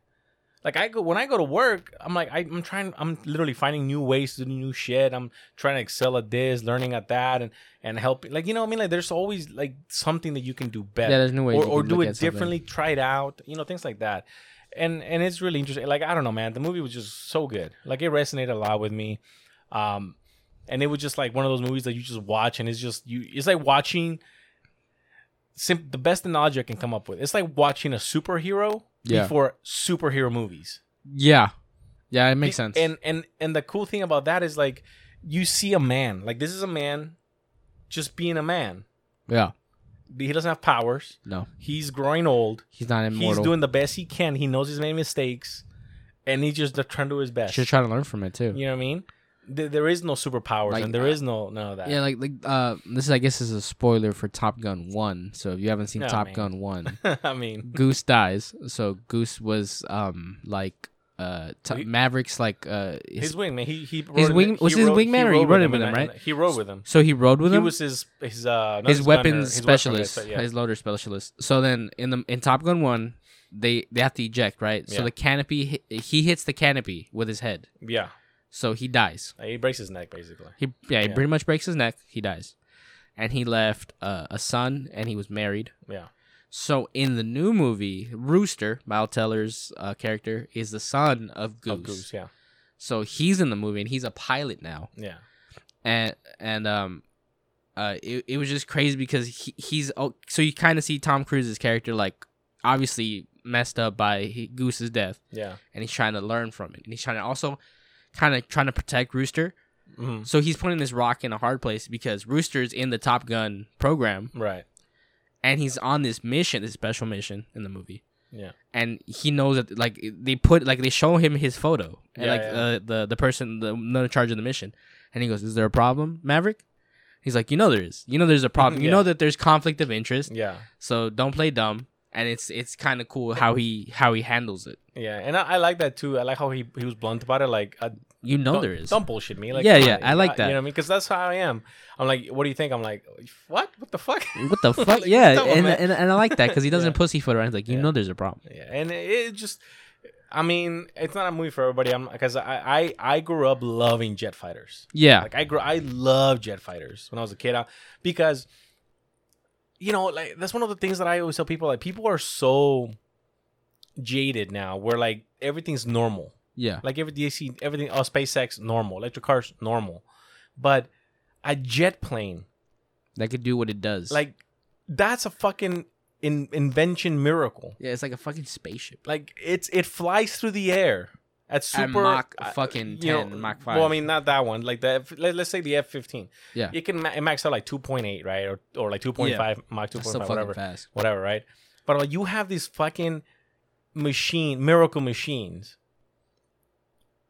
Speaker 2: like i go when i go to work i'm like I, i'm trying i'm literally finding new ways to do new shit i'm trying to excel at this learning at that and and helping like you know what i mean like there's always like something that you can do better
Speaker 3: Yeah, there's new ways
Speaker 2: or,
Speaker 3: you
Speaker 2: or
Speaker 3: can
Speaker 2: do
Speaker 3: look
Speaker 2: it
Speaker 3: at something.
Speaker 2: differently try it out you know things like that and and it's really interesting like i don't know man the movie was just so good like it resonated a lot with me um and it was just like one of those movies that you just watch and it's just you it's like watching sim- the best analogy i can come up with it's like watching a superhero
Speaker 3: Yeah.
Speaker 2: before superhero movies
Speaker 3: yeah, yeah. It makes sense.
Speaker 2: and and and the cool thing about that is like you see a man like this is a man just being a man
Speaker 3: yeah,
Speaker 2: he doesn't have powers
Speaker 3: no,
Speaker 2: he's growing old
Speaker 3: he's not immortal.
Speaker 2: he's doing the best he can he knows he's made mistakes and he's just trying to do his best
Speaker 3: Should try to learn from it too.
Speaker 2: you know what i mean There- there is no superpowers
Speaker 3: Like,
Speaker 2: and there
Speaker 3: uh,
Speaker 2: is no none of that
Speaker 3: Yeah, like like uh, this is, I guess is a spoiler for Top Gun One. So if you haven't seen
Speaker 2: Oh,
Speaker 3: Top
Speaker 2: man.
Speaker 3: Gun One,
Speaker 2: (laughs) i mean
Speaker 3: Goose dies. So Goose was um like uh t-
Speaker 2: He-
Speaker 3: Maverick's like uh his,
Speaker 2: his wingman. He he rode
Speaker 3: wing-
Speaker 2: with-
Speaker 3: was
Speaker 2: he
Speaker 3: his
Speaker 2: rode-
Speaker 3: wingman or he rode it with
Speaker 2: in
Speaker 3: him,
Speaker 2: that-
Speaker 3: right?
Speaker 2: He rode with him.
Speaker 3: so he rode with
Speaker 2: he
Speaker 3: him.
Speaker 2: was his his uh not
Speaker 3: his,
Speaker 2: gunner,
Speaker 3: weapons
Speaker 2: his weapon
Speaker 3: specialist,
Speaker 2: guy, yeah.
Speaker 3: his loader specialist. So then in the in Top Gun One, they they have to eject right. So
Speaker 2: Yeah.
Speaker 3: the canopy hi- he hits the canopy with his head,
Speaker 2: yeah,
Speaker 3: so he dies.
Speaker 2: He breaks his neck basically.
Speaker 3: He yeah, he
Speaker 2: Yeah.
Speaker 3: pretty much breaks his neck. He dies, and he left uh, a son, and he was married.
Speaker 2: Yeah,
Speaker 3: So in the new movie, Rooster, Miles Teller's uh, character, is the son of Goose.
Speaker 2: Of goose. Yeah,
Speaker 3: So he's in the movie, and he's a pilot now.
Speaker 2: yeah,
Speaker 3: and and um uh it, it was just crazy because he, he's oh, so you kind of see Tom Cruise's character like obviously messed up by he, Goose's death
Speaker 2: yeah.
Speaker 3: and he's trying to learn from it and he's trying to also kind of trying to protect Rooster
Speaker 2: Mhm.
Speaker 3: so he's putting this rock in a hard place because Rooster's in the Top Gun program
Speaker 2: Right.
Speaker 3: and he's on this mission this special mission in the movie
Speaker 2: Yeah.
Speaker 3: and he knows that like they put like they show him his photo and,
Speaker 2: Yeah,
Speaker 3: like
Speaker 2: yeah.
Speaker 3: Uh, the the person the one in charge of the mission and he goes is there a problem maverick he's like you know there is you know there's a problem you
Speaker 2: (laughs) Yeah.
Speaker 3: know that there's conflict of interest
Speaker 2: Yeah.
Speaker 3: so don't play dumb and it's it's kind of cool how he how he handles it
Speaker 2: Yeah, and I, I like that too. I like how he, he was blunt about it. Like, uh,
Speaker 3: you know
Speaker 2: don't,
Speaker 3: there is
Speaker 2: don't bullshit me. Like,
Speaker 3: Yeah,
Speaker 2: come
Speaker 3: yeah,
Speaker 2: on,
Speaker 3: I like
Speaker 2: You
Speaker 3: that.
Speaker 2: know what I mean? Because that's how I am. I'm like, what do you think? I'm like, what? What the fuck? (laughs)
Speaker 3: what the fuck
Speaker 2: Like,
Speaker 3: yeah
Speaker 2: come on,
Speaker 3: and,
Speaker 2: man.
Speaker 3: and, and i like that because he doesn't
Speaker 2: (laughs) Yeah.
Speaker 3: pussyfoot around he's like you
Speaker 2: Yeah.
Speaker 3: know there's a problem
Speaker 2: Yeah, and it, it just, I mean, it's not a movie for everybody. I'm because I, I I grew up loving jet fighters.
Speaker 3: yeah
Speaker 2: Like I grew, I love jet fighters when I was a kid I, because, you know, like that's one of the things that I always tell people. Like people are so jaded now, where like everything's normal.
Speaker 3: yeah
Speaker 2: Like every they see everything, oh SpaceX normal, electric cars normal, but a jet plane
Speaker 3: that could do what it does
Speaker 2: like that's a fucking in, invention miracle.
Speaker 3: yeah it's like a fucking spaceship
Speaker 2: Like it's it flies through the air at super
Speaker 3: Mach
Speaker 2: uh,
Speaker 3: fucking
Speaker 2: you
Speaker 3: 10, Mach
Speaker 2: Well, I
Speaker 3: 5.
Speaker 2: mean, not that one. Like the F, let, let's say the F fifteen.
Speaker 3: Yeah.
Speaker 2: it can ma- it max out like two point eight, right, or or like two point five Mach two
Speaker 3: That's
Speaker 2: point
Speaker 3: still
Speaker 2: five,
Speaker 3: fucking
Speaker 2: whatever,
Speaker 3: fast.
Speaker 2: whatever, right? But like, you have these fucking machine miracle machines,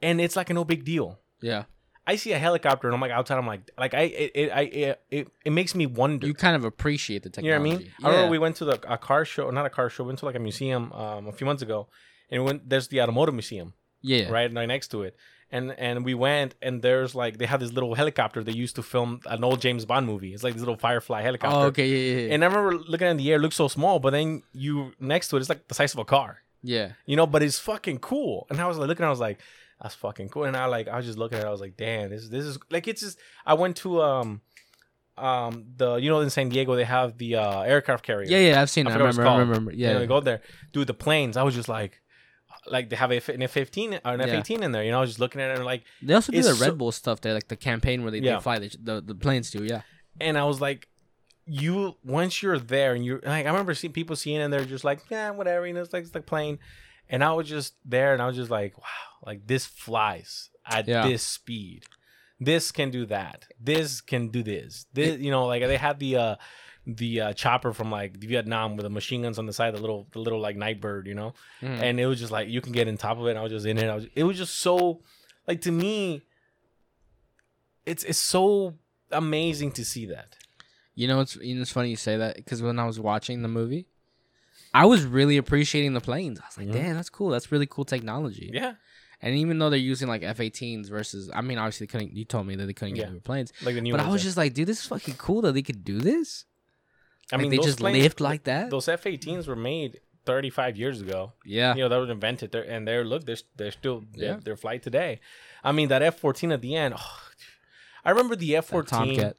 Speaker 2: and it's like a no big deal.
Speaker 3: Yeah.
Speaker 2: I see a helicopter and I'm like outside. I'm like, like I it it I, it, it, it makes me wonder.
Speaker 3: You kind of appreciate the
Speaker 2: You know what I
Speaker 3: technology.
Speaker 2: mean? I remember we went to the, a car show, not a car show, we went to like a museum um, a few months ago, and we went, there's the automotive museum
Speaker 3: yeah. yeah.
Speaker 2: right right next to it, and and we went and there's like they have this little helicopter they used to film an old James Bond movie. It's like this little Firefly helicopter.
Speaker 3: Oh, okay. Yeah. Yeah. Yeah.
Speaker 2: And I remember looking in the air, it looked so small, but then you next to it, it's like the size of a car,
Speaker 3: yeah.
Speaker 2: you know. But it's fucking cool. And I was like looking, I was like, that's fucking cool. And I like I was just looking at, it, I was like, damn, this this is like it's just. I went to um um the you know in San Diego they have the uh aircraft carrier
Speaker 3: Yeah. Yeah. I've seen it. I
Speaker 2: forgot what it's
Speaker 3: remember. I
Speaker 2: called.
Speaker 3: remember.
Speaker 2: you know,
Speaker 3: Yeah.
Speaker 2: we go there, dude. The planes. I was just like, like they have a, an F fifteen or an
Speaker 3: Yeah.
Speaker 2: F eighteen in there. You know, I was just looking at it and like,
Speaker 3: They also do
Speaker 2: It's
Speaker 3: the
Speaker 2: so-
Speaker 3: Red Bull stuff there, like the campaign where they,
Speaker 2: Yeah.
Speaker 3: they fly the, the the planes too. Yeah.
Speaker 2: and I was like, you once you're there and you're like, I remember seeing people seeing it and they're just like, yeah, whatever. You know, it's like it's like plane, and I was just there and I was just like, wow, like this flies at
Speaker 3: Yeah.
Speaker 2: this speed. This can do that. This can do this. This, you know, like they had the. uh the uh, chopper from like Vietnam with the machine guns on the side, the little, the little like Nightbird, you know.
Speaker 3: Mm.
Speaker 2: Mm-hmm. and it was just like you can get in top of it. And I was just in it. I was, it was just so like to me, it's it's so amazing to see that.
Speaker 3: You know, it's you know, it's funny you say that because when I was watching the movie, I was really appreciating the planes. I was like,
Speaker 2: Mhm.
Speaker 3: damn, that's cool. That's really cool technology.
Speaker 2: Yeah,
Speaker 3: And even though they're using like F-18s versus, I mean, obviously they couldn't. You told me that they couldn't
Speaker 2: Yeah.
Speaker 3: get newer planes,
Speaker 2: like the new.
Speaker 3: but I
Speaker 2: ones,
Speaker 3: was
Speaker 2: yeah.
Speaker 3: just like, dude, this is fucking cool that they could do this.
Speaker 2: I
Speaker 3: like,
Speaker 2: mean,
Speaker 3: they
Speaker 2: those
Speaker 3: just
Speaker 2: planes-
Speaker 3: lived like that.
Speaker 2: Those F-18s were made 35 years ago.
Speaker 3: yeah.
Speaker 2: You know, that was invented there, and they're look, they're they're still
Speaker 3: Yeah.
Speaker 2: they're, they're flight today. I mean, that F-14 at the end. (sighs) oh, I remember the
Speaker 3: That
Speaker 2: F-14,
Speaker 3: Tomcat.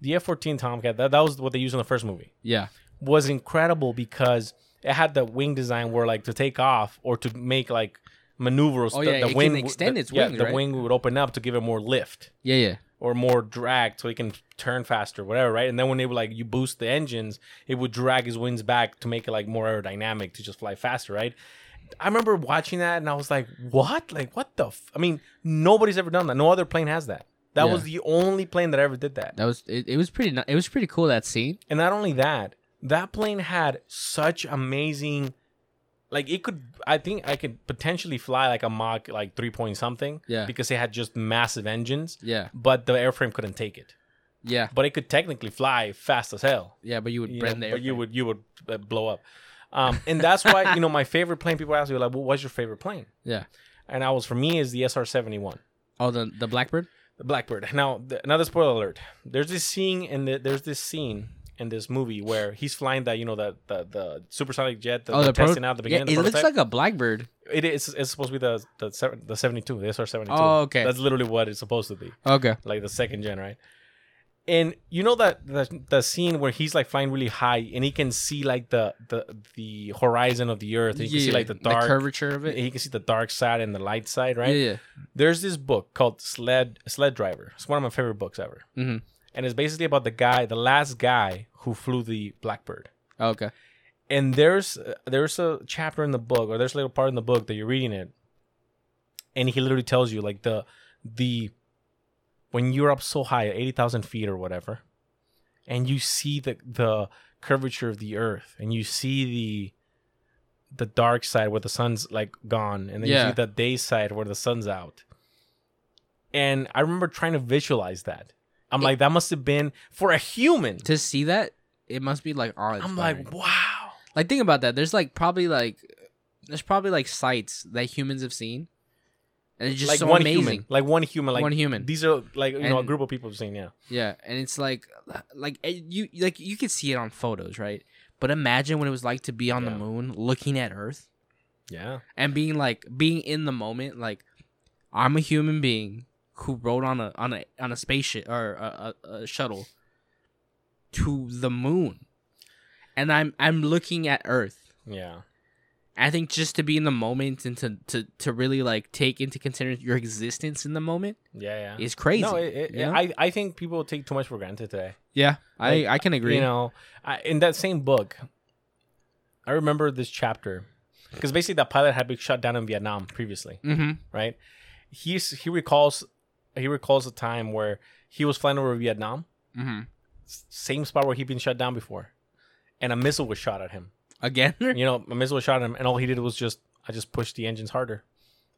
Speaker 2: the F-14 Tomcat. That that was what they used in the first movie.
Speaker 3: Yeah.
Speaker 2: was incredible because it had the wing design where like to take off or to make like maneuvers
Speaker 3: Oh,
Speaker 2: the,
Speaker 3: yeah,
Speaker 2: the
Speaker 3: it can
Speaker 2: wing w-
Speaker 3: extend
Speaker 2: the-
Speaker 3: its
Speaker 2: yeah,
Speaker 3: wings,
Speaker 2: the
Speaker 3: right?
Speaker 2: wing would open up to give it more lift
Speaker 3: Yeah. Yeah.
Speaker 2: or more drag so it can turn faster whatever right and then when they would like you boost the engines it would drag his wings back to make it like more aerodynamic to just fly faster right i remember watching that and i was like what like what the f-? i mean nobody's ever done that no other plane has that that
Speaker 3: Yeah.
Speaker 2: was the only plane that ever did that
Speaker 3: That was it. It was pretty. ni- It was pretty cool that scene.
Speaker 2: and not only that, that plane had such amazing like it could I think I could potentially fly like a Mach like three point something.
Speaker 3: Yeah.
Speaker 2: Because it had just massive engines.
Speaker 3: Yeah.
Speaker 2: But the airframe couldn't take it.
Speaker 3: Yeah.
Speaker 2: But it could technically fly fast as hell.
Speaker 3: Yeah. But you would
Speaker 2: You
Speaker 3: brand
Speaker 2: know,
Speaker 3: the
Speaker 2: but you
Speaker 3: airplane.
Speaker 2: would you would uh, blow up. Um, and that's why, you know, my favorite plane, people ask me like, well, what's your favorite plane?
Speaker 3: Yeah.
Speaker 2: And I was for me is the SR seventy one.
Speaker 3: Oh, the the Blackbird.
Speaker 2: The Blackbird. Now, th- another spoiler alert. There's this scene in the there's this scene in this movie where he's flying that you know that the, the supersonic jet that
Speaker 3: oh,
Speaker 2: they're
Speaker 3: the pro-
Speaker 2: testing out at the beginning.
Speaker 3: Yeah,
Speaker 2: the
Speaker 3: it looks
Speaker 2: prototype.
Speaker 3: like a Blackbird.
Speaker 2: it is. It's supposed to be the the seven, the seventy two, the SR seventy two.
Speaker 3: Oh, okay.
Speaker 2: That's literally what it's supposed to be,
Speaker 3: Okay.
Speaker 2: like the second gen, right? And you know that the, the scene where he's like flying really high and he can see like the the the horizon of the earth. and He can see like the dark.
Speaker 3: curvature of it.
Speaker 2: he can see the dark side and the light side, right?
Speaker 3: Yeah, yeah.
Speaker 2: there's this book called Sled Sled Driver. It's one of my favorite books ever,
Speaker 3: Mhm.
Speaker 2: and it's basically about the guy, the last guy who flew the Blackbird.
Speaker 3: Oh, okay.
Speaker 2: And there's there's a chapter in the book, or there's a little part in the book that you're reading it, and he literally tells you like the the when you're up so high, eighty thousand feet or whatever, and you see the the curvature of the Earth, and you see the the dark side where the sun's like gone, and then you
Speaker 3: Yeah.
Speaker 2: see the day side where the sun's out. And I remember trying to visualize that. I'm like, that must have been for a human.
Speaker 3: To see that, it must be like awe.
Speaker 2: I'm like, wow.
Speaker 3: like think about that. There's like probably like, there's probably like sights that humans have seen, and it's just
Speaker 2: like
Speaker 3: so
Speaker 2: one
Speaker 3: amazing.
Speaker 2: human, like one human, like
Speaker 3: One human.
Speaker 2: These are like you know a
Speaker 3: And-
Speaker 2: group of people saying, yeah,
Speaker 3: Yeah, and it's like, like eh, you like you could see it on photos, right? But imagine what it was like to be on
Speaker 2: Yeah.
Speaker 3: the moon, looking at Earth,
Speaker 2: yeah,
Speaker 3: and being like being in the moment. Like, I'm a human being who rode on a on a on a spaceship or a, a, a shuttle to the moon, and I'm I'm looking at Earth.
Speaker 2: yeah,
Speaker 3: I think just to be in the moment and to to, to really like take into consideration your existence in the moment
Speaker 2: yeah, yeah.
Speaker 3: is crazy.
Speaker 2: No, it, it,
Speaker 3: you know?
Speaker 2: I I think people take too much for granted today.
Speaker 3: yeah, I
Speaker 2: like,
Speaker 3: I can agree.
Speaker 2: You know, I, in that same book, I remember this chapter because basically that pilot had been shot down in Vietnam previously,
Speaker 3: Mm-hmm.
Speaker 2: right? He's he recalls he recalls a time where he was flying over Vietnam,
Speaker 3: Mm-hmm.
Speaker 2: s- same spot where he'd been shot down before, and a missile was shot at him.
Speaker 3: Again? (laughs)
Speaker 2: You know, a missile was shot at him, and all he did was just I just pushed the engines harder.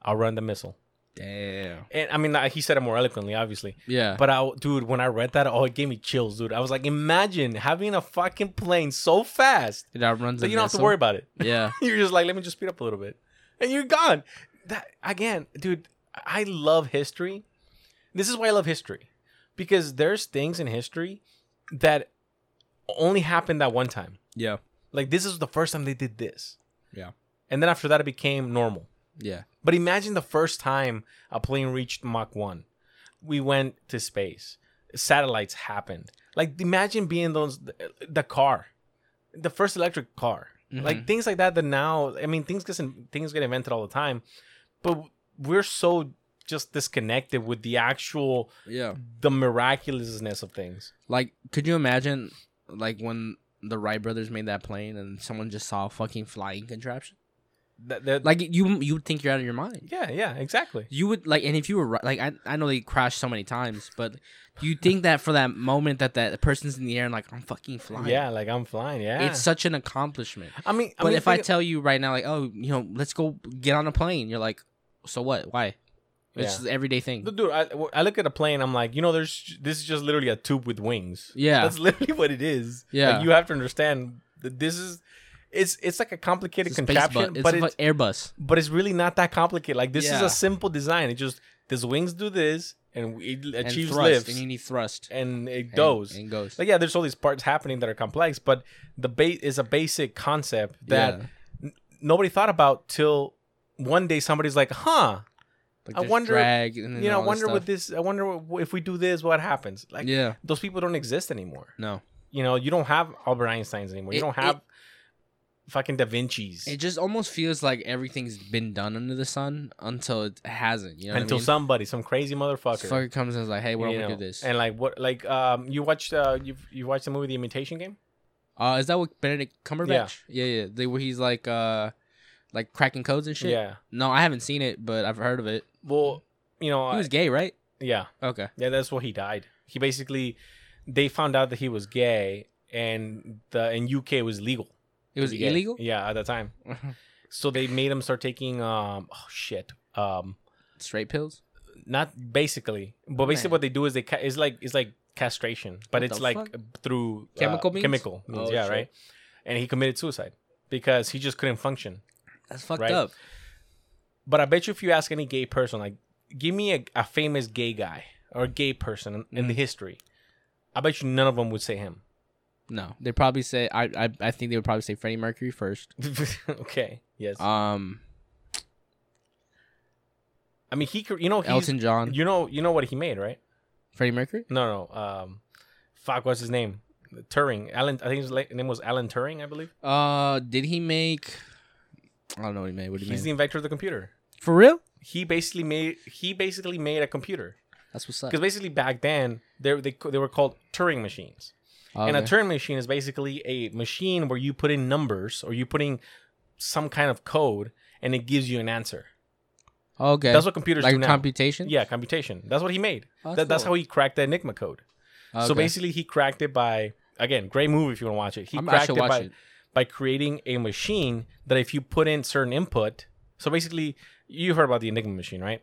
Speaker 2: I'll run the missile,
Speaker 3: Damn.
Speaker 2: and I mean I- he said it more eloquently, obviously.
Speaker 3: Yeah.
Speaker 2: But I, dude, when I read that, oh, it gave me chills, dude. I was like, imagine having a fucking plane so fast
Speaker 3: it outruns.
Speaker 2: that
Speaker 3: a
Speaker 2: you don't have to
Speaker 3: missile.
Speaker 2: worry about it. (laughs)
Speaker 3: Yeah.
Speaker 2: You're just like, let me just speed up a little bit, and you're gone. That again, dude. I love history. This is why I love history, because there's things in history that only happened that one time.
Speaker 3: Yeah.
Speaker 2: Like this is the first time they did this.
Speaker 3: Yeah.
Speaker 2: And then after that, it became normal.
Speaker 3: Yeah.
Speaker 2: But imagine the first time a plane reached Mach 1. We went to space. Satellites happened. Like imagine being those the car, the first electric car.
Speaker 3: Mm-hmm.
Speaker 2: Like things like that that now I mean things get things get invented all the time, but we're so just disconnected with the actual
Speaker 3: Yeah.
Speaker 2: the miraculousness of things.
Speaker 3: Like, could you imagine, like, when the Wright brothers made that plane and someone just saw a fucking flying contraption?
Speaker 2: That, that,
Speaker 3: Like, you you would think you're out of your mind.
Speaker 2: yeah, yeah, exactly.
Speaker 3: You would like, and if you were ri- like, I, I know they crashed so many times, but you think that for that moment that that person's in the air and like I'm fucking flying.
Speaker 2: Yeah, like I'm flying. Yeah,
Speaker 3: It's such an accomplishment.
Speaker 2: I mean,
Speaker 3: But
Speaker 2: I mean,
Speaker 3: if I
Speaker 2: think-
Speaker 3: tell you right now, like, oh, you know, let's go get on a plane, you're like, so what? Why? It's
Speaker 2: Yeah.
Speaker 3: just an everyday thing.
Speaker 2: But dude, I, w- I look at a plane. I'm like, you know, there's this is just literally a tube with wings.
Speaker 3: Yeah.
Speaker 2: that's (laughs) literally what it is.
Speaker 3: Yeah.
Speaker 2: like, you have to understand that this is, it's it's like a complicated
Speaker 3: It's a space
Speaker 2: contraption,
Speaker 3: bu-
Speaker 2: but
Speaker 3: it's
Speaker 2: it's
Speaker 3: an Airbus.
Speaker 2: but it's really not that complicated. Like this is
Speaker 3: Yeah.
Speaker 2: a simple design. It just these wings do this, and it
Speaker 3: And
Speaker 2: achieves
Speaker 3: thrust,
Speaker 2: lifts,
Speaker 3: and you
Speaker 2: and,
Speaker 3: need thrust.
Speaker 2: it goes.
Speaker 3: And, and goes.
Speaker 2: like yeah, there's all these parts happening that are complex, but the base is a basic concept that
Speaker 3: Yeah.
Speaker 2: n- nobody thought about till one day somebody's like, huh,
Speaker 3: Like,
Speaker 2: I
Speaker 3: there's
Speaker 2: wonder-
Speaker 3: drag and then
Speaker 2: you know, I
Speaker 3: all
Speaker 2: wonder what
Speaker 3: this.
Speaker 2: this. I wonder what, if we do this, what happens? Like,
Speaker 3: stuff. yeah.
Speaker 2: those people don't exist anymore.
Speaker 3: No.
Speaker 2: You know, you don't have Albert Einstein's anymore. You
Speaker 3: It-
Speaker 2: don't have fucking Da Vinci's
Speaker 3: It just almost feels like everything's been done under the sun until it hasn't. You know.
Speaker 2: until
Speaker 3: what
Speaker 2: somebody, some crazy
Speaker 3: I mean?
Speaker 2: motherfucker,
Speaker 3: This fucker comes and is like, hey, why
Speaker 2: you
Speaker 3: don't we
Speaker 2: know,
Speaker 3: do this?
Speaker 2: And like what? Like um, you watched uh, you you watched the movie The Imitation Game?
Speaker 3: uh, is that what Benedict Cumberbatch? Yeah. Yeah. They where he's like, uh, like cracking codes and shit.
Speaker 2: Yeah.
Speaker 3: No, I haven't seen it, but I've heard of it.
Speaker 2: Well, you know,
Speaker 3: He was
Speaker 2: I-
Speaker 3: gay, right?
Speaker 2: yeah,
Speaker 3: Okay.
Speaker 2: yeah. That's what he died. He basically, they found out that he was gay, and the in UK it was legal.
Speaker 3: It was
Speaker 2: to be gay.
Speaker 3: illegal.
Speaker 2: Yeah, at the time. So they made him start taking um oh shit um
Speaker 3: (laughs) Straight pills.
Speaker 2: not basically, but basically
Speaker 3: Man.
Speaker 2: what they do is they ca- it's like it's like castration, but
Speaker 3: What
Speaker 2: it's
Speaker 3: the
Speaker 2: like
Speaker 3: fuck?
Speaker 2: through uh,
Speaker 3: Chemical means?
Speaker 2: chemical means,
Speaker 3: Oh,
Speaker 2: yeah,
Speaker 3: shit.
Speaker 2: right. And he committed suicide because he just couldn't function.
Speaker 3: That's fucked
Speaker 2: Right.
Speaker 3: up.
Speaker 2: But I bet you if you ask any gay person, like, give me a, a famous gay guy or gay person in, in the
Speaker 3: Mm-hmm.
Speaker 2: history, I bet you none of them would say him. (laughs)
Speaker 3: No, they probably say I, I. I think they would probably say Freddie Mercury first.
Speaker 2: okay, yes.
Speaker 3: Um,
Speaker 2: I mean, he, cr- you know, he's,
Speaker 3: Elton John,
Speaker 2: you know, you know what he made, right?
Speaker 3: Freddie Mercury.
Speaker 2: No, no. Um, fuck, what's his name? Turing. Alan. I think his la- name was Alan Turing, I believe.
Speaker 3: Uh, did he make? I don't know what he made. What did he
Speaker 2: He's
Speaker 3: make?
Speaker 2: the inventor of the computer.
Speaker 3: For real?
Speaker 2: he basically made he basically made a computer
Speaker 3: That's what's up.
Speaker 2: because basically back then they they they were called Turing machines,
Speaker 3: Oh,
Speaker 2: and a
Speaker 3: okay.
Speaker 2: Turing machine is basically a machine where you put in numbers or you put in some kind of code and it gives you an answer.
Speaker 3: okay.
Speaker 2: That's what computers
Speaker 3: like
Speaker 2: do now.
Speaker 3: computation.
Speaker 2: yeah, computation. That's what he made.
Speaker 3: Oh,
Speaker 2: That, that's
Speaker 3: cool.
Speaker 2: how he cracked the Enigma code. So
Speaker 3: Okay.
Speaker 2: basically, he cracked it by again, great movie if you want to watch it. He
Speaker 3: I'm- I
Speaker 2: cracked
Speaker 3: should
Speaker 2: it
Speaker 3: watch
Speaker 2: by
Speaker 3: it.
Speaker 2: by creating a machine that if you put in certain input, so basically you heard about the Enigma machine, right?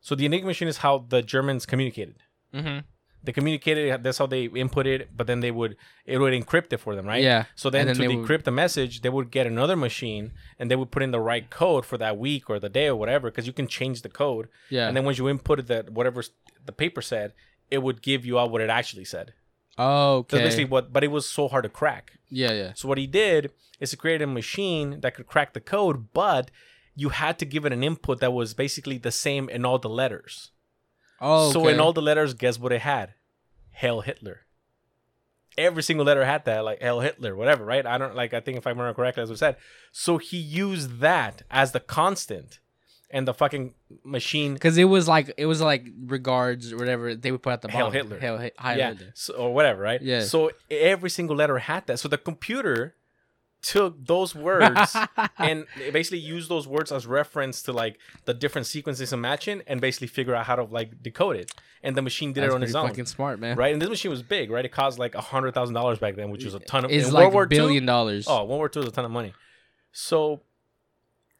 Speaker 2: So the Enigma machine is how the Germans communicated. Mm-hmm.
Speaker 3: Mhm.
Speaker 2: They communicated. That's how they inputted, but then they would it would encrypt it for them, right?
Speaker 3: Yeah.
Speaker 2: So then,
Speaker 3: And then
Speaker 2: to
Speaker 3: they
Speaker 2: decrypt
Speaker 3: would-
Speaker 2: the message, they would get another machine and they would put in the right code for that week or the day or whatever, because you can change the code.
Speaker 3: Yeah.
Speaker 2: And then once you inputted that whatever s- the paper said, it would give you out what it actually said.
Speaker 3: okay.
Speaker 2: That's basically what. But it was so hard to crack.
Speaker 3: yeah, yeah.
Speaker 2: So what he did is he created a machine that could crack the code, but you had to give it an input that was basically the same in all the letters.
Speaker 3: Oh,
Speaker 2: So in all the letters, guess what it had? Hail Hitler. Every single letter had that, like Hail Hitler, whatever, right? I don't like. I think if I remember correctly, as we said. So he used that as the constant, and the fucking machine
Speaker 3: because it was like it was like regards or whatever they would put at the
Speaker 2: Hail
Speaker 3: bottom.
Speaker 2: Hitler.
Speaker 3: Hail, Hi- Heil
Speaker 2: yeah,
Speaker 3: Hitler.
Speaker 2: so, or whatever, right?
Speaker 3: Yeah.
Speaker 2: So every single letter had that. So the computer took those
Speaker 3: (laughs)
Speaker 2: words and basically used those words as reference to like the different sequences and matching and basically figure out how to like decode it. And the machine did
Speaker 3: That's
Speaker 2: it on its
Speaker 3: pretty
Speaker 2: own.
Speaker 3: fucking smart, man.
Speaker 2: Right? And this machine was big, right? It cost like a hundred thousand dollars back then, which was a ton of
Speaker 3: Is
Speaker 2: in
Speaker 3: like
Speaker 2: World War
Speaker 3: a
Speaker 2: II,
Speaker 3: billion dollars.
Speaker 2: Oh, World War II is a ton of money. So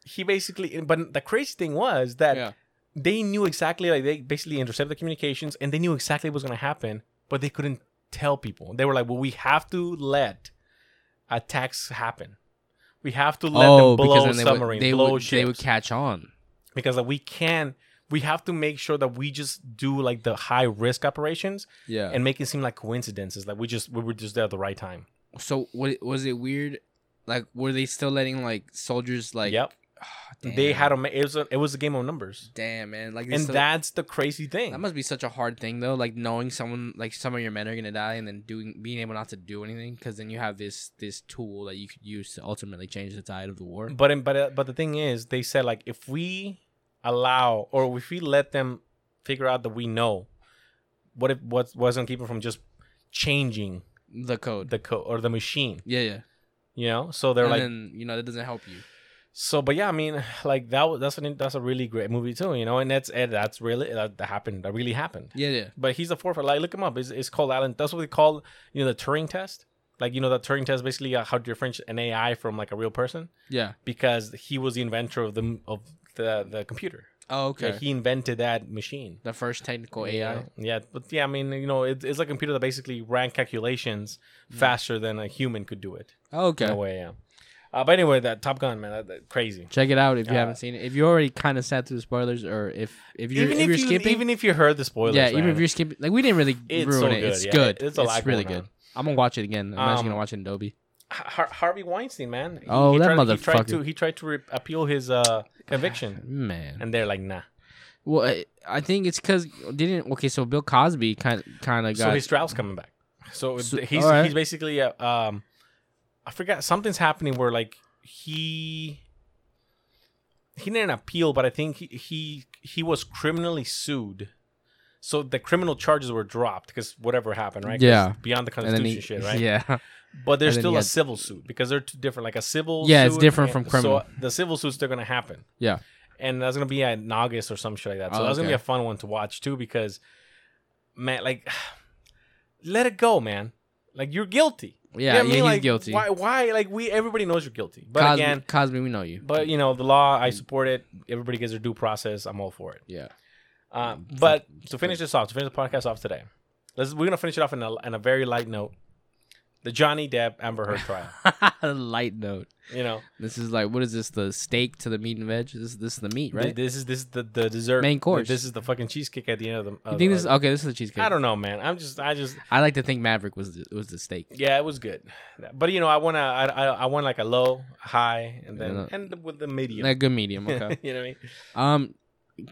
Speaker 2: he basically, but the crazy thing was that
Speaker 3: Yeah.
Speaker 2: they knew exactly, like they basically intercepted the communications and they knew exactly what was going to happen, but they couldn't tell people. They were like, well, we have to let attacks happen. We have to let
Speaker 3: oh,
Speaker 2: them blow
Speaker 3: because then they would,
Speaker 2: submarines,
Speaker 3: they,
Speaker 2: blow
Speaker 3: would,
Speaker 2: ships.
Speaker 3: they would catch on.
Speaker 2: because like, we can, we have to make sure that we just do like the high risk operations
Speaker 3: Yeah.
Speaker 2: and make it seem like coincidences. Like we just, we were just there at the right time.
Speaker 3: so what was it weird? Like were they still letting like soldiers like "Ah,
Speaker 2: yep. They had a, it was a, it was a game of numbers.
Speaker 3: damn man like they
Speaker 2: and
Speaker 3: still-
Speaker 2: that's the crazy thing.
Speaker 3: that must be such a hard thing though like knowing someone like some of your men are gonna die and then doing being able not to do anything because then you have this this tool that you could use to ultimately change the tide of the war
Speaker 2: but in, but uh, but the thing is, they said like if we allow or if we let them figure out that we know, what if what what's gonna keep them from just changing
Speaker 3: the code
Speaker 2: the code or the machine?
Speaker 3: yeah yeah
Speaker 2: You know, so they're
Speaker 3: and
Speaker 2: like
Speaker 3: then you know that doesn't help you
Speaker 2: so. But yeah, I mean, (sighs) like that was that's an that's a really great movie too. You know, and that's and that's really that, that happened. That really happened.
Speaker 3: yeah yeah
Speaker 2: But he's a forfeit. Like look him up. It's, it's called Alan. That's what they call you know the Turing test. Like you know the Turing test basically uh, how to differentiate an AI from like a real person.
Speaker 3: yeah
Speaker 2: because he was the inventor of the of the the computer.
Speaker 3: oh
Speaker 2: Yeah,
Speaker 3: okay Oh,
Speaker 2: he invented that machine.
Speaker 3: the first technical
Speaker 2: You
Speaker 3: AI
Speaker 2: know? Yeah, but yeah, I mean, you know, it, it's a computer that basically ran calculations
Speaker 3: Hmm.
Speaker 2: faster than a human could do it.
Speaker 3: oh, okay
Speaker 2: No way, yeah. Uh, but anyway, that Top Gun, man, that, that- crazy.
Speaker 3: check it out if you
Speaker 2: Uh,
Speaker 3: haven't seen it if you already kind of sat through the spoilers or if if you're
Speaker 2: even
Speaker 3: if,
Speaker 2: if,
Speaker 3: you're
Speaker 2: you
Speaker 3: skipping
Speaker 2: even if you heard the spoilers,
Speaker 3: yeah even
Speaker 2: man.
Speaker 3: if you're skipping like we didn't really
Speaker 2: It's
Speaker 3: ruin
Speaker 2: so
Speaker 3: it
Speaker 2: good,
Speaker 3: it's
Speaker 2: yeah.
Speaker 3: good
Speaker 2: It's a lot
Speaker 3: really
Speaker 2: going on.
Speaker 3: good I'm gonna watch it again I'm actually
Speaker 2: Um,
Speaker 3: gonna watch it in Adobe
Speaker 2: Har- Harvey Weinstein, man. He-
Speaker 3: Oh,
Speaker 2: he tried, He
Speaker 3: that
Speaker 2: tried
Speaker 3: motherfucker.
Speaker 2: to he tried to re- appeal his uh, conviction,
Speaker 3: man
Speaker 2: and they're like, nah.
Speaker 3: Well, I- I think it's because didn't okay. So Bill Cosby kind kind of
Speaker 2: So
Speaker 3: got
Speaker 2: his trial's coming back. So,
Speaker 3: So-
Speaker 2: th- he's
Speaker 3: alright.
Speaker 2: he's basically uh, um, I forgot something's happening where like he he didn't appeal, but I think he he, he was criminally sued. So the criminal charges were dropped because whatever happened, right? 'Cause
Speaker 3: Yeah.
Speaker 2: beyond the
Speaker 3: and then
Speaker 2: constitution
Speaker 3: he,
Speaker 2: shit, right?
Speaker 3: yeah, (laughs)
Speaker 2: But there's
Speaker 3: and then
Speaker 2: still
Speaker 3: he
Speaker 2: a
Speaker 3: had-
Speaker 2: civil suit because they're two different. Like a civil,
Speaker 3: Yeah, it's
Speaker 2: suit
Speaker 3: different
Speaker 2: and-
Speaker 3: from criminal.
Speaker 2: So the civil suit's still gonna happen
Speaker 3: yeah.
Speaker 2: and that's gonna be in August or some shit like that. So
Speaker 3: Oh,
Speaker 2: that's gonna be a
Speaker 3: okay.
Speaker 2: fun one to watch too because, man, like, (sighs) let it go, man. Like you're guilty.
Speaker 3: Yeah,
Speaker 2: what
Speaker 3: yeah, he's
Speaker 2: Like,
Speaker 3: guilty.
Speaker 2: Why? Why? Like we, everybody knows you're guilty. But
Speaker 3: Cosby,
Speaker 2: again,
Speaker 3: Cosby, we know you.
Speaker 2: but you know the law.
Speaker 3: Mm.
Speaker 2: I support it. Everybody gets their due process. I'm all for it.
Speaker 3: yeah, (laughs)
Speaker 2: Uh,
Speaker 3: Mm,
Speaker 2: but to finish this off, to finish the podcast off today, let's we're gonna finish it off in a, in a very light note. The Johnny Depp Amber Heard trial.
Speaker 3: light note.
Speaker 2: you know,
Speaker 3: This is like what is this? The steak to the meat and veg. This this is the meat, right?
Speaker 2: right? This is this is the the dessert
Speaker 3: Main course.
Speaker 2: This is the fucking cheesecake at the end of the.
Speaker 3: you
Speaker 2: of
Speaker 3: think
Speaker 2: the-
Speaker 3: this is okay? This is the cheesecake.
Speaker 2: I don't know, man. I'm just, I just,
Speaker 3: I like to think Maverick was the, was the steak.
Speaker 2: Yeah, it was good, but you know, I want to, I, I, I want like a low, high, and then
Speaker 3: Yeah.
Speaker 2: end with the medium. (laughs)
Speaker 3: Like good medium. Okay.
Speaker 2: you know what I mean?
Speaker 3: um,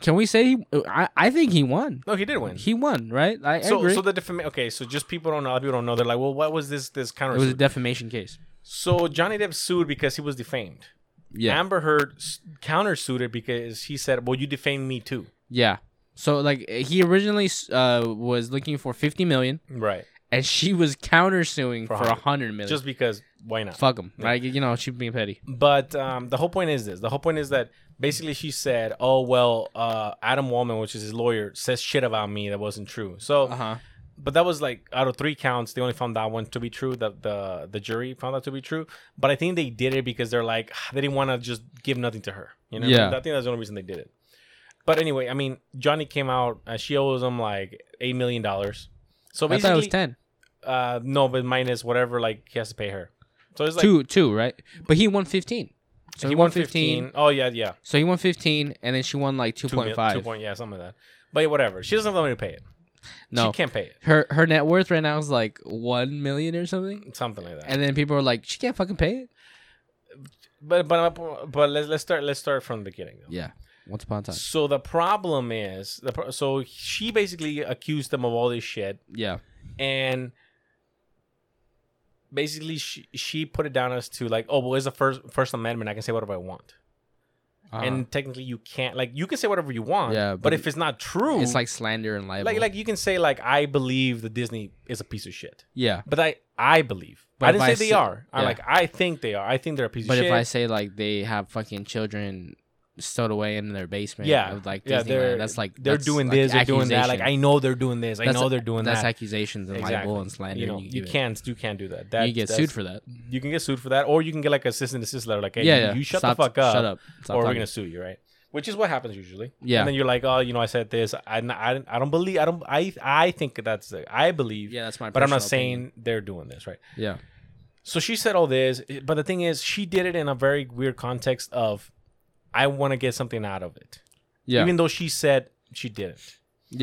Speaker 3: can we say he, I I think he won.
Speaker 2: No, he did win.
Speaker 3: He won, right? I, I
Speaker 2: so,
Speaker 3: agree.
Speaker 2: so the defamation. Okay, so just people don't know. a lot of People don't know. They're like, well, what was this? This counter.
Speaker 3: it was a
Speaker 2: suit?
Speaker 3: defamation case.
Speaker 2: so Johnny Depp sued because he was defamed.
Speaker 3: Yeah.
Speaker 2: Amber Heard s- countersued it because he said, "Well, you defamed me too."
Speaker 3: Yeah. So like he originally uh, was looking for 50 million
Speaker 2: Right.
Speaker 3: and she was countersuing
Speaker 2: For
Speaker 3: for,
Speaker 2: a
Speaker 3: for 100
Speaker 2: hundred.
Speaker 3: million.
Speaker 2: Just because. Why not?
Speaker 3: fuck him. Like you know, she being petty.
Speaker 2: But um, the whole point is this. The whole point is that basically she said, "Oh well, uh, Adam Wallman, which is his lawyer, says shit about me that wasn't true." So.
Speaker 3: Uh-huh.
Speaker 2: but that was like out of three counts, they only found that one to be true. That the the jury found that to be true. But I think they did it because they're like (sighs) they didn't want to just give nothing to her. You know, what I
Speaker 3: Yeah.
Speaker 2: mean? I think that's the only reason they did it. But anyway, I mean, Johnny came out. Uh, she owes him like eight million dollars. So
Speaker 3: I thought it was
Speaker 2: basically,
Speaker 3: 10.
Speaker 2: uh, no, but minus whatever like he has to pay her. So it's like
Speaker 3: 2 2, right? But he won 15. So he, won 15.
Speaker 2: Oh yeah, yeah,
Speaker 3: So he won 15 and then she won like
Speaker 2: two mil-
Speaker 3: 2.5.
Speaker 2: two point, yeah, something like that. But whatever, she doesn't have the money to pay it.
Speaker 3: no.
Speaker 2: She can't pay it.
Speaker 3: Her her net worth right now is like 1 million or something.
Speaker 2: Something like that.
Speaker 3: And then people are like, "She can't fucking pay it."
Speaker 2: but but uh, but let's let's start let's start from the beginning. Though.
Speaker 3: Yeah. Once upon a time.
Speaker 2: So the problem is, the pro- so she basically accused them of all this shit,
Speaker 3: Yeah.
Speaker 2: and basically she she put it down as to like, oh well, it's the first First Amendment. I can say whatever I want. and technically you can't like you can say whatever you want.
Speaker 3: Uh-huh. Yeah,
Speaker 2: but,
Speaker 3: but
Speaker 2: if it's not true,
Speaker 3: Uh, it's like slander and libel.
Speaker 2: like like you can say like I believe that Disney is a piece of shit,
Speaker 3: yeah.
Speaker 2: but I I believe.
Speaker 3: But
Speaker 2: I
Speaker 3: if
Speaker 2: didn't
Speaker 3: I
Speaker 2: say they
Speaker 3: say-
Speaker 2: are. I
Speaker 3: yeah.
Speaker 2: like I think they are. I think they're a piece
Speaker 3: But
Speaker 2: of
Speaker 3: if
Speaker 2: shit.
Speaker 3: I say like they have fucking children stowed away in their basement,
Speaker 2: yeah,
Speaker 3: of, like
Speaker 2: yeah,
Speaker 3: Disneyland,
Speaker 2: they're
Speaker 3: that's like
Speaker 2: they're
Speaker 3: that's,
Speaker 2: doing
Speaker 3: like,
Speaker 2: this, they're doing that. Like
Speaker 3: accusation.
Speaker 2: I know they're doing this. I
Speaker 3: That's-
Speaker 2: know they're doing
Speaker 3: that's
Speaker 2: that.
Speaker 3: accusations and libel and slander.
Speaker 2: You
Speaker 3: and
Speaker 2: know,
Speaker 3: you,
Speaker 2: you
Speaker 3: give it-
Speaker 2: can't you can't do that. That
Speaker 3: you get
Speaker 2: that's-
Speaker 3: sued for that.
Speaker 2: You can get sued for that, or you can get like a cease and desist letter, like, hey,
Speaker 3: yeah,
Speaker 2: you,
Speaker 3: yeah.
Speaker 2: you shut
Speaker 3: Stop-
Speaker 2: the fuck up,
Speaker 3: Shut up. Stop
Speaker 2: or we're
Speaker 3: talking.
Speaker 2: gonna sue you, right? Which is what happens usually.
Speaker 3: Yeah.
Speaker 2: And then you're like, oh, you know, I said this. I, I, I don't believe. I don't. I I think that's. it. I believe.
Speaker 3: Yeah, that's my.
Speaker 2: But I'm not
Speaker 3: personal
Speaker 2: saying
Speaker 3: opinion.
Speaker 2: they're doing this, right?
Speaker 3: Yeah.
Speaker 2: So she said all this, but the thing is, she did it in a very weird context of, I want to get something out of it,
Speaker 3: Yeah.
Speaker 2: even though she said she didn't.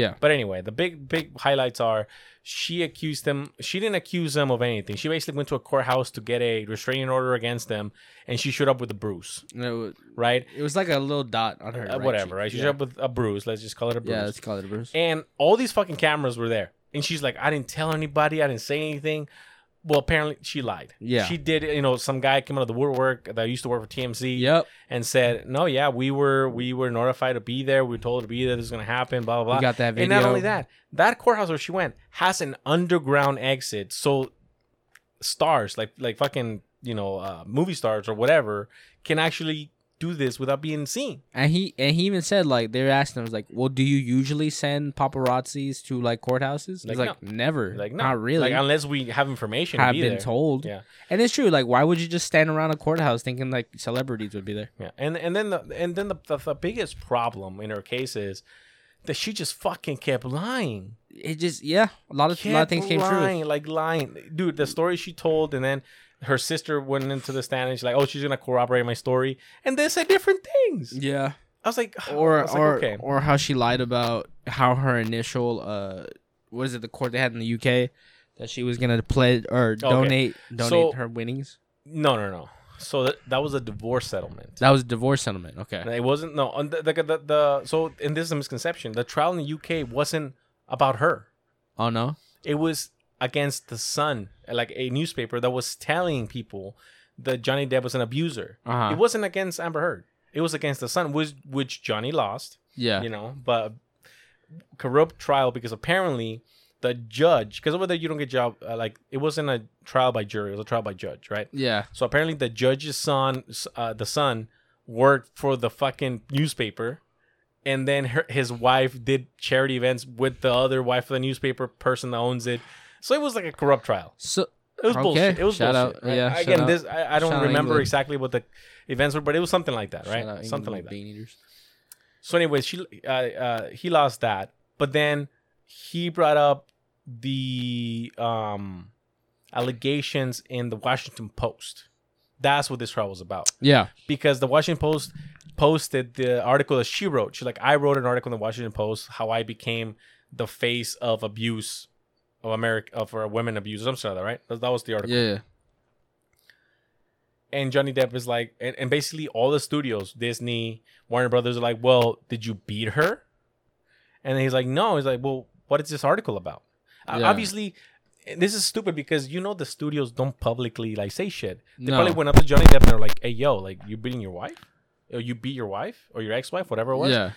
Speaker 3: yeah.
Speaker 2: But anyway, the big big highlights are she accused them. She didn't accuse them of anything. She basically went to a courthouse to get a restraining order against them, and she showed up with a bruise,
Speaker 3: No, it-
Speaker 2: right?
Speaker 3: it was like a little dot on her.
Speaker 2: Uh,
Speaker 3: right
Speaker 2: whatever,
Speaker 3: cheek.
Speaker 2: right? She
Speaker 3: Yeah.
Speaker 2: showed up with a bruise. Let's just call it a bruise.
Speaker 3: yeah, let's call it a bruise.
Speaker 2: and all these fucking cameras were there, and she's like, "I didn't tell anybody. I didn't say anything." Well, apparently she lied.
Speaker 3: Yeah.
Speaker 2: she did. You know, some guy came out of the woodwork that used to work for TMZ.
Speaker 3: Yep.
Speaker 2: and said, "No, yeah, we were we were notified to be there. We were told to be there. This is gonna happen. Blah blah blah."
Speaker 3: We got that
Speaker 2: And not
Speaker 3: video.
Speaker 2: only that, that courthouse where she went has an underground exit, so stars like like fucking you know uh, movie stars or whatever can actually do this without being seen.
Speaker 3: And he and he even said like they were asking him was like, well, do you usually send paparazzis to like courthouses?
Speaker 2: Like,
Speaker 3: He's like, never,
Speaker 2: Like,
Speaker 3: like
Speaker 2: no,
Speaker 3: not really.
Speaker 2: Like unless we have information, to
Speaker 3: have
Speaker 2: be
Speaker 3: been
Speaker 2: there.
Speaker 3: told.
Speaker 2: Yeah.
Speaker 3: And it's true. Like, why would you just stand around a courthouse thinking like celebrities would be there?
Speaker 2: Yeah, and and then the and then the, the, the biggest problem in her case is that she just fucking kept lying.
Speaker 3: It just yeah, a lot of a lot
Speaker 2: kept
Speaker 3: of things came
Speaker 2: lying,
Speaker 3: true.
Speaker 2: Like lying, dude. The story she told, and then her sister went into the stand and she's like, "Oh, she's gonna corroborate my story," and they said different things.
Speaker 3: Yeah.
Speaker 2: I was like, (sighs) I
Speaker 3: Or
Speaker 2: was like,
Speaker 3: or
Speaker 2: okay,
Speaker 3: or how she lied about how her initial uh what is it the court they had in the UK that she was gonna pledge or donate donate
Speaker 2: So-
Speaker 3: her winnings.
Speaker 2: no, no, no. So that, that was a divorce settlement.
Speaker 3: That was a divorce settlement. Okay.
Speaker 2: And it wasn't no. and The, the, the, the- so and this is a misconception. The trial in the UK wasn't about her.
Speaker 3: Oh no.
Speaker 2: It was against the Sun, like a newspaper that was telling people that Johnny Depp was an abuser.
Speaker 3: Uh-huh.
Speaker 2: It wasn't against Amber Heard. It was against the Sun, which which Johnny lost.
Speaker 3: Yeah.
Speaker 2: you know but corrupt trial because apparently the judge because over there you don't get job uh, like it wasn't a trial by jury it was a trial by judge right
Speaker 3: Yeah.
Speaker 2: so apparently the judge's son uh, the son worked for the fucking newspaper and then her, his wife did charity events with the other wife of the newspaper person that owns it so it was like a corrupt trial
Speaker 3: So
Speaker 2: it was
Speaker 3: Okay.
Speaker 2: bullshit. It was
Speaker 3: Shout
Speaker 2: bullshit.
Speaker 3: out- yeah, shout
Speaker 2: Again,
Speaker 3: out-
Speaker 2: this I, I don't
Speaker 3: shout out
Speaker 2: remember
Speaker 3: England.
Speaker 2: exactly what the events were, but it was something like that,
Speaker 3: Shout
Speaker 2: right?
Speaker 3: out
Speaker 2: Something
Speaker 3: England
Speaker 2: like that.
Speaker 3: Bean eaters.
Speaker 2: So, anyways, she uh, uh, he lost that, but then he brought up the um, allegations in the Washington Post. That's what this trial was about
Speaker 3: Yeah.
Speaker 2: because the Washington Post posted the article that she wrote. She's like, I wrote an article in the Washington Post how I became the face of abuse of America of uh, women abuse. I'm sorry, right? That, that was the article.
Speaker 3: Yeah. yeah.
Speaker 2: And Johnny Depp is like, and, and basically all the studios, Disney, Warner Brothers, are like, well, did you beat her? And then he's like, no. He's like, well, what is this article about? Uh,
Speaker 3: Yeah.
Speaker 2: obviously, this is stupid because you know the studios don't publicly like say shit. They
Speaker 3: No.
Speaker 2: probably went up to Johnny Depp and they're like, hey, yo, like you beating your wife, or you beat your wife or your ex-wife, whatever it was.
Speaker 3: Yeah.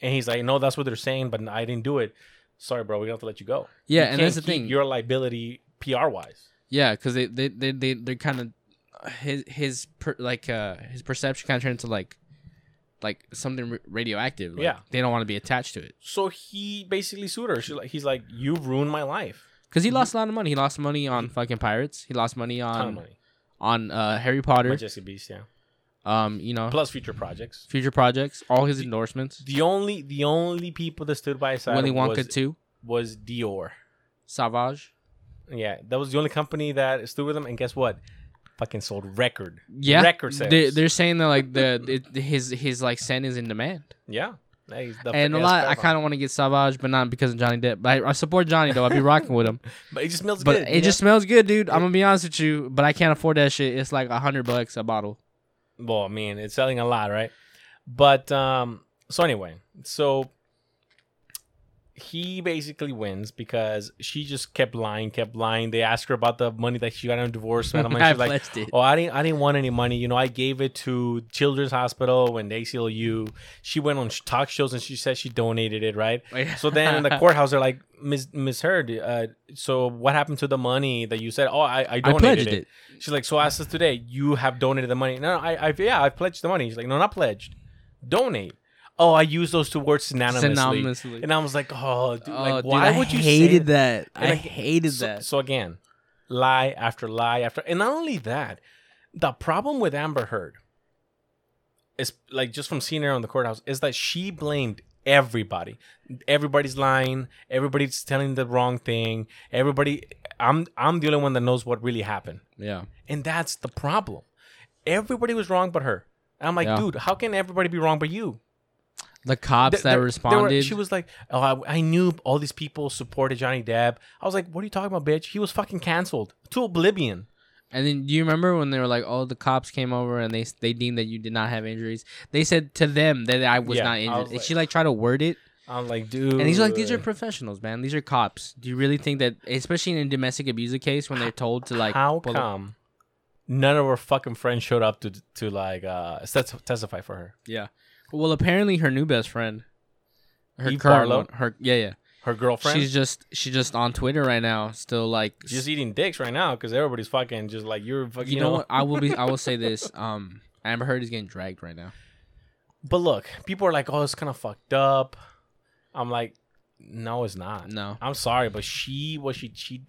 Speaker 2: And he's like, no, that's what they're saying, but I didn't do it. Sorry, bro, we have to let you go.
Speaker 3: Yeah,
Speaker 2: You
Speaker 3: and that's the
Speaker 2: can't keep
Speaker 3: thing.
Speaker 2: Your liability, PR wise.
Speaker 3: Yeah, because they they they they they're kind of his his per, like uh his perception kind of turned into like like something r- radioactive. Like,
Speaker 2: Yeah.
Speaker 3: they don't want to be attached to it
Speaker 2: So he basically sued her. She's like, he's like, you ruined my life.
Speaker 3: because he lost a lot of money. He lost money on fucking pirates. He lost money
Speaker 2: Mm-hmm. ton of
Speaker 3: on
Speaker 2: money.
Speaker 3: on uh Harry Potter.
Speaker 2: Majestic Beast, yeah.
Speaker 3: Um, you know,
Speaker 2: Plus future projects.
Speaker 3: future projects, all his endorsements.
Speaker 2: The only the only people that stood by his side
Speaker 3: Willy
Speaker 2: was,
Speaker 3: Wonka two,
Speaker 2: was Dior.
Speaker 3: Savage.
Speaker 2: Yeah, that was the only company that stood with him. And guess what? Fucking sold record.
Speaker 3: Yeah,
Speaker 2: Record sales.
Speaker 3: They, they're saying that
Speaker 2: (laughs)
Speaker 3: like the it, his his like scent is in demand.
Speaker 2: Yeah. That is the-
Speaker 3: and a
Speaker 2: that's
Speaker 3: lot, I
Speaker 2: Paramount.
Speaker 3: kind of want to get Savage, but not because of Johnny Depp. But I, I support Johnny though.
Speaker 2: (laughs)
Speaker 3: I'd be rocking with him.
Speaker 2: But it just smells
Speaker 3: But
Speaker 2: good.
Speaker 3: it
Speaker 2: you know?
Speaker 3: just smells good, dude. I'm gonna be honest with you, but I can't afford that shit. It's like a hundred bucks
Speaker 2: (laughs)
Speaker 3: a bottle.
Speaker 2: well, I mean, it's selling a lot, right? But um, so anyway, so he basically wins because she just kept lying, kept lying. They asked her about the money that she got in a divorce (laughs) settlement.
Speaker 3: (laughs) I
Speaker 2: She's like,
Speaker 3: pledged it.
Speaker 2: "Oh, I didn't, I didn't want any money. You know, I gave it to Children's Hospital and the ACLU." She went on sh- talk shows and she said she donated it, right? oh,
Speaker 3: (laughs)
Speaker 2: So then in (laughs) the courthouse, they're like, "Miss, Miss Heard, uh, so what happened to the money that you said? Oh, I, I
Speaker 3: I
Speaker 2: donated
Speaker 3: pledged
Speaker 2: it.
Speaker 3: it.
Speaker 2: She's like, "So as of today, you have donated the money." No, no, I, I, yeah, I pledged the money. She's like, "No, not pledged, donate." Oh, I use those two words synonymously.
Speaker 3: Synonymously.
Speaker 2: And I was like, "Oh, dude,
Speaker 3: oh,
Speaker 2: like,
Speaker 3: dude,
Speaker 2: why
Speaker 3: I
Speaker 2: would you say
Speaker 3: hated that?
Speaker 2: And
Speaker 3: I
Speaker 2: like,
Speaker 3: hated
Speaker 2: so,
Speaker 3: that.
Speaker 2: So again, lie after lie after, and not only that, the problem with Amber Heard is like just from seeing her on the courthouse is that she blamed everybody. Everybody's lying. Everybody's telling the wrong thing. Everybody, I'm I'm the only one that knows what really happened,
Speaker 3: Yeah.
Speaker 2: and that's the problem. Everybody was wrong but her. And I'm like,
Speaker 3: Yeah.
Speaker 2: dude, how can everybody be wrong but you?
Speaker 3: The
Speaker 2: There-
Speaker 3: cops that
Speaker 2: there-
Speaker 3: responded.
Speaker 2: there were- she was like, "Oh, I, I knew all these people supported Johnny Depp." I was like, "What are you talking about, bitch? He was fucking canceled to oblivion."
Speaker 3: And then do you remember when they were like, "Oh, the cops came over and they they deemed that you did not have injuries." They said to them that I was
Speaker 2: Yeah,
Speaker 3: not
Speaker 2: I
Speaker 3: injured.
Speaker 2: was
Speaker 3: and
Speaker 2: like-
Speaker 3: she like tried to word it,
Speaker 2: I'm like, dude.
Speaker 3: and he's like, "These are professionals, man. These are cops. Do you really think that, especially in a domestic abuser case, when they're told to like,
Speaker 2: how
Speaker 3: pull-
Speaker 2: come none of her fucking friends showed up to to like uh stes- testify for her?
Speaker 3: Yeah. Well, apparently her new best friend, her
Speaker 2: Eve
Speaker 3: current
Speaker 2: Barlow?
Speaker 3: one, her yeah yeah,
Speaker 2: Her girlfriend.
Speaker 3: she's
Speaker 2: She's
Speaker 3: just she's just on Twitter right now, still like,
Speaker 2: just eating dicks right now because everybody's fucking just like you're fucking.
Speaker 3: you, know, what? I will be. I will
Speaker 2: (laughs)
Speaker 3: say this. Um, Amber Heard is getting dragged right now.
Speaker 2: But look, people are like, "Oh, it's kind of fucked up." I'm like, "No, it's not."
Speaker 3: No.
Speaker 2: I'm sorry, but she was she she,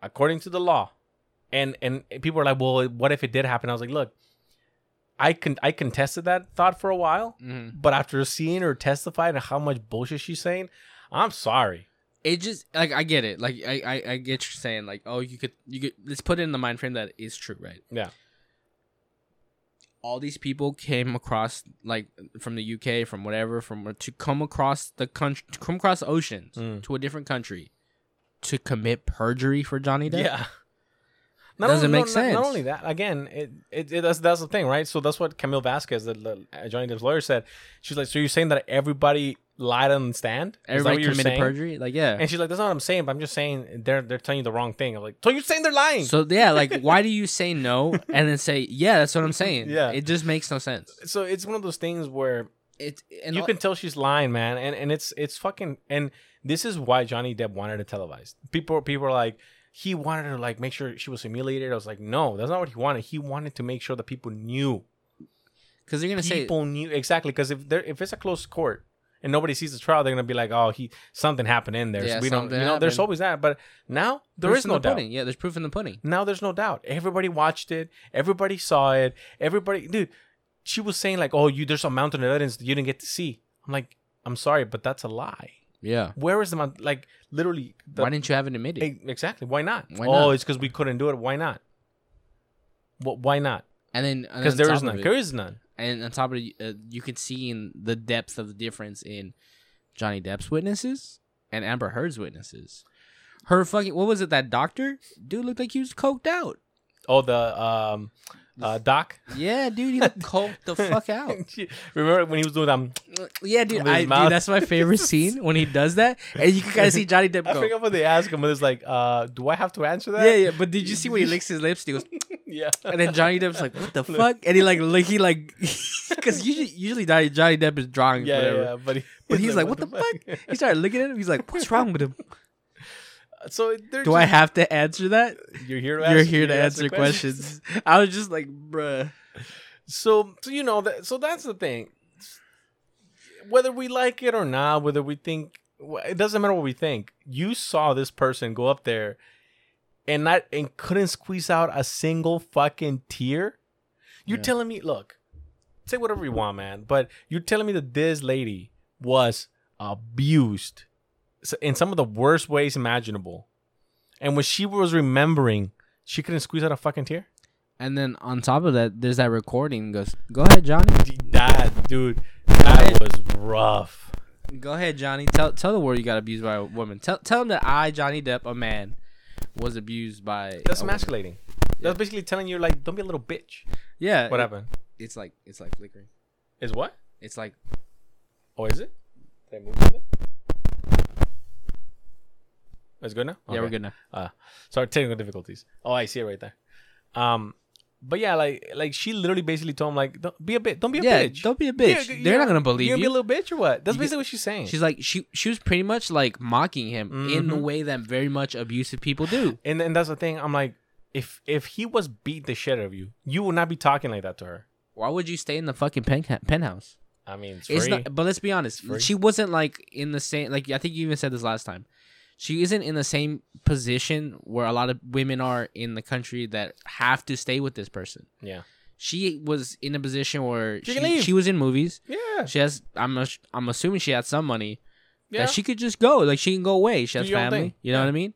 Speaker 2: according to the law, and and people are like, "Well, what if it did happen?" I was like, "Look, I can I contested that thought for a while,
Speaker 3: Mhm.
Speaker 2: but after seeing her testify and how much bullshit she's saying, I'm sorry."
Speaker 3: it just like I get it. Like I, I I get you saying like oh you could you could let's put it in the mind frame that is true, right?
Speaker 2: Yeah.
Speaker 3: All these people came across like from the UK, from whatever, from where- to come across the country, to come across oceans
Speaker 2: Mm.
Speaker 3: to a different country to commit perjury for Johnny Depp.
Speaker 2: Yeah. Not
Speaker 3: Doesn't
Speaker 2: only,
Speaker 3: make
Speaker 2: no,
Speaker 3: sense.
Speaker 2: Not, not only that, again, it, it, it that's that's the thing, right? So that's what Camille Vasquez, the, the uh, Johnny Depp's lawyer, said. She's like, "So you're saying that everybody lied on the stand? Is that
Speaker 3: Everybody
Speaker 2: what you're
Speaker 3: committed
Speaker 2: saying?"
Speaker 3: perjury.
Speaker 2: (laughs)
Speaker 3: Like yeah.
Speaker 2: And she's like, "That's not what I'm saying, but I'm just saying they're they're telling you the wrong thing." I'm like, "So you're saying they're lying?" So,
Speaker 3: so yeah, like why do you say no and then say yeah? That's what I'm saying.
Speaker 2: Yeah.
Speaker 3: It just makes no sense.
Speaker 2: it's one of those things where
Speaker 3: It and
Speaker 2: you
Speaker 3: all-
Speaker 2: can tell she's lying, man, and and it's it's fucking and this is why Johnny Depp wanted it televised. People people are like. He wanted to like make sure she was humiliated. I was like, no, that's not what he wanted. He wanted to make sure that people knew
Speaker 3: because they're gonna say
Speaker 2: people knew exactly because if there if it's a closed court and nobody sees the trial, they're gonna be like, oh, he something happened in there. So
Speaker 3: Yeah,
Speaker 2: we don't,
Speaker 3: something
Speaker 2: you know, there's
Speaker 3: happened.
Speaker 2: always that. But now there
Speaker 3: "Proof
Speaker 2: is
Speaker 3: in
Speaker 2: no
Speaker 3: the
Speaker 2: doubt.
Speaker 3: pudding." Yeah, there's proof in the pudding.
Speaker 2: Now there's no doubt. Everybody watched it. Everybody saw it. Everybody, dude. She was saying like, oh, you there's a mountain of evidence that you didn't get to see. I'm like, I'm sorry, but that's a lie.
Speaker 3: Yeah.
Speaker 2: Where is the mountain? Like literally, the,
Speaker 3: Why didn't you have it admitted?
Speaker 2: e- exactly? Why not?
Speaker 3: Why
Speaker 2: Oh,
Speaker 3: not?
Speaker 2: it's because we couldn't do it. Why not? Wh- why not?
Speaker 3: and then and
Speaker 2: Because
Speaker 3: on
Speaker 2: there
Speaker 3: top
Speaker 2: is
Speaker 3: of
Speaker 2: none.
Speaker 3: it-
Speaker 2: There is none.
Speaker 3: and on top of it, uh, you can see in the depth of the difference in Johnny Depp's witnesses and Amber Heard's witnesses. Her fucking what was it? That doctor dude looked like he was coked out.
Speaker 2: Oh, the um, uh, doc.
Speaker 3: Yeah, dude,
Speaker 2: (laughs)
Speaker 3: he looked coked the fuck out.
Speaker 2: Remember when he was doing um,
Speaker 3: Yeah, dude,
Speaker 2: With his
Speaker 3: I, dude,
Speaker 2: mouth.
Speaker 3: that's my
Speaker 2: (laughs)
Speaker 3: favorite scene when he does that, and you can kind of see Johnny Depp
Speaker 2: I
Speaker 3: go.
Speaker 2: forgot what they asked him, but it's like, uh, do I have to answer
Speaker 3: Yeah,
Speaker 2: that?
Speaker 3: yeah, but did you see when he licks his lips? He goes,
Speaker 2: (laughs) Yeah,
Speaker 3: (laughs) and then Johnny Depp's like,
Speaker 2: (laughs)
Speaker 3: "What the fuck?" And he like, like he like, (laughs) because usually, usually Johnny Johnny Depp is drawing,
Speaker 2: yeah,
Speaker 3: whatever.
Speaker 2: yeah, yeah. But, he-
Speaker 3: But
Speaker 2: (laughs)
Speaker 3: he's like, "What the fuck?" He started looking at him. He's like, "What's wrong with (laughs) him?
Speaker 2: So they're
Speaker 3: Do I
Speaker 2: just-
Speaker 3: have to answer that?
Speaker 2: You're here.
Speaker 3: You're here to answer questions." (laughs) I was just like, "Bruh."
Speaker 2: So, so you know that. So that's the thing. Whether we like it or not, whether we think wh- it doesn't matter what we think. You saw this person go up there, and not and couldn't squeeze out a single fucking tear. You're
Speaker 3: Yeah.
Speaker 2: telling me, look, say whatever you want, man, but you're telling me that this lady was abused s- in some of the worst ways imaginable, and when she was remembering, she couldn't squeeze out a fucking tear.
Speaker 3: And then on top of that, there's that recording. Goes, "Go ahead, Johnny.
Speaker 2: That dude, that was rough.
Speaker 3: Go ahead, Johnny. Tell tell the world you got abused by a woman. Tell tell him that I, Johnny Depp, a man, was abused by
Speaker 2: That's
Speaker 3: a woman."
Speaker 2: emasculating. That's basically telling you like, don't be a little bitch.
Speaker 3: Yeah,
Speaker 2: What
Speaker 3: it-
Speaker 2: happened?
Speaker 3: it's like it's like flickering.
Speaker 2: Is what?
Speaker 3: It's like
Speaker 2: Oh, is it? Did I move something? It's good now.
Speaker 3: Yeah, we're
Speaker 2: Okay.
Speaker 3: good now.
Speaker 2: Uh, sorry, technical difficulties. Oh, I see it right there. Um, but yeah, like like she literally basically told him like, don't be a bitch. Don't be a
Speaker 3: Yeah,
Speaker 2: bitch.
Speaker 3: don't be a bitch.
Speaker 2: You're-
Speaker 3: They're
Speaker 2: you're-
Speaker 3: not gonna believe
Speaker 2: you're
Speaker 3: you.
Speaker 2: You're a little bitch or what? That's
Speaker 3: You get-
Speaker 2: basically what she's saying.
Speaker 3: She's like she she was pretty much like mocking him in the
Speaker 2: Mhm.
Speaker 3: way that very much abusive people do.
Speaker 2: and and that's the thing. I'm like, if if he was beat the shit out of you, you would not be talking like that to her.
Speaker 3: Why would you stay in the fucking pen, penthouse?
Speaker 2: I mean, it's,
Speaker 3: It's
Speaker 2: free.
Speaker 3: not. But let's be honest,
Speaker 2: free.
Speaker 3: she wasn't like in the same. Like I think you even said this last time. She isn't in the same position where a lot of women are in the country that have to stay with this person.
Speaker 2: yeah,
Speaker 3: She was in a position where
Speaker 2: She
Speaker 3: she,
Speaker 2: can leave.
Speaker 3: she was in movies.
Speaker 2: yeah,
Speaker 3: She has. I'm. ass- I'm assuming she had some money
Speaker 2: yeah.
Speaker 3: that she could just go. Like she can go away. She
Speaker 2: Do
Speaker 3: has
Speaker 2: your own
Speaker 3: family.
Speaker 2: thing.
Speaker 3: You know
Speaker 2: Yeah.
Speaker 3: what I mean?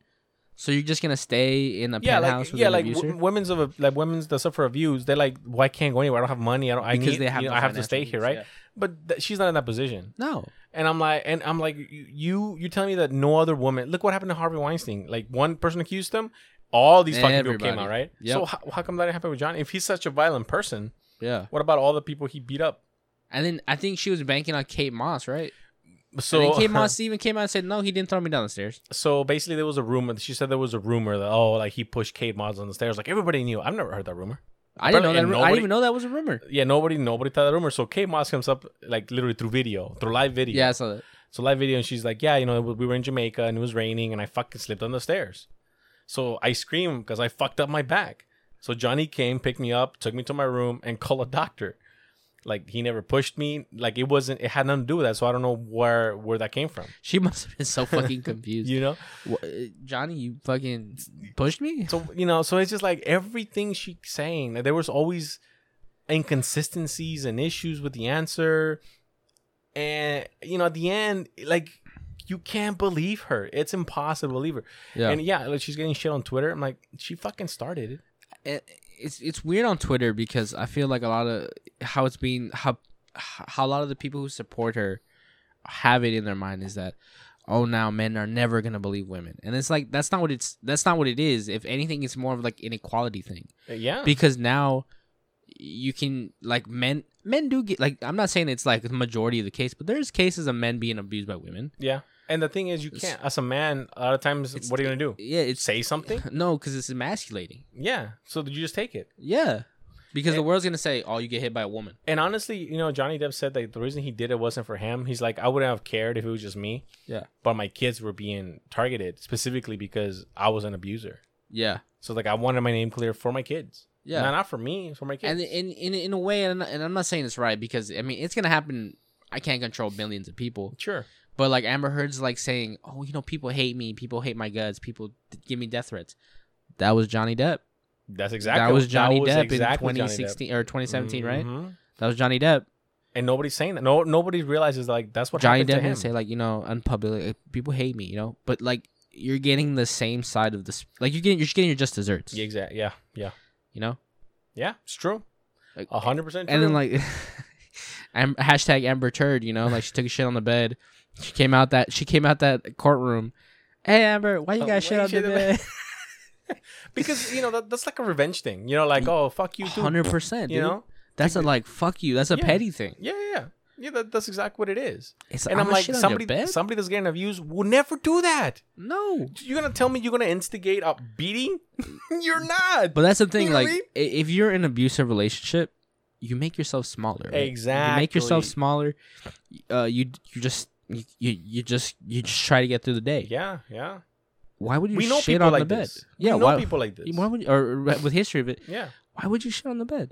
Speaker 3: So you're just gonna stay in a
Speaker 2: yeah,
Speaker 3: penthouse
Speaker 2: like
Speaker 3: with
Speaker 2: yeah,
Speaker 3: an
Speaker 2: like
Speaker 3: abuser?
Speaker 2: w- women's of a, like women's that suffer abuse. They're like, why can't go anywhere? I don't have money. I don't. I
Speaker 3: Because
Speaker 2: need-
Speaker 3: they have
Speaker 2: you know,
Speaker 3: no
Speaker 2: I have to
Speaker 3: financial
Speaker 2: stay here,
Speaker 3: means,
Speaker 2: right?
Speaker 3: yeah.
Speaker 2: But th- she's not in that position.
Speaker 3: no.
Speaker 2: And I'm like, and I'm like, you you're telling me that no other woman. Look what happened to Harvey Weinstein. Like one person accused him, all these fucking people came
Speaker 3: Everybody.
Speaker 2: out, right?
Speaker 3: Yep.
Speaker 2: So how, how come that didn't happen with Johnny? If he's such a violent person,
Speaker 3: Yeah.
Speaker 2: what about all the people he beat up?
Speaker 3: And then I think she was banking on Kate Moss, right? So and
Speaker 2: So
Speaker 3: then
Speaker 2: (laughs)
Speaker 3: Kate Moss even came out and said, "No, he didn't throw me down the stairs."
Speaker 2: so basically there was a rumor. She said there was a rumor that oh like he pushed Kate Moss on the stairs. Like everybody knew. I've never heard that rumor.
Speaker 3: I didn't know that.
Speaker 2: Apparently- and
Speaker 3: I
Speaker 2: nobody-
Speaker 3: didn't even know that was a rumor.
Speaker 2: Yeah, nobody nobody thought that rumor. So Kate Moss comes up like literally through video, through live video.
Speaker 3: Yeah, I saw that. (laughs)
Speaker 2: So live video, and she's like, "Yeah, you know, we were in Jamaica and it was raining, and I fucking slipped on the stairs. So I scream because I fucked up my back. So Johnny came, picked me up, took me to my room, and called a doctor. Like he never pushed me. Like it wasn't. It had nothing to do with that. So I don't know where where that came from.
Speaker 3: She must have been so
Speaker 2: (laughs)
Speaker 3: fucking confused.
Speaker 2: You know.
Speaker 3: Wha- uh, Johnny, you fucking pushed me.
Speaker 2: So you know. So it's just like everything she's saying. Like, there was always inconsistencies and issues with the answer, and you know, at the end, like you can't believe her. It's impossible to believe her.
Speaker 3: Yeah,
Speaker 2: And yeah, like she's getting shit on Twitter. I'm like, she fucking started it.
Speaker 3: it, it's it's weird on Twitter because I feel like a lot of how it's being how how a lot of the people who support her have it in their mind is that oh now men are never gonna believe women and it's like that's not what it's that's not what it is if anything it's more of like an equality thing
Speaker 2: Uh,
Speaker 3: (laughs)
Speaker 2: Yeah.
Speaker 3: because now you can like men men do get like I'm not saying it's like the majority of the case but there's cases of men being abused by women
Speaker 2: yeah. And the thing is, you
Speaker 3: It's-
Speaker 2: can't, as a man, a lot of times,
Speaker 3: It's-
Speaker 2: what are you going to do?
Speaker 3: yeah it's
Speaker 2: Say
Speaker 3: (laughs)
Speaker 2: something?
Speaker 3: no because it's emasculating
Speaker 2: Yeah. So did you just take it?
Speaker 3: yeah because the
Speaker 2: It-
Speaker 3: world's gonna say oh you get hit by a woman
Speaker 2: And honestly, you know, Johnny Depp said that the reason he did it wasn't for him. He's like, I wouldn't have cared if it was just me,
Speaker 3: yeah
Speaker 2: but my kids were being targeted specifically because I was an abuser.
Speaker 3: yeah
Speaker 2: So, like, I wanted my name clear for my kids.
Speaker 3: Yeah.
Speaker 2: Not, not for me, it's for my kids.
Speaker 3: and in in in a way, and, and I'm not saying it's right because I mean it's gonna happen. I can't control millions of people,
Speaker 2: sure.
Speaker 3: but like Amber Heard's like saying, "Oh, you know, people hate me. People hate my guts. People th- give me death threats." That was Johnny Depp.
Speaker 2: That's exactly
Speaker 3: that was Johnny Depp
Speaker 2: exactly
Speaker 3: in
Speaker 2: Johnny Depp.
Speaker 3: 2016 or 2017, right?
Speaker 2: Mhm.
Speaker 3: That was Johnny Depp.
Speaker 2: And nobody's saying that. No, nobody realizes like that's what
Speaker 3: Johnny
Speaker 2: happened to
Speaker 3: Depp
Speaker 2: him.
Speaker 3: didn't say like you know, unpublic. People hate me, you know. But like you're getting the same side of this. Like you're getting you're just getting your just desserts,
Speaker 2: Yeah, exactly. Yeah, yeah,
Speaker 3: you know.
Speaker 2: yeah. It's true.
Speaker 3: Like,
Speaker 2: A hundred percent.
Speaker 3: And then
Speaker 2: true.
Speaker 3: like, (laughs) Am- hashtag Amber Turd, you know, like she took a shit on the bed. She came out that she came out that courtroom. Hey Amber, why you
Speaker 2: Oh,
Speaker 3: got
Speaker 2: why
Speaker 3: shit
Speaker 2: you
Speaker 3: on the
Speaker 2: shit on the
Speaker 3: bed?
Speaker 2: because you know that, that's like a revenge thing. You know, like oh fuck you too.
Speaker 3: (laughs) Hundred percent,
Speaker 2: You
Speaker 3: you
Speaker 2: know.
Speaker 3: That's a like fuck you. That's a
Speaker 2: Yeah.
Speaker 3: petty thing.
Speaker 2: Yeah, yeah, yeah. yeah that, that's exactly what it is.
Speaker 3: It's
Speaker 2: And I'm,
Speaker 3: "I'ma
Speaker 2: like
Speaker 3: shit on your
Speaker 2: somebody,
Speaker 3: bed?
Speaker 2: somebody that's getting abused will never do that.
Speaker 3: no.
Speaker 2: You're gonna tell me you're gonna instigate a beating? (laughs) you're not.
Speaker 3: But that's the thing.
Speaker 2: know what
Speaker 3: like,
Speaker 2: I mean?
Speaker 3: i- if you're in an abusive relationship, you make yourself smaller. right? You make
Speaker 2: Exactly.
Speaker 3: yourself smaller. Uh, you you just you, you you just you just try to get through the day.
Speaker 2: yeah, yeah.
Speaker 3: Why would you
Speaker 2: We know
Speaker 3: shit
Speaker 2: people
Speaker 3: on
Speaker 2: like
Speaker 3: the bed?
Speaker 2: this.
Speaker 3: Yeah.
Speaker 2: we know
Speaker 3: why,
Speaker 2: people like this.
Speaker 3: why would you, or or with history of it?
Speaker 2: yeah,
Speaker 3: why would you shit on the bed?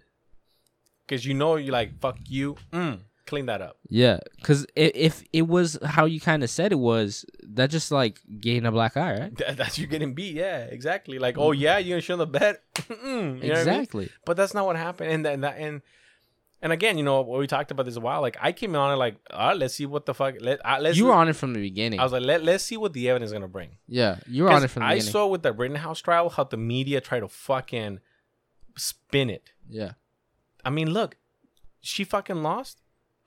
Speaker 2: because you know you're like fuck you. Mm, clean that up. (laughs)
Speaker 3: Yeah, because if, it was how you kind of said it was, that just like getting a black eye, right?
Speaker 2: That, that's you getting beat. Yeah, exactly. Like oh yeah, you're gonna shit on the bed. (laughs) Mm, you know what I mean?
Speaker 3: exactly.
Speaker 2: but that's not what happened and and that and and again you know we talked about this a while like i came on it like all right let's see what the fuck let, uh, let's
Speaker 3: You were on it from the beginning.
Speaker 2: i was like let, let's see what the evidence is gonna bring
Speaker 3: yeah, you were on
Speaker 2: 'Cause
Speaker 3: it from the
Speaker 2: i
Speaker 3: beginning.
Speaker 2: saw with the rittenhouse trial how the media tried to fucking spin it
Speaker 3: yeah,
Speaker 2: i mean look she fucking lost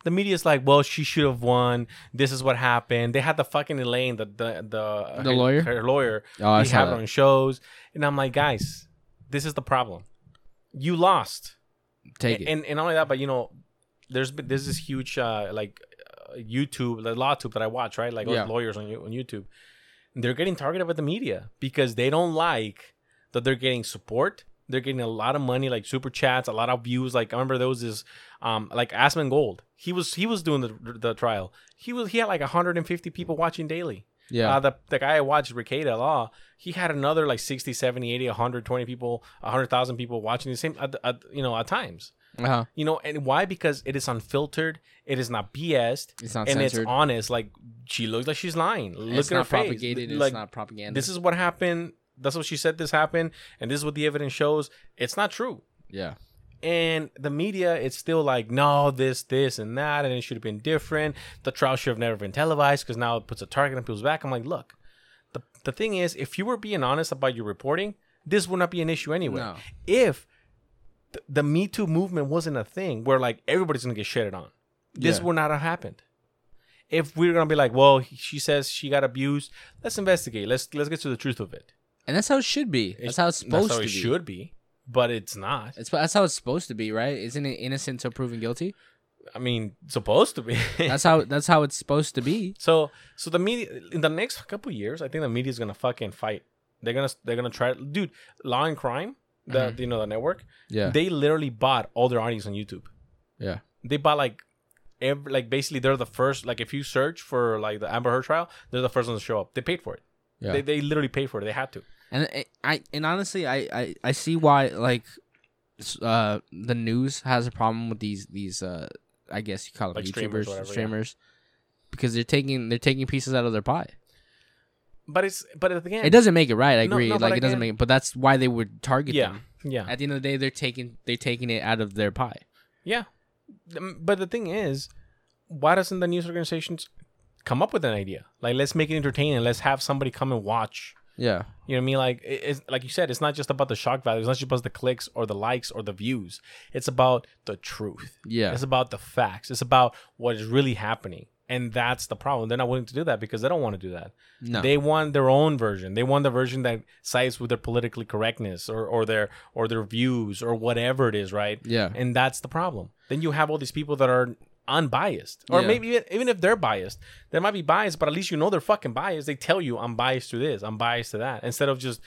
Speaker 2: the media's like, well, she should have won. This is what happened. They had the fucking Elaine, the the the,
Speaker 3: The lawyer?
Speaker 2: her, her lawyer.
Speaker 3: Oh, I
Speaker 2: they
Speaker 3: saw
Speaker 2: have
Speaker 3: that.
Speaker 2: her on shows, and I'm like, guys, this is the problem. You lost
Speaker 3: take it.
Speaker 2: and and not only that, but you know, there's been there's this huge uh, like uh, YouTube, the LawTube that I watch, right? Like all the
Speaker 3: Yeah.
Speaker 2: lawyers on you on YouTube, they're getting targeted by the media because they don't like that they're getting support. They're getting a lot of money, like super chats, a lot of views. Like I remember there was this, um, like Asman Gold. He was he was doing the the trial. He was he had like 150 people watching daily.
Speaker 3: Yeah.
Speaker 2: Uh, the, the guy I watched, Ricada Law, he had another like 60, 70, 80, 120 people, 100,000 people watching the same, at, at, you know, at times.
Speaker 3: Uh-huh.
Speaker 2: You know, and why? Because it is unfiltered. It is not BS.
Speaker 3: It's not
Speaker 2: and
Speaker 3: censored.
Speaker 2: it's honest. Like she looks like she's lying. Look
Speaker 3: it's
Speaker 2: at
Speaker 3: not
Speaker 2: her face.
Speaker 3: propagated.
Speaker 2: Like
Speaker 3: it's not propaganda.
Speaker 2: this is what happened. That's what she said. This happened, and this is what the evidence shows. It's not true.
Speaker 3: yeah.
Speaker 2: And the media, it's still like, no, this, this, and that, and it should have been different. The trial should have never been televised because now it puts a target on people's back. I'm like, look, the the thing is, if you were being honest about your reporting, this would not be an issue anyway.
Speaker 3: No.
Speaker 2: If th- the Me Too movement wasn't a thing where like everybody's gonna get shitted on, this
Speaker 3: Yeah.
Speaker 2: would not have happened. If we are gonna be like, well, he- she says she got abused, let's investigate. Let's let's get to the truth of it.
Speaker 3: And that's how it should be. That's how it's supposed
Speaker 2: that's how
Speaker 3: to
Speaker 2: it
Speaker 3: be.
Speaker 2: should be, but it's not.
Speaker 3: It's, that's how it's supposed to be, right? Isn't it innocent until proven guilty?
Speaker 2: I mean, supposed to be. (laughs)
Speaker 3: That's how that's how it's supposed to be.
Speaker 2: So so the media in the next couple years, I think the media's gonna fucking fight. They're gonna they're gonna try. Dude, Law and Crime, the you know the network,
Speaker 3: Mm-hmm. Yeah.
Speaker 2: they literally bought all their audience on YouTube.
Speaker 3: yeah.
Speaker 2: They bought like every like basically they're the first. Like if you search for like the Amber Heard trial, they're the first ones to show up. They paid for it.
Speaker 3: Yeah.
Speaker 2: They they literally paid for it. They had to.
Speaker 3: And I- I and honestly, I I, I see why like s- uh the news has a problem with these these uh I guess you call them
Speaker 2: Like
Speaker 3: YouTubers
Speaker 2: streamers,
Speaker 3: streamers,
Speaker 2: whatever, yeah.
Speaker 3: because they're taking they're taking pieces out of their pie.
Speaker 2: But it's but at the end,
Speaker 3: It doesn't make it right. I
Speaker 2: No,
Speaker 3: agree.
Speaker 2: no, but
Speaker 3: like it doesn't
Speaker 2: again-
Speaker 3: make it, but that's why they would target
Speaker 2: Yeah,
Speaker 3: them.
Speaker 2: yeah.
Speaker 3: At the end of the day, they're taking they're taking it out of their pie.
Speaker 2: Yeah. Um, But the thing is, why doesn't the news organizations come up with an idea? Like, let's make it entertaining. Let's have somebody come and watch.
Speaker 3: Yeah.
Speaker 2: You know what I mean? Like, it- it's, like you said, it's not just about the shock value. It's not just about the clicks or the likes or the views. It's about the truth.
Speaker 3: Yeah.
Speaker 2: It's about the facts. It's about what is really happening. And that's the problem. They're not willing to do that because they don't want to do that.
Speaker 3: No.
Speaker 2: They want their own version. They want the version that sides with their politically correctness or, or their or their views or whatever it is, right?
Speaker 3: Yeah.
Speaker 2: And that's the problem. Then you have all these people that are unbiased. Or
Speaker 3: Yeah.
Speaker 2: maybe even, even if they're biased, they might be biased, but at least you know they're fucking biased. They tell you I'm biased to this, I'm biased to that. Instead of just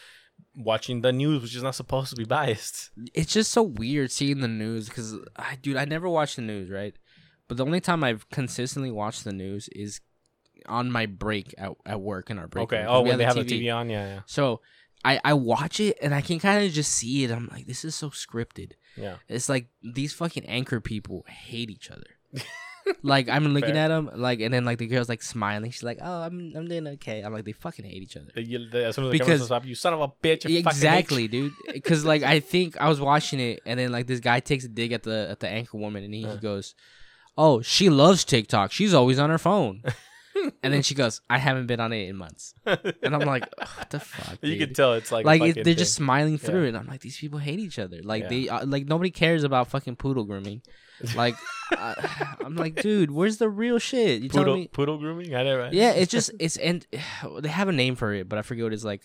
Speaker 2: watching the news, which is not supposed to be biased.
Speaker 3: it's just so weird seeing the news because I, dude, I never watch the news, right? But the only time I've consistently watched the news is on my break at, at work in our break.
Speaker 2: Okay.
Speaker 3: room, 'cause
Speaker 2: Oh,
Speaker 3: we
Speaker 2: when they
Speaker 3: have
Speaker 2: have the TV on, yeah,
Speaker 3: So I, I watch it and I can kind of just see it. I'm like, this is so scripted.
Speaker 2: yeah. Yeah.
Speaker 3: It's like these fucking anchor people hate each other.
Speaker 2: (laughs)
Speaker 3: like I'm looking at 'em, at them, like, and then like the girl's like smiling. She's like, "Oh, I'm I'm doing okay." I'm like, they fucking hate each other.
Speaker 2: They yell- they- as soon as the
Speaker 3: Because-
Speaker 2: cameras stop, you son of a bitch. I fucking hate
Speaker 3: Exactly, dude. Because like I think I was watching it, and then like this guy takes a dig at the at the anchor woman, and he,
Speaker 2: Uh-huh.
Speaker 3: he goes, "Oh, she loves TikTok. She's always on
Speaker 2: (laughs)
Speaker 3: her phone." and then she goes, "I haven't been on it in months," and I'm like, "What the fuck?"
Speaker 2: you. You
Speaker 3: dude?"
Speaker 2: can tell it's like a
Speaker 3: Like it,
Speaker 2: fucking
Speaker 3: they're just
Speaker 2: thing.
Speaker 3: smiling through, it. and I'm like, these people hate each other. Like
Speaker 2: Yeah.
Speaker 3: they, uh, like nobody cares about fucking poodle
Speaker 2: (laughs)
Speaker 3: grooming. Like, I, (sighs) I'm like, dude, where's the real shit? You telling
Speaker 2: poodle
Speaker 3: me?
Speaker 2: poodle grooming. I know, right? (laughs)
Speaker 3: Yeah, it's just it's and (sighs) they have a name for it, but I forget what it's like.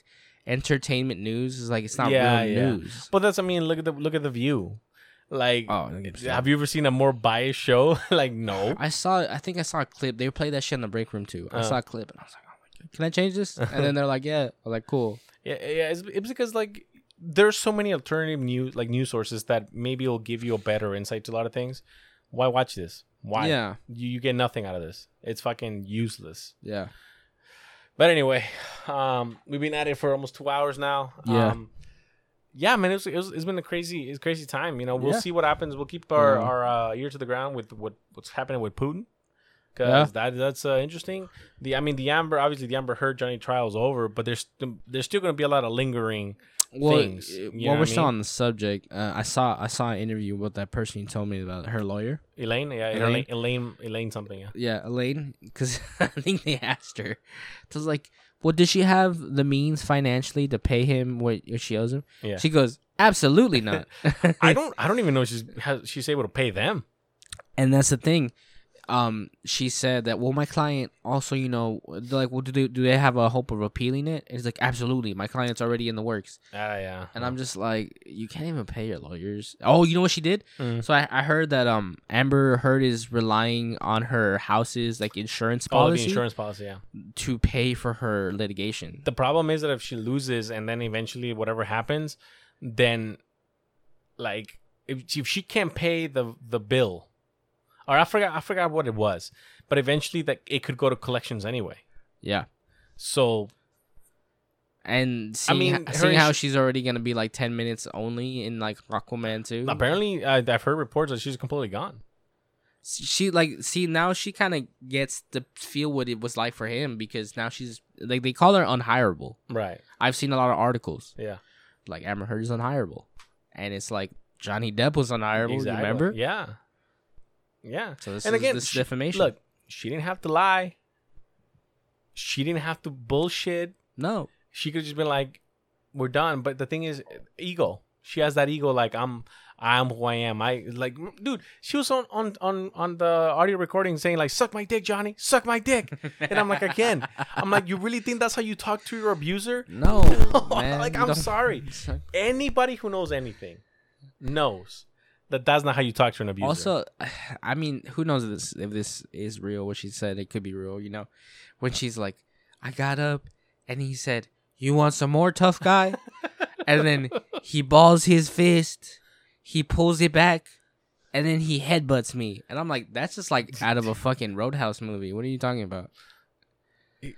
Speaker 3: Entertainment news is like it's not
Speaker 2: Yeah,
Speaker 3: real
Speaker 2: yeah.
Speaker 3: news.
Speaker 2: But that's I mean, look at the look at the view. Like,
Speaker 3: Oh, 100%.
Speaker 2: have you ever seen a more biased show? (laughs) like, no.
Speaker 3: I saw I think I saw a clip. They played that shit in the break room too. I saw a clip and I was like, oh my god, can I change
Speaker 2: (laughs)
Speaker 3: this? And then they're like, yeah. I'm like, cool.
Speaker 2: Yeah, yeah it's, it's because like there's so many alternative news like news sources that maybe will give you a better insight to a lot of things. Why watch this? Why?
Speaker 3: Yeah.
Speaker 2: you, you get nothing out of this. It's fucking useless.
Speaker 3: Yeah.
Speaker 2: But anyway, (laughs) um, we've been at it for almost two hours now.
Speaker 3: Yeah.
Speaker 2: Um, yeah, man, it's, it's, it's been a crazy, it's a crazy time. You know, we'll
Speaker 3: Yeah. Mm-hmm.
Speaker 2: see what happens. We'll keep our,
Speaker 3: Yeah.
Speaker 2: our uh, ear to the ground with what what's happening with Putin, because
Speaker 3: Yeah.
Speaker 2: that that's uh, interesting. The I mean, the Amber obviously the Amber Heard Johnny trial is over, but there's there's still going to be a lot of lingering
Speaker 3: Well,
Speaker 2: things. you know
Speaker 3: uh, while
Speaker 2: what
Speaker 3: we're
Speaker 2: I
Speaker 3: still
Speaker 2: mean?
Speaker 3: on the subject, uh, I saw I saw an interview with that person you told me about her lawyer.
Speaker 2: Elaine, yeah,
Speaker 3: Elaine?
Speaker 2: Elaine, Elaine, Elaine something, yeah.
Speaker 3: Yeah, Elaine, because (laughs) I think they asked her. It was like, well, does she have the means financially to pay him what, what she owes him?
Speaker 2: Yeah.
Speaker 3: She goes, absolutely not. (laughs)
Speaker 2: I don't, I don't even know if she's has, she's able to pay them.
Speaker 3: and that's the thing. um, she said that well, my client also, you know, they're like, well, do they, do they have a hope of appealing it? And he's like, absolutely, my client's already in the works.
Speaker 2: Ah, yeah.
Speaker 3: And I'm just like, you can't even pay your lawyers. Oh, you know what she did?
Speaker 2: Mm.
Speaker 3: So I, I heard that um Amber Heard is relying on her house's like insurance
Speaker 2: Oh,
Speaker 3: policy
Speaker 2: the insurance policy, yeah.
Speaker 3: to pay for her litigation.
Speaker 2: The problem is that if she loses and then eventually whatever happens, then like if, if she can't pay the the bill, or I forgot I forgot what it was, but eventually that it could go to collections anyway.
Speaker 3: yeah.
Speaker 2: So
Speaker 3: And seeing, I
Speaker 2: mean, her
Speaker 3: seeing how
Speaker 2: insu-
Speaker 3: she's already gonna be like ten minutes only in like Aquaman two.
Speaker 2: apparently, uh, I've heard reports that she's completely gone.
Speaker 3: she like see now she kind of gets to feel what it was like for him because now she's like they call her unhireable.
Speaker 2: Right.
Speaker 3: I've seen a lot of articles
Speaker 2: Yeah.
Speaker 3: like Amber Heard is unhireable, and it's like Johnny Depp was unhireable. you
Speaker 2: Exactly.
Speaker 3: remember?
Speaker 2: Yeah. Yeah.
Speaker 3: So this
Speaker 2: and
Speaker 3: is-
Speaker 2: again,
Speaker 3: this is
Speaker 2: she-
Speaker 3: defamation.
Speaker 2: Look, she didn't have to lie. She didn't have to bullshit. (laughs)
Speaker 3: No,
Speaker 2: She could just been like, "We're done." But the thing is, ego. She has that ego. Like I'm, I'm who I am. I like, dude. She was on on on on the audio recording saying like, "Suck my dick, Johnny. Suck my dick." And I'm like, again, I'm like, you really think that's how you talk to your abuser? (laughs)
Speaker 3: no, man.
Speaker 2: like
Speaker 3: you
Speaker 2: I'm
Speaker 3: don't-
Speaker 2: sorry.
Speaker 3: (laughs)
Speaker 2: Anybody who knows anything knows that that's not how you talk to an abuser.
Speaker 3: Also, (sighs) I mean, who knows if this if this is real? What she said, it could be real. You know, when she's like, "I got up," and he said, "You want some more,
Speaker 2: (laughs)
Speaker 3: tough guy?" and then he balls his fist, he pulls it back, and then he headbutts me. And I'm like, that's just like out of a fucking roadhouse movie. What are you talking about?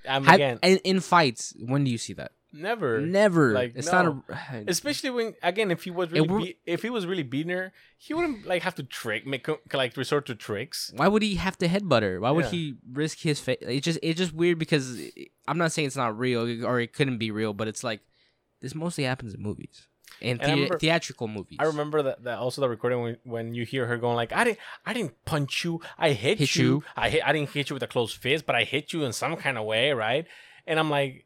Speaker 2: I'm
Speaker 3: Have-
Speaker 2: again
Speaker 3: and in fights, when do you see that?
Speaker 2: never,
Speaker 3: Never.
Speaker 2: Like,
Speaker 3: it's (sighs)
Speaker 2: no.
Speaker 3: not a.
Speaker 2: Especially when again, if he was really
Speaker 3: wou-
Speaker 2: be- if he was really beating her, he wouldn't like have to trick, make co- like resort to tricks.
Speaker 3: why would he have to headbutt her? Why would
Speaker 2: Yeah.
Speaker 3: he risk his face? It's just it's just weird because it- I'm not saying it's not real or it couldn't be real, but it's like this mostly happens in movies and,
Speaker 2: And I
Speaker 3: thea-
Speaker 2: remember-
Speaker 3: theatrical movies.
Speaker 2: I remember that, that also the recording when, when you hear her going like, "I didn't, I didn't punch you. I hit,
Speaker 3: Hit
Speaker 2: you.
Speaker 3: you.
Speaker 2: I hit. I didn't hit you with a closed fist, but I hit you in some kind of way, right?" And I'm like,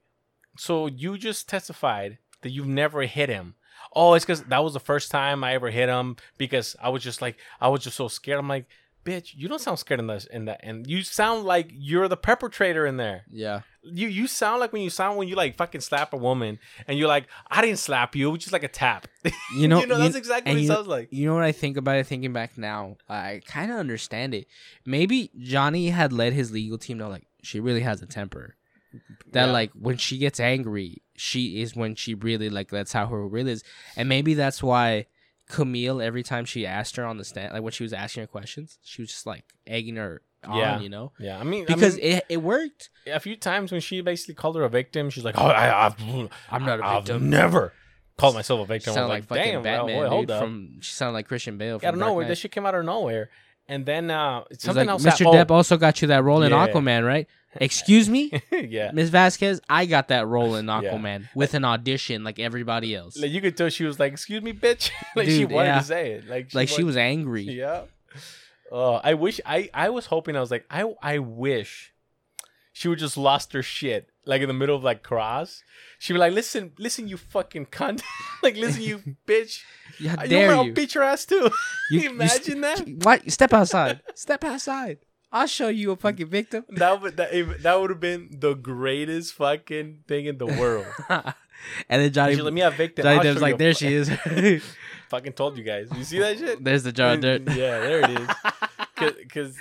Speaker 2: "So you just testified that you've never hit him." Oh, it's because that was the first time I ever hit him because I was just like, I was just so scared. I'm like, "Bitch, you don't sound scared in this, in that, and you sound like you're the perpetrator in there."
Speaker 3: Yeah,
Speaker 2: You you sound like when you sound when you like fucking slap a woman and you're like, I didn't slap you, which is like a tap. (laughs)
Speaker 3: you know,
Speaker 2: You know, that's exactly
Speaker 3: and
Speaker 2: what it
Speaker 3: you-
Speaker 2: sounds like.
Speaker 3: You know what I think about it? Thinking back now, I kind of understand it. Maybe Johnny had led his legal team to like she really has a temper. That
Speaker 2: Yeah.
Speaker 3: like when she gets angry, she is when she really like that's how her real is, and maybe that's why Camille every time she asked her on the stand, like when she was asking her questions, she was just like egging her on,
Speaker 2: Yeah.
Speaker 3: you know,
Speaker 2: yeah, I mean I
Speaker 3: because
Speaker 2: mean,
Speaker 3: it it worked.
Speaker 2: a few times when she basically called her a victim, she's like, "Oh, I, I've,
Speaker 3: I'm not a
Speaker 2: I've
Speaker 3: victim.
Speaker 2: never called myself a
Speaker 3: She
Speaker 2: victim." I
Speaker 3: sounded
Speaker 2: was
Speaker 3: like,
Speaker 2: like,
Speaker 3: fucking
Speaker 2: "Damn, well,
Speaker 3: Batman,
Speaker 2: boy, hold
Speaker 3: dude,
Speaker 2: up!"
Speaker 3: From she sounded like Christian Bale. From
Speaker 2: out of
Speaker 3: Dark
Speaker 2: nowhere,
Speaker 3: Knight.
Speaker 2: that shit came out of nowhere, and then uh,
Speaker 3: It was
Speaker 2: something
Speaker 3: like,
Speaker 2: else.
Speaker 3: Mr. Depp
Speaker 2: hap-
Speaker 3: also got you that role in
Speaker 2: Yeah.
Speaker 3: Aquaman, right? Excuse
Speaker 2: (laughs)
Speaker 3: me,
Speaker 2: oh, (laughs) yeah,
Speaker 3: Ms. Vasquez, I got that
Speaker 2: (laughs)
Speaker 3: role in Aquaman with an audition like everybody else.
Speaker 2: like you could tell she was like, "Excuse me, bitch," (laughs) like she
Speaker 3: Dude,
Speaker 2: wanted
Speaker 3: yeah.
Speaker 2: to say it, like
Speaker 3: Like she
Speaker 2: wa-
Speaker 3: was angry.
Speaker 2: Yeah. Oh, I wish I I was hoping I was like I I wish she would just lost her shit like in the middle of like cross. She'd be like, "Listen, listen, you fucking cunt! (laughs) like, listen,
Speaker 3: (laughs)
Speaker 2: you bitch!
Speaker 3: Yeah,
Speaker 2: I- know
Speaker 3: dare
Speaker 2: what? I'll
Speaker 3: you.
Speaker 2: beat your ass too." (laughs)
Speaker 3: You-
Speaker 2: you,
Speaker 3: you
Speaker 2: imagine that?
Speaker 3: st- What?
Speaker 2: (laughs)
Speaker 3: Step outside. Step outside. I'll show you a fucking victim.
Speaker 2: That would that, if- that would have been the greatest fucking thing in the
Speaker 3: (laughs)
Speaker 2: world.
Speaker 3: (laughs) and then Johnny,
Speaker 2: She's like, "Me a victim."
Speaker 3: Johnny
Speaker 2: I'll show
Speaker 3: Depp's
Speaker 2: you
Speaker 3: like,
Speaker 2: a
Speaker 3: there
Speaker 2: fu-"
Speaker 3: she is.
Speaker 2: Fucking told you guys. You see that shit?
Speaker 3: (laughs) There's the jar of dirt.
Speaker 2: Mm, (laughs) Yeah, there it
Speaker 3: (laughs)
Speaker 2: is. Because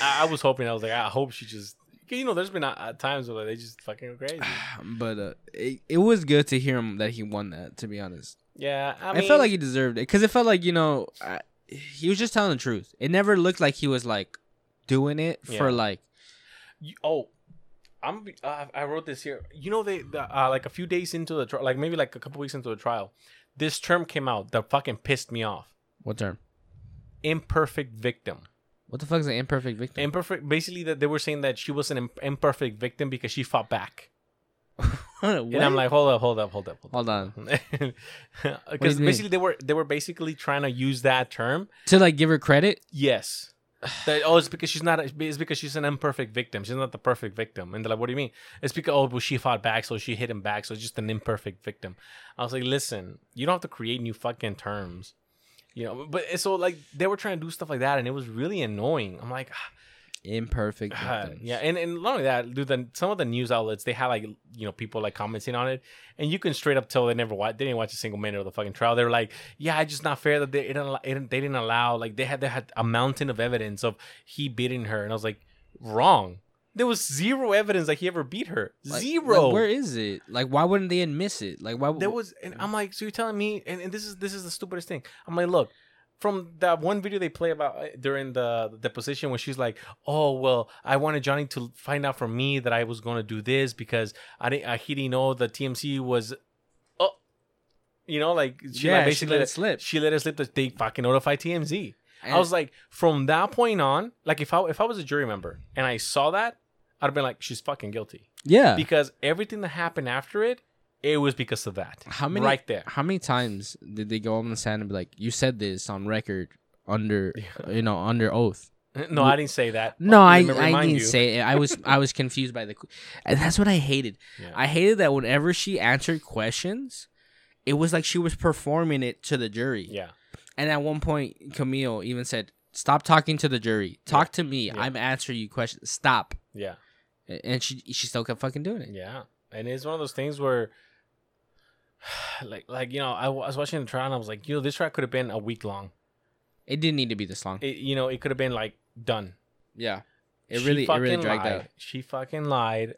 Speaker 2: I, I was hoping I was like, I hope she just. 'cause, You know, there's been uh, times where they just fucking go
Speaker 3: (sighs)
Speaker 2: crazy.
Speaker 3: (sighs) But uh, it, it was good to hear him that he won that, to be honest.
Speaker 2: Yeah, I
Speaker 3: I,
Speaker 2: mean,
Speaker 3: felt like he deserved it because it felt like, you know, I, he was just telling the truth. It never looked like he was like doing it
Speaker 2: Yeah.
Speaker 3: for like,
Speaker 2: you, oh, I'm. be- Uh, I wrote this here. You know, they the, uh, like a few days into the trial, like maybe like a couple weeks into the trial, this term came out that fucking pissed me off.
Speaker 3: what term?
Speaker 2: Imperfect victim.
Speaker 3: What the fuck is an imperfect victim?
Speaker 2: (laughs) Imperfect. Basically, that they were saying that she was an imp- imperfect victim because she fought back. And I'm
Speaker 3: (laughs) What?
Speaker 2: like, hold up, hold up, hold up, hold up.
Speaker 3: hold on.
Speaker 2: Because
Speaker 3: mean?
Speaker 2: basically, they were they were basically trying to use that term
Speaker 3: To like give her credit?
Speaker 2: Yes. That, oh, it's because she's not. It's because she's an imperfect victim. She's not the perfect victim. And they're like, "What do you mean?" It's because oh, well, she fought back, so she hit him back. So it's just an imperfect victim. I was like, "Listen, you don't have to create new fucking terms." You know, but so like they were trying to do stuff like that, and it was really annoying. I'm like, (sighs)
Speaker 3: imperfect.
Speaker 2: (laughs) God,
Speaker 3: victims.
Speaker 2: yeah, and, and not only that, dude. Then some of the news outlets they had like you know people like commenting on it, and you can straight up tell they never watched. They didn't watch a single minute of the fucking trial. They were like, yeah, it's just not fair that they it didn't, allow- it didn't- they didn't allow like they had they had a mountain of evidence of he beating her, and I was like, wrong. There was zero evidence that he ever beat her.
Speaker 3: Like-
Speaker 2: zero.
Speaker 3: like, where is it? Like, why wouldn't they admit it? Like, why?
Speaker 2: there was and i'm like so you're telling me and, and this is this is the stupidest thing i'm like look from that one video they play about uh, during the the deposition when she's like oh well i wanted johnny to find out from me that i was going to do this because i didn't uh, he didn't know the tmc was oh you know like she
Speaker 3: Yeah,
Speaker 2: like
Speaker 3: she
Speaker 2: basically
Speaker 3: let
Speaker 2: let
Speaker 3: it slip.
Speaker 2: she let it slip that they fucking notified tmz I
Speaker 3: And-
Speaker 2: was like, from that point on, like if I if I was a jury member and I saw that, I'd have been like, she's fucking guilty
Speaker 3: yeah.
Speaker 2: because everything that happened after it, it was because of that.
Speaker 3: how many?
Speaker 2: right there? (laughs)
Speaker 3: How many times did they go on the stand and be like, "You said this on record
Speaker 2: (laughs)
Speaker 3: under, you know, under oath"?
Speaker 2: No, I didn't say that.
Speaker 3: No,
Speaker 2: Let
Speaker 3: I,
Speaker 2: me
Speaker 3: I
Speaker 2: remind
Speaker 3: didn't
Speaker 2: you.
Speaker 3: say it. I was
Speaker 2: (laughs)
Speaker 3: I was confused by the. qu- and That's what I hated.
Speaker 2: Yeah.
Speaker 3: I hated that whenever she answered questions, it was like she was performing it to the jury.
Speaker 2: Yeah,
Speaker 3: And at one point, Camille even said, "Stop talking to the jury. Talk to me.
Speaker 2: Yeah.
Speaker 3: I'm answering you questions. Stop."
Speaker 2: yeah,
Speaker 3: A- And she she still kept fucking doing it.
Speaker 2: yeah. And it's one of those things where, (sighs) like, like you know, I wa- I was watching the trial and I was like, you know, this trial could have been a week long.
Speaker 3: It didn't need to be this long.
Speaker 2: It, you know, it could have been like done.
Speaker 3: yeah. It
Speaker 2: She
Speaker 3: really it really
Speaker 2: fucking
Speaker 3: dragged
Speaker 2: lied.
Speaker 3: out
Speaker 2: She fucking lied.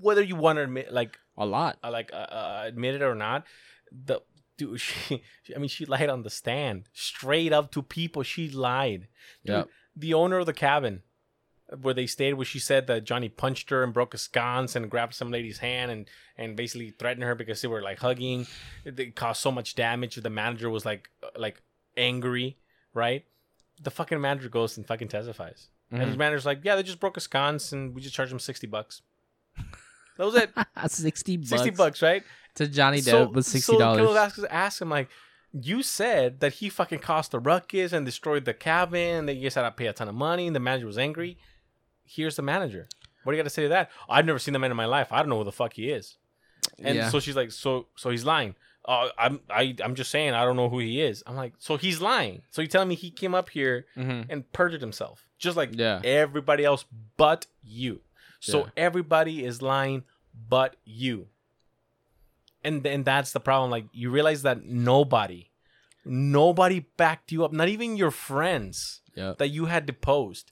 Speaker 2: Whether you want to admit, like,
Speaker 3: a lot.
Speaker 2: uh, like uh, uh, admit it or not, the dude, (laughs) she, I mean, she lied on the stand, straight up to people. She lied. Dude,
Speaker 3: Yep.
Speaker 2: The owner of the cabin where they stayed, where she said that Johnny punched her and broke a sconce and grabbed some lady's hand and and basically threatened her because they were like hugging. It, it caused so much damage. The manager was like uh, like angry, right? The fucking manager goes and fucking testifies.
Speaker 3: Mm-hmm.
Speaker 2: And the manager's like, yeah, they just broke a sconce and we just charged them 60 bucks. That was it. (laughs)
Speaker 3: Mm-hmm. sixty bucks.
Speaker 2: 60 bucks, right?
Speaker 3: to Johnny Depp was sixty
Speaker 2: So Camilo
Speaker 3: dollars.
Speaker 2: Vasquez asked him like, "You said that he fucking caused a ruckus and destroyed the cabin, and that you guys had to pay a ton of money, and the manager was angry." Here's the manager. What do you got to say to that? I've never seen the man in my life. I don't know who the fuck he is. And
Speaker 3: Yeah.
Speaker 2: so she's like, "So, so he's lying." Uh, I'm, I, I'm just saying, I don't know who he is. I'm like, so he's lying. So you telling me he came up here
Speaker 3: Mhm.
Speaker 2: and perjured himself, just like
Speaker 3: Yeah.
Speaker 2: everybody else but you. So
Speaker 3: Yeah.
Speaker 2: everybody is lying but you. And and that's the problem. Like you realize that nobody, nobody backed you up. Not even your friends
Speaker 3: Yep.
Speaker 2: that you had deposed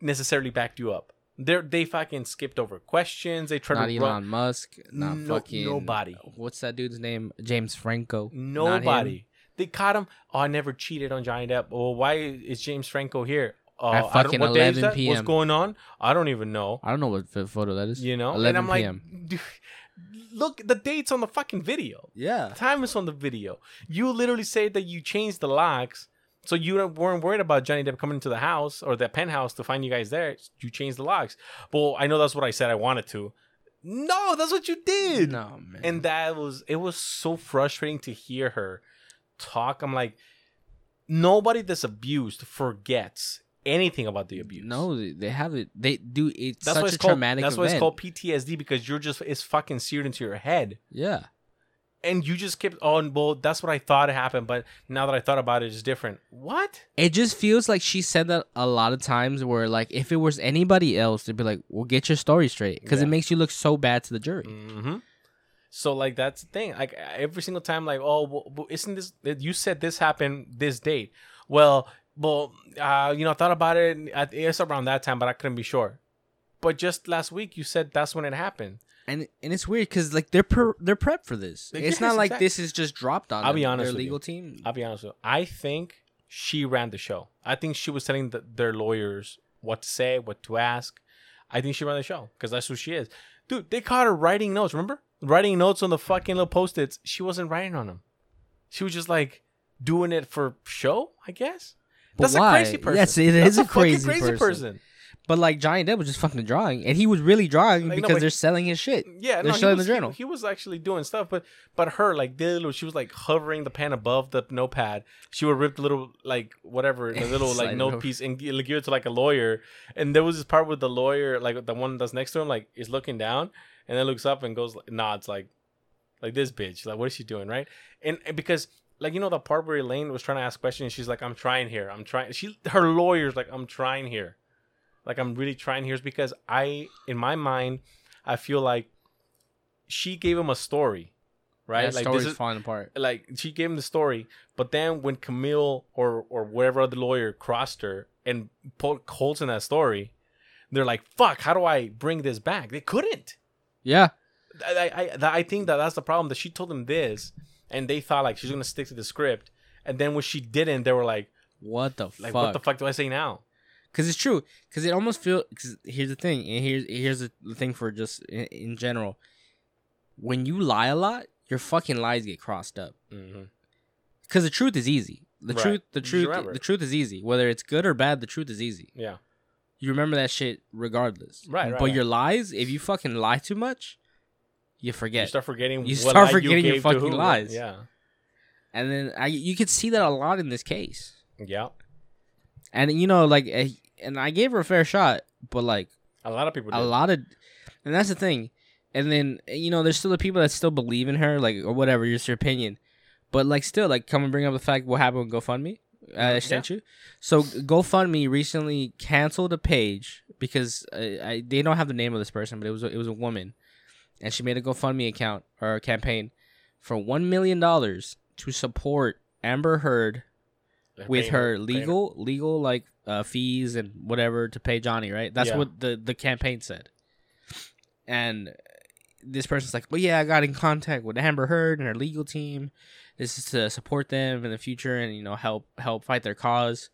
Speaker 2: necessarily backed you up. They they fucking skipped over questions. They tried
Speaker 3: Not
Speaker 2: to
Speaker 3: Elon
Speaker 2: run.
Speaker 3: Musk. Not
Speaker 2: No-
Speaker 3: fucking
Speaker 2: nobody.
Speaker 3: What's that dude's name? James Franco. Not him.
Speaker 2: Nobody. They caught him. Oh, I never cheated on Johnny Depp. Well, why is James Franco here? Oh,
Speaker 3: At
Speaker 2: I don't-
Speaker 3: fucking
Speaker 2: what day is
Speaker 3: 11
Speaker 2: that?
Speaker 3: p.m..
Speaker 2: What's going on? I don't even know.
Speaker 3: I don't know what ph- photo that is.
Speaker 2: You know, and
Speaker 3: 11
Speaker 2: I'm like,
Speaker 3: p.m.
Speaker 2: "Dude, look, the date's on the fucking video.
Speaker 3: yeah.
Speaker 2: Time is on the video. You literally say that you changed the locks, so you weren't worried about Johnny Depp coming to the house or the penthouse to find you guys there. You changed the locks. Well, I know that's what I said I wanted to. No, that's what you did.
Speaker 3: No man.
Speaker 2: And that was it was so frustrating to hear her talk. I'm like, nobody that's abused forgets anything about the abuse.
Speaker 3: no, they- they have it. They do. It's
Speaker 2: That's
Speaker 3: such
Speaker 2: why
Speaker 3: a
Speaker 2: it's called
Speaker 3: traumatic.
Speaker 2: that's why it's
Speaker 3: event.
Speaker 2: called PTSD because you're just it's fucking seared into your head.
Speaker 3: Yeah.
Speaker 2: And you just kept on, well, that's what I thought happened, but now that I thought about it, it's different. What?
Speaker 3: It just feels like she said that a lot of times where like if it was anybody else, they'd be like, Well get your story straight. Because it
Speaker 2: Yeah.
Speaker 3: makes you look so bad to the jury.
Speaker 2: hmm So like that's the thing. Like every single time, like oh, well, well, isn't this? You said this happened this date. Well, well, uh, you know, I thought about it. and I- It's around that time, but I couldn't be sure. But just last week, you said that's when it happened.
Speaker 3: And and it's weird because like they're per, they're prepped for this.
Speaker 2: Like,
Speaker 3: it's
Speaker 2: yes,
Speaker 3: not like
Speaker 2: exactly.
Speaker 3: this is just dropped on
Speaker 2: I'll be
Speaker 3: them.
Speaker 2: honest
Speaker 3: Their
Speaker 2: with you.
Speaker 3: legal team.
Speaker 2: I'll be honest with you. I think she ran the show. I think she was telling the, their lawyers what to say, what to ask. I think she ran the show because that's who she is. Dude, they caught her writing notes. Remember, writing notes on the fucking little post its. She wasn't writing on them. She was just like doing it for show, I guess.
Speaker 3: But
Speaker 2: that's
Speaker 3: why?
Speaker 2: a crazy person.
Speaker 3: Yes, it
Speaker 2: That's
Speaker 3: is a
Speaker 2: fucking
Speaker 3: crazy person. But like Johnny Depp was just fucking drawing, and he was really drawing
Speaker 2: Like, no,
Speaker 3: because
Speaker 2: but-
Speaker 3: they're selling his shit.
Speaker 2: Yeah,
Speaker 3: they're
Speaker 2: no, he
Speaker 3: selling
Speaker 2: was-
Speaker 3: the journal.
Speaker 2: He, he was actually doing stuff, but but her like the little, she was like hovering the pen above the notepad. She would rip the little like whatever
Speaker 3: (laughs)
Speaker 2: the little
Speaker 3: Slide
Speaker 2: like
Speaker 3: it over.
Speaker 2: note piece and gi- like, give it to like a lawyer. And there was this part where the lawyer, like the one that's next to him, like is looking down and then looks up and goes like, nods like like this bitch. Like what is she doing, right? And, and because like you know the part where Elaine was trying to ask questions, she's like, I'm trying here, I'm trying. She her lawyer's like, I'm trying here. like I'm really trying here is because I, in my mind, I feel like she gave him a story, right?
Speaker 3: That
Speaker 2: like
Speaker 3: story's
Speaker 2: this is
Speaker 3: falling apart.
Speaker 2: like she gave him the story, but then when Camille or or whatever other lawyer crossed her and poked holes in that story, they're like, "Fuck, how do I bring this back?" They couldn't.
Speaker 3: Yeah,
Speaker 2: I I I- that- I think that that's the problem. That she told them this, and they thought like she's gonna stick to the script, and then when she didn't, they were like,
Speaker 3: what the
Speaker 2: "Like
Speaker 3: fuck?
Speaker 2: what the fuck do I say now?"
Speaker 3: Cause it's true. Cause it almost feels. Cause here's the thing, and here's here's the the thing for just in, in general. When you lie a lot, your fucking lies get crossed up.
Speaker 2: Mm-hmm.
Speaker 3: Cause the truth is easy. The
Speaker 2: Right.
Speaker 3: truth, the
Speaker 2: You
Speaker 3: truth,
Speaker 2: remember
Speaker 3: the
Speaker 2: it.
Speaker 3: truth is easy. Whether it's good or bad, the truth is easy.
Speaker 2: Yeah,
Speaker 3: You remember that shit regardless.
Speaker 2: Right, right,
Speaker 3: But
Speaker 2: right.
Speaker 3: your lies, if you fucking lie too much, you
Speaker 2: you
Speaker 3: forget.
Speaker 2: start forgetting.
Speaker 3: You
Speaker 2: what
Speaker 3: start
Speaker 2: lie
Speaker 3: forgetting your
Speaker 2: gave to
Speaker 3: fucking
Speaker 2: who.
Speaker 3: lies.
Speaker 2: Yeah,
Speaker 3: and then I, you could see that a lot in this case.
Speaker 2: yeah.
Speaker 3: And you know, like, eh, and I gave her a fair shot, but like.
Speaker 2: A lot of people.
Speaker 3: a
Speaker 2: do.
Speaker 3: lot of and that's the thing and then you know there's still the people that still believe in her like or whatever just your opinion but like still like come and bring up the fact what happened with gofundme uh, i sent you so gofundme recently canceled a page because uh, I, they don't have the name of this person but it was a, it was a woman and she made a gofundme account or a campaign for one million dollars to support amber heard
Speaker 2: They're
Speaker 3: with
Speaker 2: paying
Speaker 3: her
Speaker 2: paying
Speaker 3: legal legal like uh, fees and whatever to pay Johnny, right? That's
Speaker 2: Yeah.
Speaker 3: what the the campaign said. And this person's like, "Well, yeah, I got in contact with Amber Heard and her legal team. This is to support them in the future and you know help help fight their cause."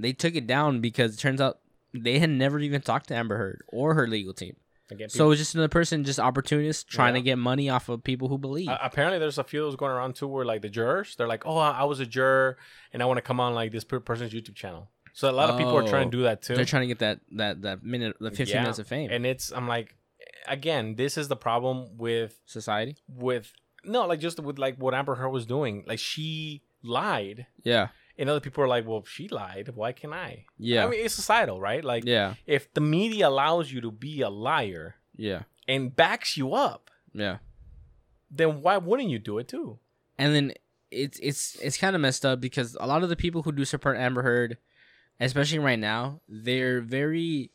Speaker 3: They took it down because it turns out they had never even talked to Amber Heard or her legal team.
Speaker 2: Again,
Speaker 3: So it was just another person, just opportunist, trying to
Speaker 2: Yeah.
Speaker 3: get money off of people who believe.
Speaker 2: Uh, apparently, there's a few of those going around too, where like the jurors, they're like, "Oh, I, I was a juror, and I want to come on like this per- person's YouTube channel." So a lot of people are trying to
Speaker 3: Oh.
Speaker 2: do that too.
Speaker 3: They're trying to get that that that minute, the fifteen
Speaker 2: Yeah.
Speaker 3: minutes of fame.
Speaker 2: and it's I'm like, again, this is the problem with
Speaker 3: Society,
Speaker 2: with no, like just with like what Amber Heard was doing. Like she lied,
Speaker 3: yeah,
Speaker 2: and other people are like, "Well, if she lied. Why can I?"
Speaker 3: yeah.
Speaker 2: I mean, it's societal, right? Like,
Speaker 3: Yeah,
Speaker 2: if the media allows you to be a liar
Speaker 3: yeah,
Speaker 2: and backs you up,
Speaker 3: yeah.
Speaker 2: then why wouldn't you do it too?
Speaker 3: And then it's it's it's kind of messed up because a lot of the people who do support Amber Heard, especially right now, they're very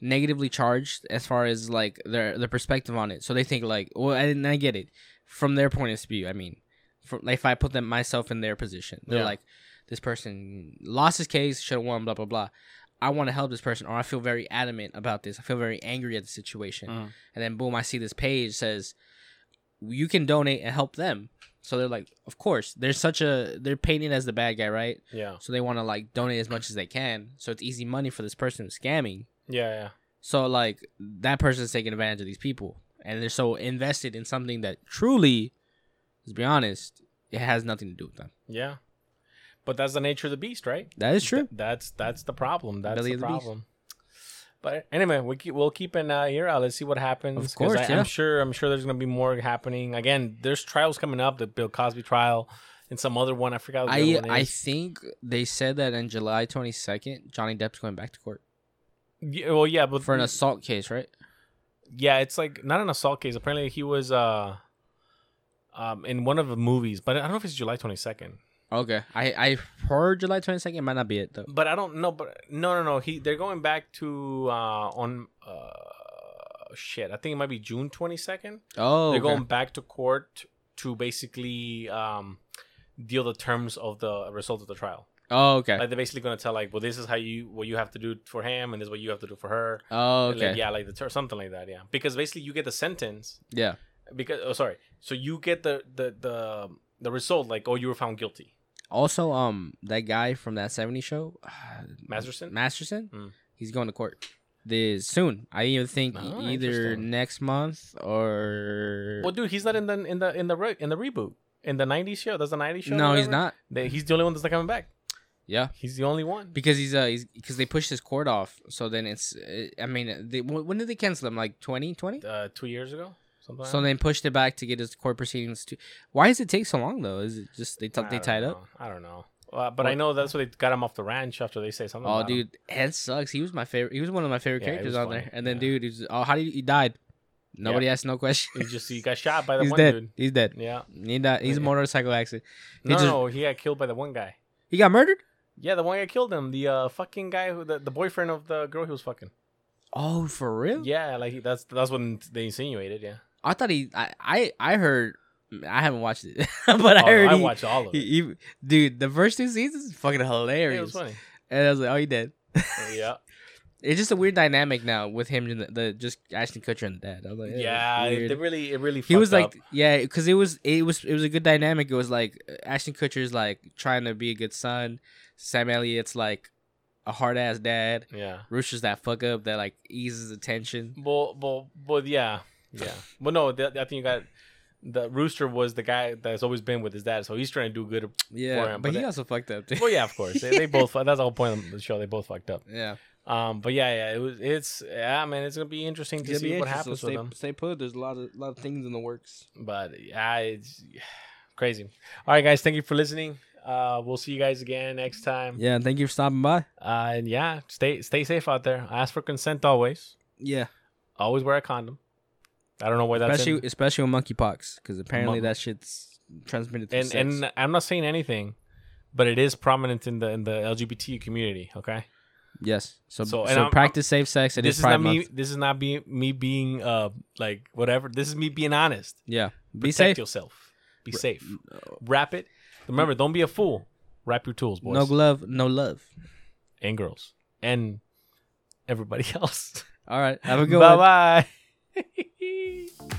Speaker 3: negatively charged as far as like their their perspective on it. So they think like, well, I didn't I get it from their point of view. I mean, from like if I put them myself in their position, they're
Speaker 2: Yeah.
Speaker 3: like, this person lost his case, should have won, blah blah blah. I want to help this person, or I feel very adamant about this. I feel very angry at the situation.
Speaker 2: Mhm.
Speaker 3: And then boom, I see this page says you can donate and help them. So they're like, of course, they're such a they're painted as the bad guy, right?
Speaker 2: Yeah,
Speaker 3: So they want to like donate as much as they can. So it's easy money for this person who's scamming.
Speaker 2: yeah, yeah.
Speaker 3: So like that person's taking advantage of these people, and they're so invested in something that truly, let's be honest, it has nothing to do with them.
Speaker 2: Yeah. But that's the nature of the beast, right?
Speaker 3: That is true.
Speaker 2: Th- that's that's the problem. That's
Speaker 3: Belly
Speaker 2: the
Speaker 3: of the beast.
Speaker 2: problem. But anyway, we keep, we'll keep an uh, ear out. Let's see what happens.
Speaker 3: Of
Speaker 2: 'cause
Speaker 3: course,
Speaker 2: I,
Speaker 3: yeah.
Speaker 2: I'm sure. I'm sure there's gonna be more happening. Again, there's trials coming up. The Bill Cosby trial and some other one. I forgot. What the
Speaker 3: I
Speaker 2: other one
Speaker 3: I
Speaker 2: is.
Speaker 3: think they said that on July twenty second, Johnny Depp's going back to court
Speaker 2: Yeah, well, yeah, but
Speaker 3: for an assault case, right?
Speaker 2: yeah, it's like not an assault case. Apparently, he was uh, um, in one of the movies, but I don't know if it's July 22nd.
Speaker 3: Okay, I I heard July twenty second might not be it though.
Speaker 2: But I don't know. But no, no, no. He they're going back to uh on uh shit. I think it might be June 22nd.
Speaker 3: Oh,
Speaker 2: they're
Speaker 3: okay.
Speaker 2: going back to court to basically um, deal the terms of the result of the trial.
Speaker 3: oh okay.
Speaker 2: Like they're basically going to tell like, well, this is how you what you have to do for him, and this is what you have to do for her.
Speaker 3: Oh,
Speaker 2: And, like,
Speaker 3: okay. yeah.
Speaker 2: yeah, like the ter- something like that. Yeah, because basically you get the sentence
Speaker 3: yeah.
Speaker 2: because oh sorry, so you get the the the the result like oh you were found guilty.
Speaker 3: Also, um, that guy from that '70s show, uh,
Speaker 2: Masterson?
Speaker 3: Masterson,
Speaker 2: Mm.
Speaker 3: he's going to court this soon. I even think e-,
Speaker 2: Oh,
Speaker 3: either
Speaker 2: interesting.
Speaker 3: next month or
Speaker 2: Well, dude, he's not in the in the in the re- in the reboot in the '90s show. That's the '90s show.
Speaker 3: no,
Speaker 2: or
Speaker 3: he's
Speaker 2: whatever?
Speaker 3: not.
Speaker 2: They, he's the only one that's not coming back.
Speaker 3: Yeah,
Speaker 2: He's the only one.
Speaker 3: because he's uh, he's because they pushed his court off. So then it's, uh, I mean, they, wh- when did they cancel him? Like 2020.
Speaker 2: Uh, two years ago, something.
Speaker 3: So
Speaker 2: like
Speaker 3: then pushed it back to get his court proceedings. To why does it take so long though? Is it just they t-
Speaker 2: I
Speaker 3: they
Speaker 2: don't
Speaker 3: tied
Speaker 2: know.
Speaker 3: up?
Speaker 2: I don't know. Uh, but I
Speaker 3: What-
Speaker 2: know that's why they got him off the ranch after they say something.
Speaker 3: Oh,
Speaker 2: about him.
Speaker 3: dude, Ed sucks. He was my favorite. He was one of my favorite
Speaker 2: Yeah, he
Speaker 3: characters
Speaker 2: was
Speaker 3: on
Speaker 2: funny.
Speaker 3: there. And then,
Speaker 2: Yeah.
Speaker 3: dude, he was, oh, how do you, he died? Nobody asked no question.
Speaker 2: He just he got shot by the
Speaker 3: He's
Speaker 2: one
Speaker 3: dead.
Speaker 2: dude.
Speaker 3: He's dead.
Speaker 2: Yeah.
Speaker 3: He died. He's a
Speaker 2: Yeah.
Speaker 3: motorcycle accident. He
Speaker 2: No,
Speaker 3: just-
Speaker 2: no, he got killed by the one guy.
Speaker 3: He got murdered.
Speaker 2: Yeah, the one guy killed him. The uh, fucking guy who the, the boyfriend of the girl he was fucking.
Speaker 3: Oh, for real?
Speaker 2: Yeah, like he- that's that's what they insinuated. Yeah,
Speaker 3: I thought he. I I, I heard. I haven't watched it, (laughs) but (laughs) I
Speaker 2: Oh,
Speaker 3: heard.
Speaker 2: I
Speaker 3: he-
Speaker 2: watched all
Speaker 3: (laughs)
Speaker 2: of it.
Speaker 3: he- he- dude, the first two seasons is fucking
Speaker 2: It
Speaker 3: hilarious.
Speaker 2: was
Speaker 3: (laughs)
Speaker 2: funny.
Speaker 3: and I was like, oh, he did.
Speaker 2: yeah, it's
Speaker 3: It's just a weird dynamic now with him and the, the just Ashton Kutcher and the dad. I was like, "Eh,
Speaker 2: yeah.
Speaker 3: it's
Speaker 2: It,
Speaker 3: weird."
Speaker 2: it really, it really.
Speaker 3: he was
Speaker 2: fucked
Speaker 3: like, yeah, because it was it was it was a good dynamic. It was like Ashton Kutcher's like trying to be a good son. Sam Elliott's like a hard ass dad.
Speaker 2: up. yeah.
Speaker 3: Rooster's that fuck up that like eases the tension.
Speaker 2: Well, well, but yeah, yeah. Well, no, th- I think you got the rooster was the guy that's always been with his dad, so he's trying to do good.
Speaker 3: Yeah,
Speaker 2: him,
Speaker 3: but,
Speaker 2: but
Speaker 3: he
Speaker 2: that-
Speaker 3: also fucked
Speaker 2: (laughs)
Speaker 3: up. Too.
Speaker 2: Well, yeah, of course, they, they both. fu- That's the whole point of the show. They both fucked up.
Speaker 3: yeah,
Speaker 2: Um, but yeah, yeah, it was. It's yeah, man. It's gonna be interesting to see what happens
Speaker 3: stay,
Speaker 2: with them.
Speaker 3: put. There's a lot of lot of things in the works.
Speaker 2: But yeah, it's (sighs) crazy. All right, guys, thank you for listening. Uh, we'll see you guys again next time.
Speaker 3: Yeah, and thank you for stopping by.
Speaker 2: Uh, and yeah, stay stay safe out there. Ask for consent always.
Speaker 3: Yeah,
Speaker 2: Always wear a condom. I don't know why that's in-
Speaker 3: especially especially with monkeypox because apparently
Speaker 2: Mon-
Speaker 3: that shit's transmitted through
Speaker 2: and
Speaker 3: sex.
Speaker 2: and I'm not saying anything, but it is prominent in the in the LGBT community. Okay,
Speaker 3: yes, so
Speaker 2: So-
Speaker 3: so,
Speaker 2: and I'm-
Speaker 3: practice safe sex. It is
Speaker 2: this is
Speaker 3: Pride
Speaker 2: not me.
Speaker 3: Month.
Speaker 2: This is not be, me being uh like whatever. This is me being honest.
Speaker 3: Yeah, be
Speaker 2: Protect
Speaker 3: safe.
Speaker 2: yourself. Be safe. Wrap it. Remember, don't be a fool. Wrap your tools, boys
Speaker 3: No glove, no love.
Speaker 2: and girls, and everybody (laughs) else.
Speaker 3: All right, have a good
Speaker 2: (laughs)
Speaker 3: one.
Speaker 2: Bye bye.